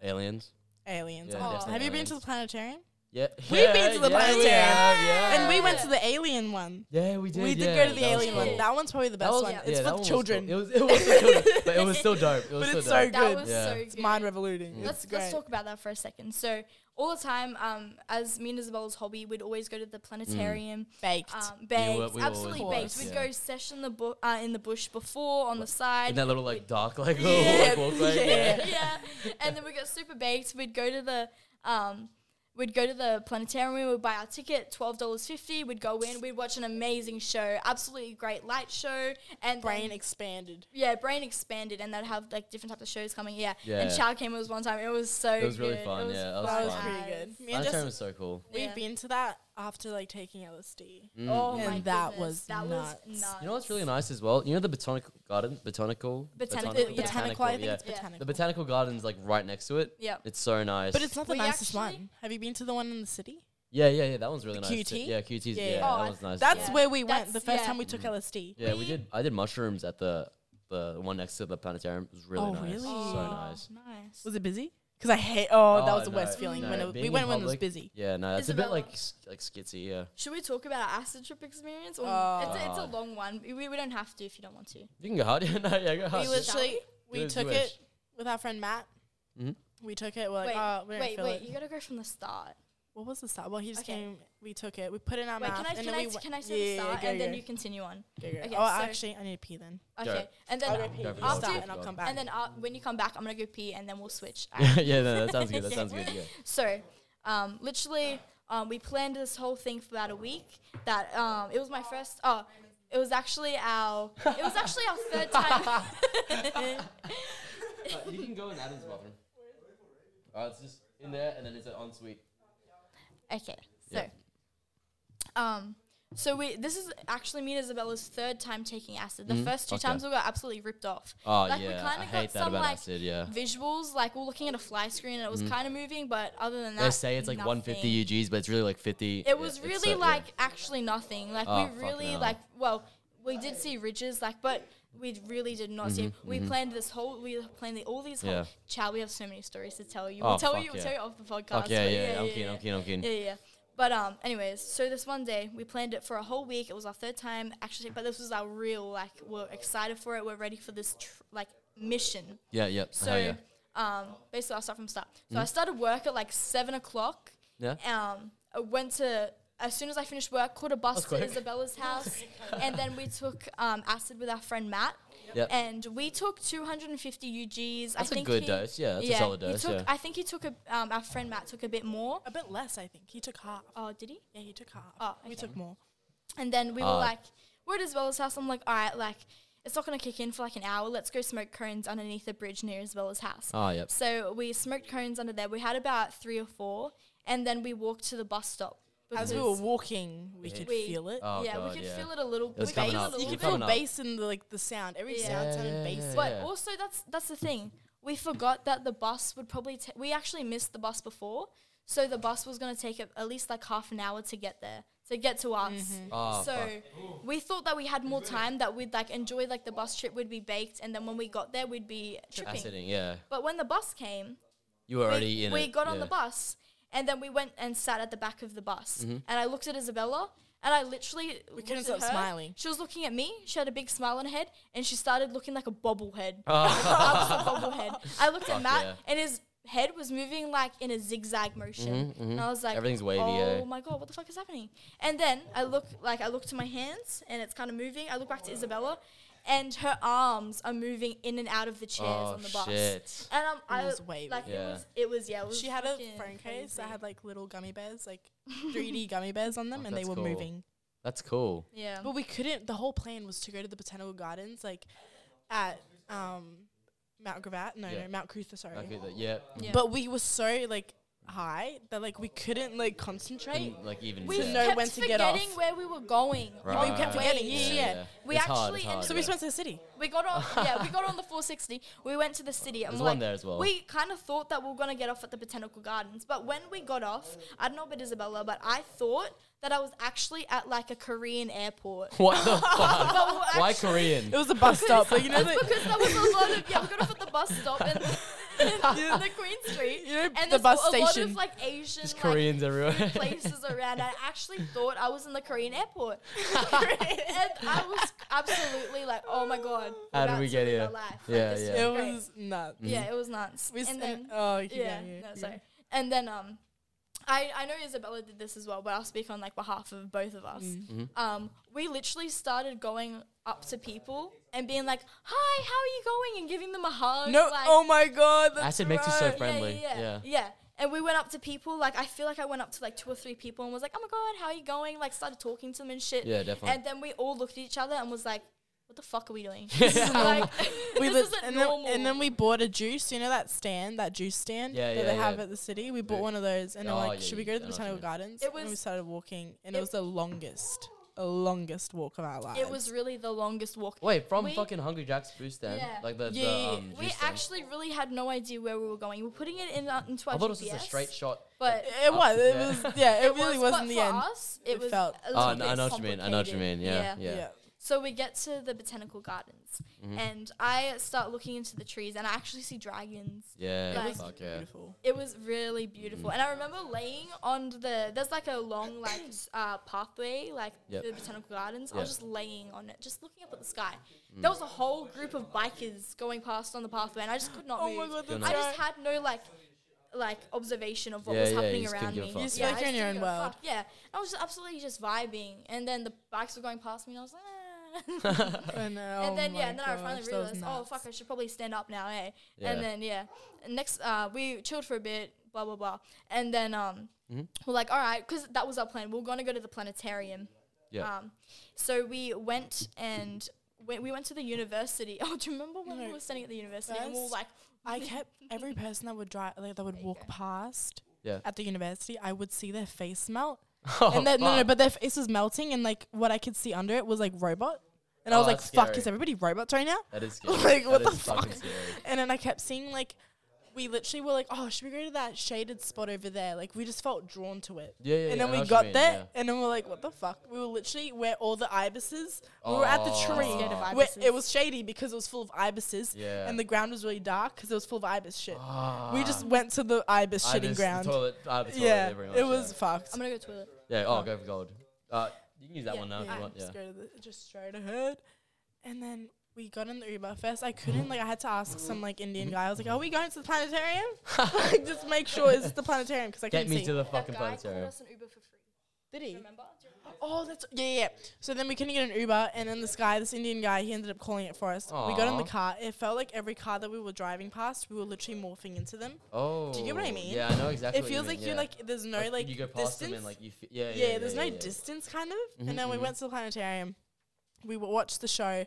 aliens.
aliens.
Yeah,
Oh,
definitely
Have you been to the
aliens.
planetarium?
Yeah,
We've been
Yeah,
to the
yeah, we
planetarium.
have, yeah.
And we went
Yeah.
to the alien one.
Yeah, we did.
we did
yeah,
go to the
that was
alien
cool.
one. That one's probably the best
was-
one.
yeah,
It's
that
for
one was cool.
children.
It was, it was for children, but it was
[laughs]
still dope. It was
But
still
it's
dope.
so
that
good.
was
Yeah.
so good.
It's mind revoluting.
Yeah.
It's
let's
great.
let's talk about that for a second. So all the time, um, as me and Isabel's hobby, we'd always go to the planetarium,
Baked.
um,
were-
baked,
Mm. we were
absolutely
always-
baked. We'd
Yeah.
go session the bu- uh, in the bush before on the side.
In that little like dark
[laughs]
like little [laughs]
[laughs] Yeah,
walkway.
yeah, yeah. And then we got super baked. We'd go to the um, we'd go to the planetarium. We'd buy our ticket, twelve dollars fifty. We'd go in. We'd watch an amazing show, absolutely great light show, and then-
Brain expanded.
yeah, Brain expanded, and they'd have like different types of shows coming. Yeah, and
Yeah.
Chow came with us one time. It was so.
It was really
good.
fun, yeah, that was
That was
fun.
pretty
as-
good. Me and
Planetarium
Justin,
was so cool.
we've
Yeah.
been to that after like taking LSD.
Oh
And
my
that
goodness,
was
that
nuts.
was nuts.
You know what's really nice as well? You know the botanical garden, botanical,
Botanical,
The
yeah.
Botanical, I think it's
yeah.
botanical.
The botanical garden's like right next to it.
Yeah.
It's so nice.
but it's not the
We
nicest
actually-
one. Have you been to the one in the city?
yeah, yeah, yeah. That one's really
The
nice. too.
QT?
Yeah, QT's. Yeah,
Yeah, yeah.
Oh,
that one's nice.
That's
yeah.
where we went
That's-
the first
yeah.
time we took LSD.
Mm-hmm. Yeah, we
we-
did. I did mushrooms at the the one next to the planetarium. It was really
Oh,
nice.
really?
So nice.
Nice.
Was it busy? Because I hate. Oh, that
Oh,
was the worst
no,
feeling
no,
when it,
being
we
in
went when it was
public-
busy.
Yeah, no, it's a bit
Isabella.
like s- like skitsy. Yeah,
Should we talk about our acid trip experience? Or
Oh.
it's, a, it's a
God.
long one. We, we don't have to if you don't want to.
you can go hard. [laughs] Yeah, no, yeah, go hard.
We literally
Do
we
as you
took
wish.
it with our friend Matt.
Mhm.
We took it. We're like,
wait,
oh, we don't
wait,
feel
wait.
it.
You gotta go from the start.
What was the start? Well, he just
Okay.
came. We took it. We put it in our
Wait,
mouth.
can I
and
can
then
I,
we went-
can I say
yeah,
the
yeah,
start
go,
and then
go.
you continue on?
Go, go.
Okay,
oh,
so-
actually, I need to pee then.
Go.
Okay, and
I'll
then
go
no,
pee.
go for
You
the start.
start,
Go
and
for
I'll
the
come back.
and then uh, when you come back, I'm gonna go pee and then we'll switch.
yeah, no, that sounds good. That
[laughs]
sounds good. Yeah.
[laughs] So, um, literally, um, we planned this whole thing for about a week. That um, it was my first. Oh, it was actually our. It was actually our third
[laughs]
time. [laughs]
you can go in Adam's bathroom. Uh, it's just in there, and then it's an ensuite.
okay, so,
Yeah.
um, so we. This is actually me and Isabella's third time taking acid. The
Mhm.
first two
Okay.
times we got absolutely ripped off.
Oh
Like, we
yeah,
kinda
I
got
hate that
some,
about
like,
acid. Yeah, Mm-hmm.
Visuals, like we're looking at a fly screen, and it was kind of moving, but other than that,
they say it's like 150
nothing.
UGs, but it's really like 50.
It was
it's
really
so- yeah.
like actually nothing. Like
Oh,
we
fuck
really
no.
like well, we did see ridges like but we really did not see. It. We planned this whole. We planned the- all these. Whole,
Mm-hmm, Yeah.
Chow, we have so many stories to tell you.
Oh,
We'll tell
fuck
you. We'll
yeah.
tell you off the podcast.
Fuck yeah,
but
yeah, I'm keen, I'm keen, I'm keen.
Yeah, yeah. But um, anyways, so this one day we planned it for a whole week. It was our third time actually, but this was our real like we're excited for it. We're ready for this tr- like mission.
Yeah, yeah.
So
hell Uh-huh, yeah. Mm-hmm.
um, basically, I'll start from start. So I started work at like seven o'clock.
Yeah.
Um, I went to as soon as I finished work, caught a bus
That's
to
quick.
Isabella's house, and then we took um, acid with our friend Matt.
Yep.
And we took 250 UGs.
That's
I
a
think
good
he-
dose, yeah, that's a
yeah,
solid
he
dose,
took-
yeah.
I think he took a, um, our friend Matt took a bit more.
A bit less, I think. He took half.
Oh, did he?
Yeah, he took half.
Oh,
We
okay.
took more.
And then we were
Hard.
like, we're at Isabella's house. I'm like, all right, like, it's not going to kick in for like an hour. Let's go smoke cones underneath the bridge near Isabella's house.
Oh, yep.
So we smoked cones under there. We had about three or four. and then we walked to the bus stop.
As we were
because
walking, we could
We-
feel it.
Oh
yeah,
god,
we could
yeah.
feel it a little.
was
we could
coming
feel
up.
it a
You
little
could
can
bit.
Coming
feel
up.
bass in the like the sound. Every
Yeah.
sound
Yeah, yeah,
sounded bass.
yeah,
But also, that's that's the thing. We forgot that the bus would probably. ta- we actually missed the bus before, so the bus was gonna take a- at least like half an hour to get there to get to us.
Mm-hmm.
Oh,
so
fuck.
we thought that we had more time that we'd like enjoy like the bus trip would be baked, and then when we got there, we'd be tripping.
Acid in, yeah.
But when the bus came,
You were already
we,
in
we
it,
got on
yeah. [laughs] Mm-hmm.
[laughs] the bus and then we went and sat at the back of the bus and i looked at isabella and i literally we
couldn't stop smiling.
she was looking at me she had a big smile on her head and she started looking like
[laughs]
a bobblehead [laughs]
Oh,
i was a bobblehead i looked
Fuck
at matt
yeah.
and his head was moving like in a zigzag motion
Mm-hmm.
and i was like
Everything's wavy,
oh
eh?
my god what the fuck is happening and then i look like i look to my hands and it's kind of moving i look back to isabella and her arms are moving in and out of the chairs
Oh,
on the bus
shit.
and um, I
was wavy.
Like
Yeah.
it was, it was yeah. It was
She had a
fucking
phone case that
crazy.
had like little gummy bears, like
[laughs]
3D gummy bears on them,
Fuck,
and they
Oh, that's
were
cool.
moving.
that's cool.
yeah.
But we couldn't. The whole plan was to go to the botanical gardens, like at um, Mount Gravatt. No,
Yeah.
no, Mount Crutha. Sorry.
Okay, that, yeah.
Yeah.
But we were so like high that like we couldn't like concentrate.
Mm, Like even
we
yeah.
know
kept
when to get off.
forgetting where we were going.
But we
Right.
kept forgetting.
Wait,
Yeah,
yeah,
yeah.
yeah.
We
It's hard,
actually
it's hard,
So
ended
we
yeah.
just went to the city.
we got on yeah we got
[laughs]
on the 460. We went to the city and
There's
we're
one
like,
there as well.
we kind of thought that we were gonna get off at the botanical gardens. But when we got off, I don't know about Isabella, but I thought that I was actually at like a Korean
[laughs]
airport.
[laughs] What
[laughs]
the
But
fuck?
we were
Why
actually-
Korean?
It was a
[laughs]
bus stop. Like
[laughs]
you know,
That's
the,
because there was a lot of yeah. We got off at the bus stop and in the Queen Street,
You know,
and
the
there's
bus
a lot
station.
of like Asian
There's
like,
Koreans everywhere.
places around. I actually thought I was in the Korean airport,
[laughs]
[laughs] and I was absolutely like, "Oh my god, we're
How did
about
we
to
get
live
here?
our Life. Like,
Yeah, Mm.
this is
yeah.
it
great.
was nuts.
yeah, it was nuts.
We
Mm. and
st-
then,
oh, okay,
yeah,
yeah,
no,
yeah.
sorry. And then um, I I know Isabella did this as well, but I'll speak on like behalf of both of us.
Mm.
Mm-hmm.
Um, we literally started going up to people and being like, "Hi, how are you going?" and giving them a hug.
No,
like,
oh my god. That's
Acid
[laughs]
makes you so
right.
fr- friendly.
Yeah, yeah,
Yeah.
yeah. Yeah. And we went up to people, like I feel like I went up to like two or three people and was like, Oh my god, how are you going? Like started talking to them and shit.
Yeah, definitely.
And then we all looked at each other and was like, What the fuck are we
[laughs]
doing? This isn't like [laughs]
we
this
lit-
isn't
and,
normal.
Then, and then we bought a juice. You know that stand, that juice stand
Yeah,
that
yeah,
they have
yeah.
at the city. We bought one of those, and
Oh,
I'm like,
yeah,
should we
yeah,
go to the
I know what you
botanical
mean.
gardens?
It
and we
was-
started walking, and it,
it-
was the longest, a longest walk of our lives.
it was really the longest walk.
Wait, from
We-
fucking Hungry Jack's food stand,
Yeah.
like the,
Yeah, yeah,
the
yeah.
um,
We
juice stand.
actually really had no idea where we were going. We were putting it in uh, into
I
our
thought it was
GPS,
just a straight shot.
but
It, it was. It
yeah.
was. Yeah. It, really was,
but
in the
for
end.
Us, it,
It
was.
felt-
a little
Oh, no,
bit
I know what you mean. I know what you
complicated.
mean. Yeah,
yeah.
yeah.
So we get to the botanical gardens,
Mm-hmm.
and I start looking into the trees, and I actually see dragons.
Yeah,
Like-
fuck yeah.
Beautiful.
It was really beautiful, and
Mm-hmm.
I remember laying on the there's like a long like s- uh, pathway like
Yep.
the botanical gardens.
Yep.
I
Mm.
was just laying on it, just looking up at the sky. There was a whole group of bikers going past on the pathway, and I just could not
Oh
move.
my god.
Don't
That's
know.
I just
right.
had no like like observation of what
Yeah,
was
yeah,
happening
you just couldn't
around
give a
me.
fuck. You
just
yeah,
feel like
I
you're in your own
couldn't give a
world.
fuck. Yeah, I was just absolutely just vibing, and then the bikes were going past me, and I was
[laughs]
like. "Ah."
And, uh, oh
and then
my
yeah, and then I
gosh,
finally
that was
realized, oh
nuts.
fuck, I should probably stand up now, eh?
Yeah.
And then yeah, And next uh, we chilled for a bit, blah blah blah, and then um,
Mm-hmm.
we're like, all right, because that was our plan. We are gonna go to the planetarium.
Yeah.
Um, so we went and we, we went to the university. [laughs] Oh, do you remember when we
No.
were standing at the university and we were
First,
like,
I kept
[laughs]
every person that would drive, like that would walk past
Yeah.
at the university. I would see their face melt,
Oh,
and then no, no,
fuck.
but their face was melting, and like what I could see under it was like robot, and I
Oh,
was like,
that's
"Fuck, is
scary.
everybody robots right now?"
that is scary.
Like, what
That
the
is fucking
fuck?
scary.
And then I kept seeing like we literally were like, "Oh, should we go to that shaded spot over there?" Like we just felt drawn to it.
Yeah, yeah, yeah,
And
I
then
know
we
what you
got
mean,
there,
yeah.
and then we're like, "What the fuck?" We were literally where all the ibises. We were at the
Oh.
tree.
Scared of
where
ibises.
it was shady because it was full of ibises.
Yeah.
And the ground was really dark because it was full of ibis shit. We
Ah.
just went to the ibis
I
shitting
just- the
ground.
Toilet, I the toilet
yeah,
every
it
much,
was
yeah.
fucked.
I'm gonna go to the toilet.
Yeah, oh, go for gold. Uh, you can use that
Yeah,
one now if
Yeah,
you want.
just
Yeah.
go to the, just straight ahead. And then we got in the Uber first. I couldn't like I had to ask some like
Mm-hmm.
Indian guy. I was like, "Are we going to the planetarium?
[laughs]
like, just make sure it's the planetarium because I
Get
couldn't
me
see."
to the
That
fucking
guy called
planetarium.
us an Uber for free.
Did he?
Remember? Do you remember?
Oh, that's yeah, yeah. yeah. So then we couldn't get an Uber, and then this guy, this Indian guy, he ended up calling it for us. We got in the
Aw.
car. It felt like every car that we were driving past, we were literally morphing into them.
Oh.
Do you get what I mean?
Yeah, I know exactly.
it feels like
you mean,
you're
yeah.
like there's no like,
you go past
distance.
them and like you. Fe- yeah, yeah,
yeah,
yeah.
there's
yeah,
no
yeah.
distance kind of.
Mhm,
and then we
mhm.
went to the planetarium. We w- watched the show.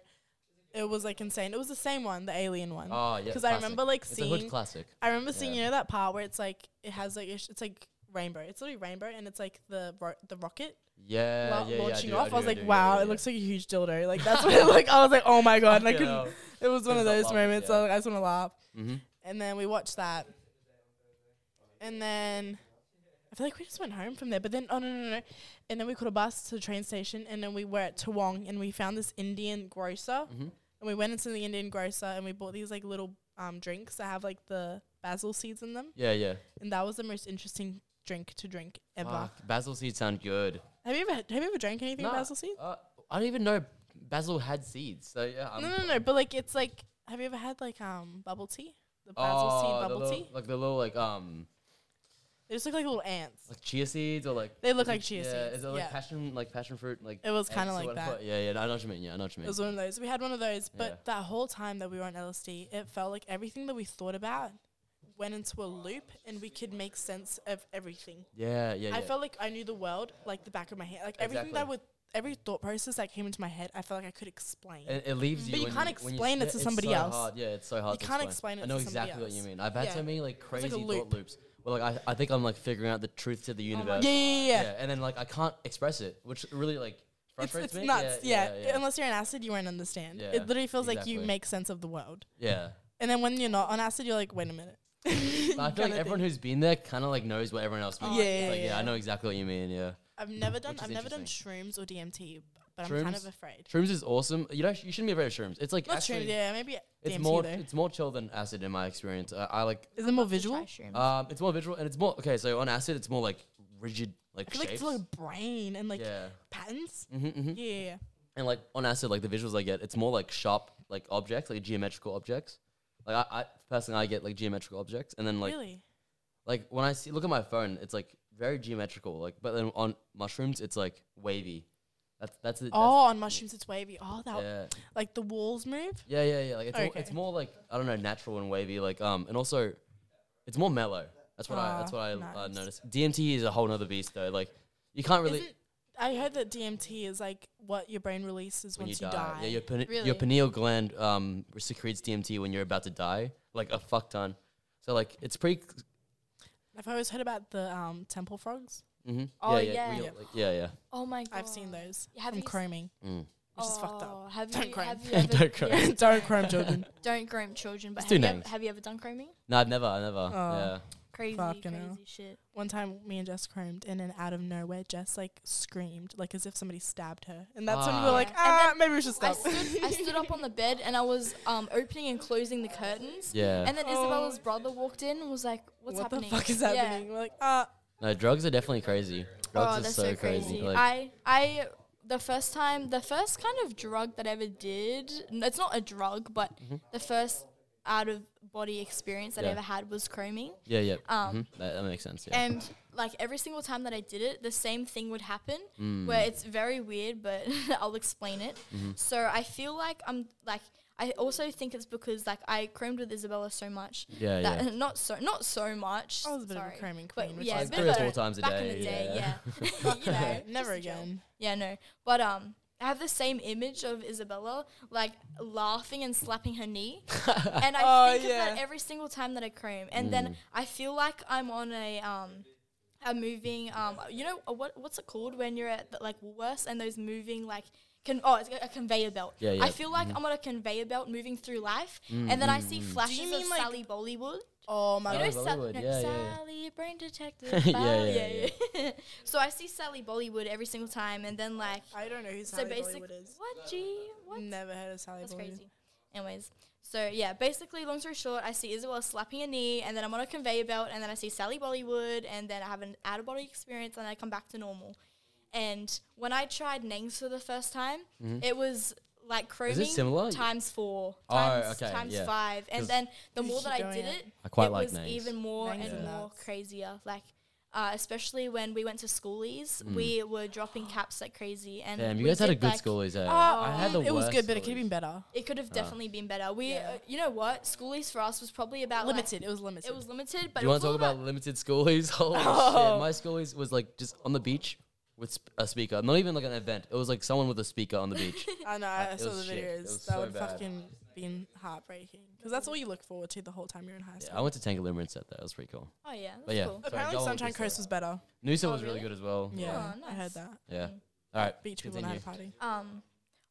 It was like insane. It was the same one, the alien one.
Oh yeah.
Because I
classic.
remember like
It's a hood
seeing,
classic.
I remember seeing
Yeah.
you know that part where it's like it has like it's, it's like rainbow. It's literally rainbow, and it's like the ro- the rocket
Yeah,
while
yeah, yeah,
launching
do,
off. I,
do,
was like,
do, yeah,
wow,
yeah,
it
yeah.
looks like a huge
[laughs]
dildo. Like that's what like I was like, oh my god. And I
Fucking
couldn't.
hell.
It was one
Couldn't
of
stop
those
laughing,
moments.
yeah.
I, I just want to laugh.
Mhm.
And then we watched that. And then I feel like we just went home from there. But then, oh, no, no, no. And then we caught a bus to the train station. And then we were at Toowong and we found this Indian grocer.
Mhm.
And we went into the Indian grocer and we bought these like little um, drinks that have like the basil seeds in them.
Yeah, yeah.
And that was the most interesting drink to drink ever.
Fuck, basil seeds sound good.
Have you ever have you ever drank anything with
Nah,
basil seeds?
Uh, I don't even know basil had seeds. So yeah. I'm
no, no, no. But like it's like have you ever had like um bubble tea? The basil
Oh,
seed
the
bubble
little,
tea?
like the little like um
They just look like little ants.
like chia seeds or like
They look
is it-
like
yeah,
chia seeds,
Is it like
yeah.
passion like passion fruit like
It was
eggs
kinda
or
like
whatever?
that.
Yeah, yeah. I know what you mean. Yeah, I know what you
It
mean.
was one of those. We had one of those, but
Yeah.
that whole time that we were on LSD, it felt like everything that we thought about went into a loop and we could make sense of everything.
yeah, yeah, yeah.
I felt like I knew the world like the back of my hand. Like everything that
Exactly.
would every thought process that came into my head, I felt like I could explain.
It, it leaves you.
But you
when
can't
when
explain it
yeah,
to
it's
somebody
so
else.
Hard. Yeah, it's so hard.
You
to
can't explain it
I know
to somebody
exactly what you
else.
mean. I've had
Yeah.
so many like
like, a
crazy
loop. Oh
thought loops. Well, like I, I think I'm like figuring out the truth to the
my
universe.
yeah, yeah, yeah.
and then like I can't express it, which really like
It's,
frustrates
it's
me.
nuts. Yeah,
Yeah, yeah,
Unless you're on acid, you won't understand.
Yeah,
it literally feels like you
exactly.
make sense of the world.
yeah.
And then when you're not on acid, you're like, wait a minute.
[laughs]
[laughs]
But I feel like
Kinda
everyone
thing.
who's been there kind of like knows what everyone else means.
Yeah,
It's
yeah,
like,
yeah.
I know exactly what you mean. Yeah,
I've never done.
Which is
I've never done shrooms or DMT, but I'm kind
Shrooms?
of afraid.
shrooms is awesome. You know, you shouldn't be afraid of shrooms. It's like
Not
actually,
shrooms. Yeah, maybe
it's
DMT
more
though.
it's more chill than acid in my experience. Uh, I like
Is it more visual? Uh,
um, it's more visual and it's more okay. So on acid, it's more like rigid
I
like
feel like
shapes.
it's like a brain and like
yeah.
patterns.
hmm hmm
Yeah, yeah, yeah.
And like on acid, like the visuals I get, it's more like sharp like objects, like geometrical objects. Like I, I personally, I get like geometrical objects, and then like
really?
like when I see look at my phone, it's like very geometrical. Like but then on mushrooms, it's like wavy. That's that's it.
Oh, on mushrooms it's wavy. Oh, that
yeah.
like the walls move.
yeah, yeah, yeah. Like it's more,
Okay.
it's more like I don't know, natural and wavy. Like um, and also it's more mellow. That's what I that's
Ah,
what I uh,
nice.
noticed. DMT is a whole nother beast though. Like you can't really.
Isn't- I heard that DMT is like what your brain releases
when you
once
die. Yeah, your, pene- your
Really?
pineal gland um, secretes DMT when you're about to die, like a fuck ton. So like it's pretty.
I've always heard about the um, temple frogs.
Mm-hmm.
Oh,
yeah,
yeah.
real- like, yeah, yeah.
Oh my god.
I've seen those.
Have
from
you s-
chroming,
Mm.
which is fucked up.
Oh, Have
Don't
you,
chrome. [laughs]
Have you
Don't
ever,
chrome.
yeah,
Don't
[laughs]
chrome children.
Don't chrome children. But
It's
have
too
you, ever,
nice.
have you ever done chroming?
No, I've never, I never. yeah.
Oh.
Crazy,
Fucking
crazy
hell.
shit.
One time, me and Jess chromed, and then out of nowhere, Jess like screamed, like as if somebody stabbed her. And that's when we
Ah.
were like,
Yeah. And
ah,
then
maybe we should
I
stop.
stood, I stood up on the bed and I was um, opening and closing the curtains.
Yeah.
And then Isabella's brother walked in and was like, "What's
Oh. what
happening?
the fuck is
Yeah.
happening? We're like, ah,
no, drugs are definitely crazy. Drugs
Oh,
are
that's
so, crazy. Like,
I, I, the first time, the first kind of drug that I ever did, n- it's not a drug, but the first out of body experience that
Mm-hmm. Yeah.
I ever had was chroming.
yeah, yeah.
Um,
Mhm. that, that makes sense. Yeah.
And like every single time that I did it, the same thing would happen where it's very weird, but [laughs] I'll explain it. So I feel like I'm like, I also think it's because like I chromed with Isabella so much.
Yeah,
that
yeah.
Not so, not so much.
I was a bit of a
sorry.
chroming
But
queen, which
[laughs] yeah,
is
a bit
Three
of
or
a-
four times a
back
day,
in the day,
yeah.
yeah. [laughs]
fuck
You know,
[laughs] no,
just
never
a joke.
again.
Yeah, no. But um, I have the same image of Isabella like laughing and slapping her knee,
[laughs]
and I
Oh,
think of
yeah.
that every single time that I cream. And
Mm.
then I feel like I'm on a um, a moving um, you know uh, what what's it called when you're at the, like Woolworths and those moving like. Con- oh, it's a conveyor belt.
Yeah, Mm-hmm. yeah.
I feel like I'm on a conveyor belt moving through life, and then I see flashes
mean,
of
like-
Sally Bollywood.
Oh my
You
You know
god.
Sally Mm-hmm. Bollywood,
Sal- no,
yeah, yeah, yeah.
Sally, brain
[laughs]
detective.
Yeah,
Sally-
yeah,
yeah. [laughs] so I see Sally Bollywood every single time, and then like
I don't know who
so
Sally
basically,
Bollywood is.
what G? What?
Never heard of Sally
That's
Bollywood.
crazy. Anyways, so yeah, basically, long story short, I see Isabel slapping a knee, and then I'm on a conveyor belt, and then I see Sally Bollywood, and then I have an out of body experience, and I come back to normal. And when I tried Nangs for the first time, it was like
Mm-hmm. Is it
chroming
similar?
times four,
Oh,
times,
okay,
times
yeah.
five, and
'Cause-
then the more
Keep
that I
going
did
at
it,
it.
I quite
it
like
was
Nangs.
even more
Nangs
and
are
more
nuts.
crazier. Like. Uh, especially when we went to schoolies, we were dropping caps like crazy. And
Mm. Damn, you
we
guys had a
did,
good
like- oh,
schoolies. Eh?
Ah,
I had the
it was
worst
good, but it could
schoolies.
have been better.
it could have
Uh.
definitely been better. We,
Yeah.
uh, you know what, schoolies for us was probably about like-
Limited. It was limited.
it was limited, but
Do you
it
want
was
to talk
all
about limited schoolies? [laughs] Holy shit.
Oh.
My schoolies was like just on the beach with sp- a speaker.
[laughs]
Not even like an event. It was like someone with a speaker on the beach.
I know. I
it
saw the
was shit. It
videos.
was
that
so
would
bad.
fucking been heartbreaking because that's all you look forward to the whole time you're in high
Yeah, I
school.
went to Tangalimmer and set that. That was pretty cool.
Oh yeah, that's
But yeah,
cool.
sorry,
Apparently,
Gold
Sunshine
is, uh,
Coast was better.
Noosa
Oh,
was really
really?
good as well. Yeah.
Yeah,
Oh,
I heard
nice.
that.
All right.
Beach people and I
continue.
had a party.
Um,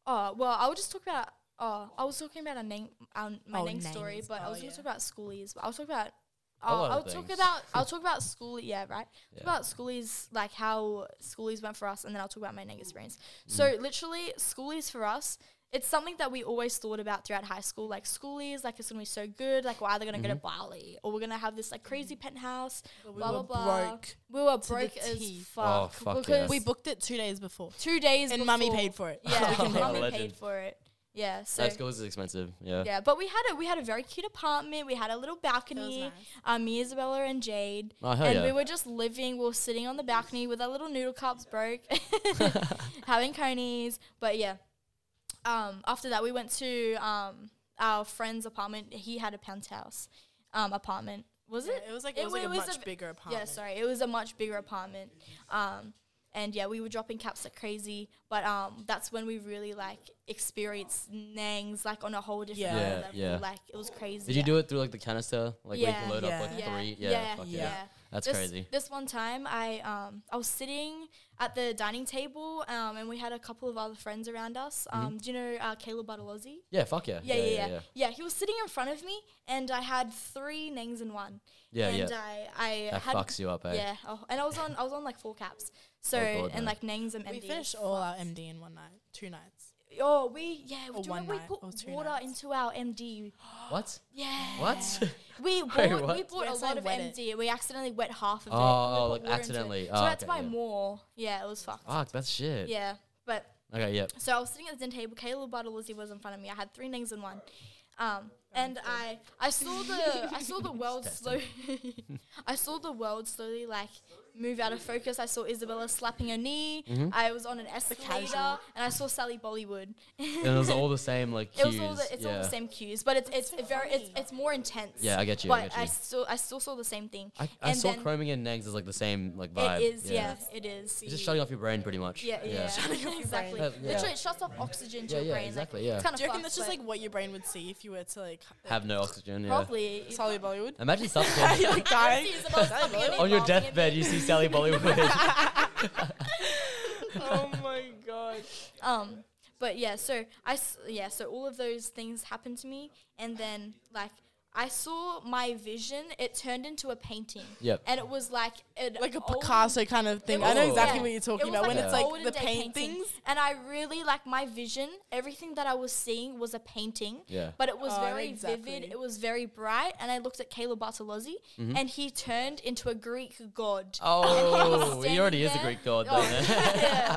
oh well, I will just talk about. Oh, I was talking about a name, our, my
Oh,
name story,
names.
but I
Oh,
was going
yeah.
to talk about schoolies. But I'll talk about.
A
Uh,
lot of
I'll talk
things.
about.
[laughs]
I'll talk about school. Yeah, right.
Yeah.
Talk about schoolies, like how schoolies went for us, and then I'll talk about my negative experience.
Mm.
So literally, schoolies for us. It's something that we always thought about throughout high school, like schoolies, like it's gonna be so good, like we're either gonna go to
Mm-hmm.
Bali or we're gonna have this like crazy penthouse,
But we
blah
were
blah blah.
broke
we were
Mm. to the
broke as
teeth.
fuck.
Oh, fuck
because
yes.
We booked it two days before,
two days
and mummy
before-
paid for it.
yeah,
[laughs] Oh,
mummy
legend.
paid for it. Yeah, so
High school is expensive. Yeah.
yeah, but we had a we had a very cute apartment. We had a little balcony.
nice.
Um, me, Isabella, and Jade,
Oh, hell
and
yeah.
we were just living. We were sitting on the balcony with our little noodle cups broke, [laughs]
[laughs]
having conies. But yeah, um, after that we went to um our friend's apartment. He had a penthouse, um, apartment. Was it?
It was like it, was like a
was
much
a-
bigger apartment.
yeah, sorry. It was a much bigger apartment. Um, and yeah, we were dropping caps like crazy. But um, that's when we really like experienced nangs like on a whole different
Yeah.
Yeah,
level.
yeah.
Like it was crazy.
Did you do it through like the canister, like where you can
Yeah.
load up
Yeah.
like
Yeah.
three?
Yeah.
fuck
yeah.
That's
this,
crazy.
This one time, I um, I was sitting at the dining table, um, and we had a couple of other friends around us.
Mm-hmm.
Um, Do you know uh, Caleb Bartolozzi?
Yeah, fuck yeah.
yeah, yeah, yeah, yeah. he was sitting in front of me, and I had three nangs in one.
Yeah,
and
yeah.
I, I
That
had,
fucks you up, eh?
Yeah, oh, and I was on, I was on like four caps. So
Oh, God,
and
no.
like nangs and
we
MDs.
finished all our MD in one night, two nights.
Oh, we yeah.
Or
do you
one
remember we
night,
put
or two
water
nights.
into our MD?
What?
Yeah. [laughs]
What? Oh,
We
[laughs]
bought,
Wait,
we
what?
bought
We
a lot
accidentally
of
wet it.
MD. We accidentally wet half of it.
Oh,
We
oh, like
put water into it.
accidentally.
So
Oh,
I had to
okay,
buy
yeah.
more. Yeah, it was fucked.
fuck, that's shit.
Yeah, but
Okay, yep.
So I was sitting at the dinner table. Caleb Bartolozzi was in front of me. I had three things in one, um, and I I saw the I
[laughs]
saw the world slow. [laughs] I saw the world slowly like move out of focus. I saw Isabella slapping her knee.
Mm-hmm.
I was on an escalator, and I saw Sally Bollywood.
And it was all the same like
[laughs] It
cues.
was all the it's
yeah.
all the same cues, but it's it's very it's, it's more intense.
Yeah, I get you, I
But I,
get you.
still I still saw the same thing.
I, I
and
saw
then
chroming and nags as like the same like vibe.
it is yeah, it is.
It's just shutting off your brain pretty much.
Yeah, yeah, [laughs] exactly.
Uh, yeah.
Literally, it shuts off oxygen to
Yeah,
your
yeah,
brain. like,
exactly, yeah.
It's kind of
Do you reckon that's just like what your brain would see if you were to like
Have no oxygen. Yeah.
Probably.
Sally
[laughs]
Bollywood?
[laughs]
Imagine something
You're like dying.
It's about
[laughs] Sally
fucking
Bollywood?
on your
involving
deathbed.
it.
You see Sally
[laughs]
Bollywood.
oh my god.
Um, but yeah, so I s- yeah, so all of those things happened to me, and then like I saw my vision. It turned into a painting.
Yep.
And it was like an
Like a
old-
Picasso kind of
it
thing.
was-
I know
Oh.
exactly
yeah,
what you're talking
it was
about. when
an
it's like
olden
the
day
paint
painting,
things.
And I really like my vision. Everything that I was seeing was a painting.
Yeah.
But it was
Oh,
very
exactly.
vivid. It was very bright. And I looked at Caleb Bartolozzi,
Mm-hmm.
and he turned into a Greek god.
[laughs] oh, he
standing
already is a
there.
Greek god
Oh,
though. man.
[laughs] yeah,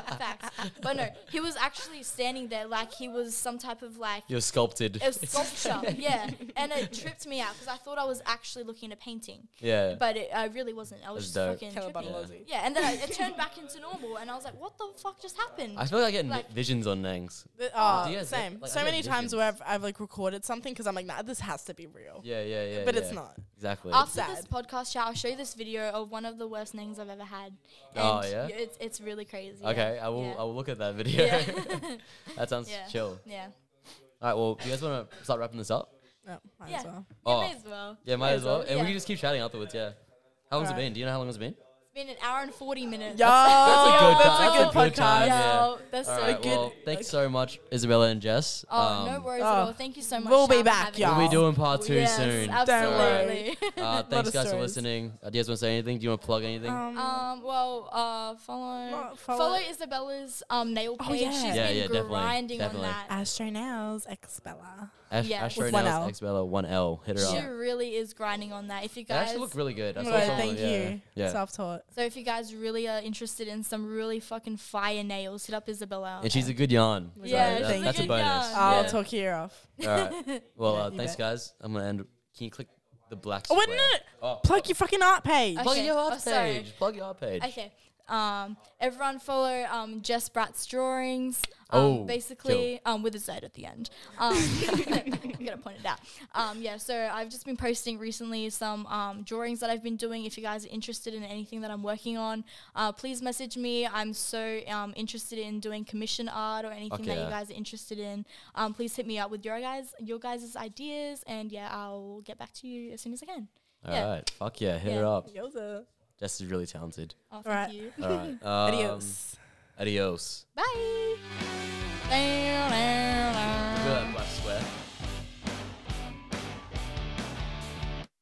[laughs]
facts. But no, he was actually standing there like he was some type of like
You're sculpted.
it
[laughs]
was sculpture, yeah. And it tripped me out because I thought I was actually looking at a painting,
yeah.
but it, I really wasn't. I was
That's
just
dope.
Hello,
fucking tripping.
Bartolozzi.
Yeah, and then I, it turned back into normal, and I was like, "What the fuck just happened?"
I feel like I get n
Like-
visions on nags.
Th- Oh,
Do you guys get-
same.
like, I
so
get
many times
visions.
where I've, I've like recorded something because I'm like, nah, this has to be real.
Yeah, yeah, yeah.
But it's
yeah.
not.
Exactly.
After
sad.
this podcast chat, I'll show you this video of one of the worst names I've ever had. And
Oh, yeah?
it's it's really crazy. yeah.
okay, I will.
Yeah.
I will look at that video.
Yeah.
[laughs]
[laughs]
that sounds
Yeah.
chill.
yeah.
All right. Well, do you guys want to start wrapping this up?
No, might
Yeah.
as well.
Oh.
You may as well.
Yeah, might as well. And we
Yeah.
can just keep chatting afterwards. Yeah. How long's
Alright.
it been? Do you know how long it's been?
It's been an hour and forty minutes.
Yo,
a good
that's
time.
a good
That's a good time.
podcast.
Yeah.
Yo, that's
All
so
right.
good.
Well, thanks so much, Isabella and Jess.
Oh, no
Um,
worries
oh.
at all. Thank you so much.
We'll be
Shan, for
back,
having
y'all.
us.
We'll be doing part two
yes,
soon.
Absolutely.
Uh, thanks,
of
guys, for
stories.
listening. Uh, do you guys want to say anything? Do you want to plug anything?
[laughs] um, well, uh, follow,
Well, follow-
follow Isabella's um nail page.
Oh, yeah.
She's
Yeah,
been
yeah, definitely,
grinding
definitely.
on that.
Astronails, Expella.
Ash-
yeah.
Astro
With one
Nails,
L.
Isabella, one L. Hit her
She
up.
really is grinding on that. If you
They
guys,
actually look really good. I saw
Right,
some of
thank
them, yeah.
you.
Yeah.
Self-taught.
so if you guys really are interested in some really fucking fire nails, hit up Isabella.
And she's a good yarn. So
Yeah,
that-
she's a
that's a
good
bonus.
yarn.
I'll
Yeah.
talk your ear off.
All right.
[laughs]
Well, uh,
you
thanks,
bet.
guys. I'm gonna end. Can you click the black?
Oh, wait,
square?
no, no.
Oh.
Plug your fucking art page.
Okay.
Plug your
oh,
art
sorry.
page. Plug your art page.
Okay. Um, everyone follow um, Jess Bratt's drawings. Um,
Oh,
basically um, with a Z at the end. Um, [laughs] I'm gonna point it out. Um, yeah, so I've just been posting recently some um, drawings that I've been doing. If you guys are interested in anything that I'm working on, uh, please message me. I'm so um, interested in doing commission art or anything
Okay,
that
yeah.
you guys are interested in. Um, please hit me up with your guys your guys' ideas, and yeah, I'll get back to you as soon as I can.
All right,
yeah.
fuck yeah, hit her
Yeah.
up.
Yoza.
Jess is really talented.
Oh, thank [laughs]
Alright.
you.
All right, um,
Adios.
Adios.
Bye. Bye.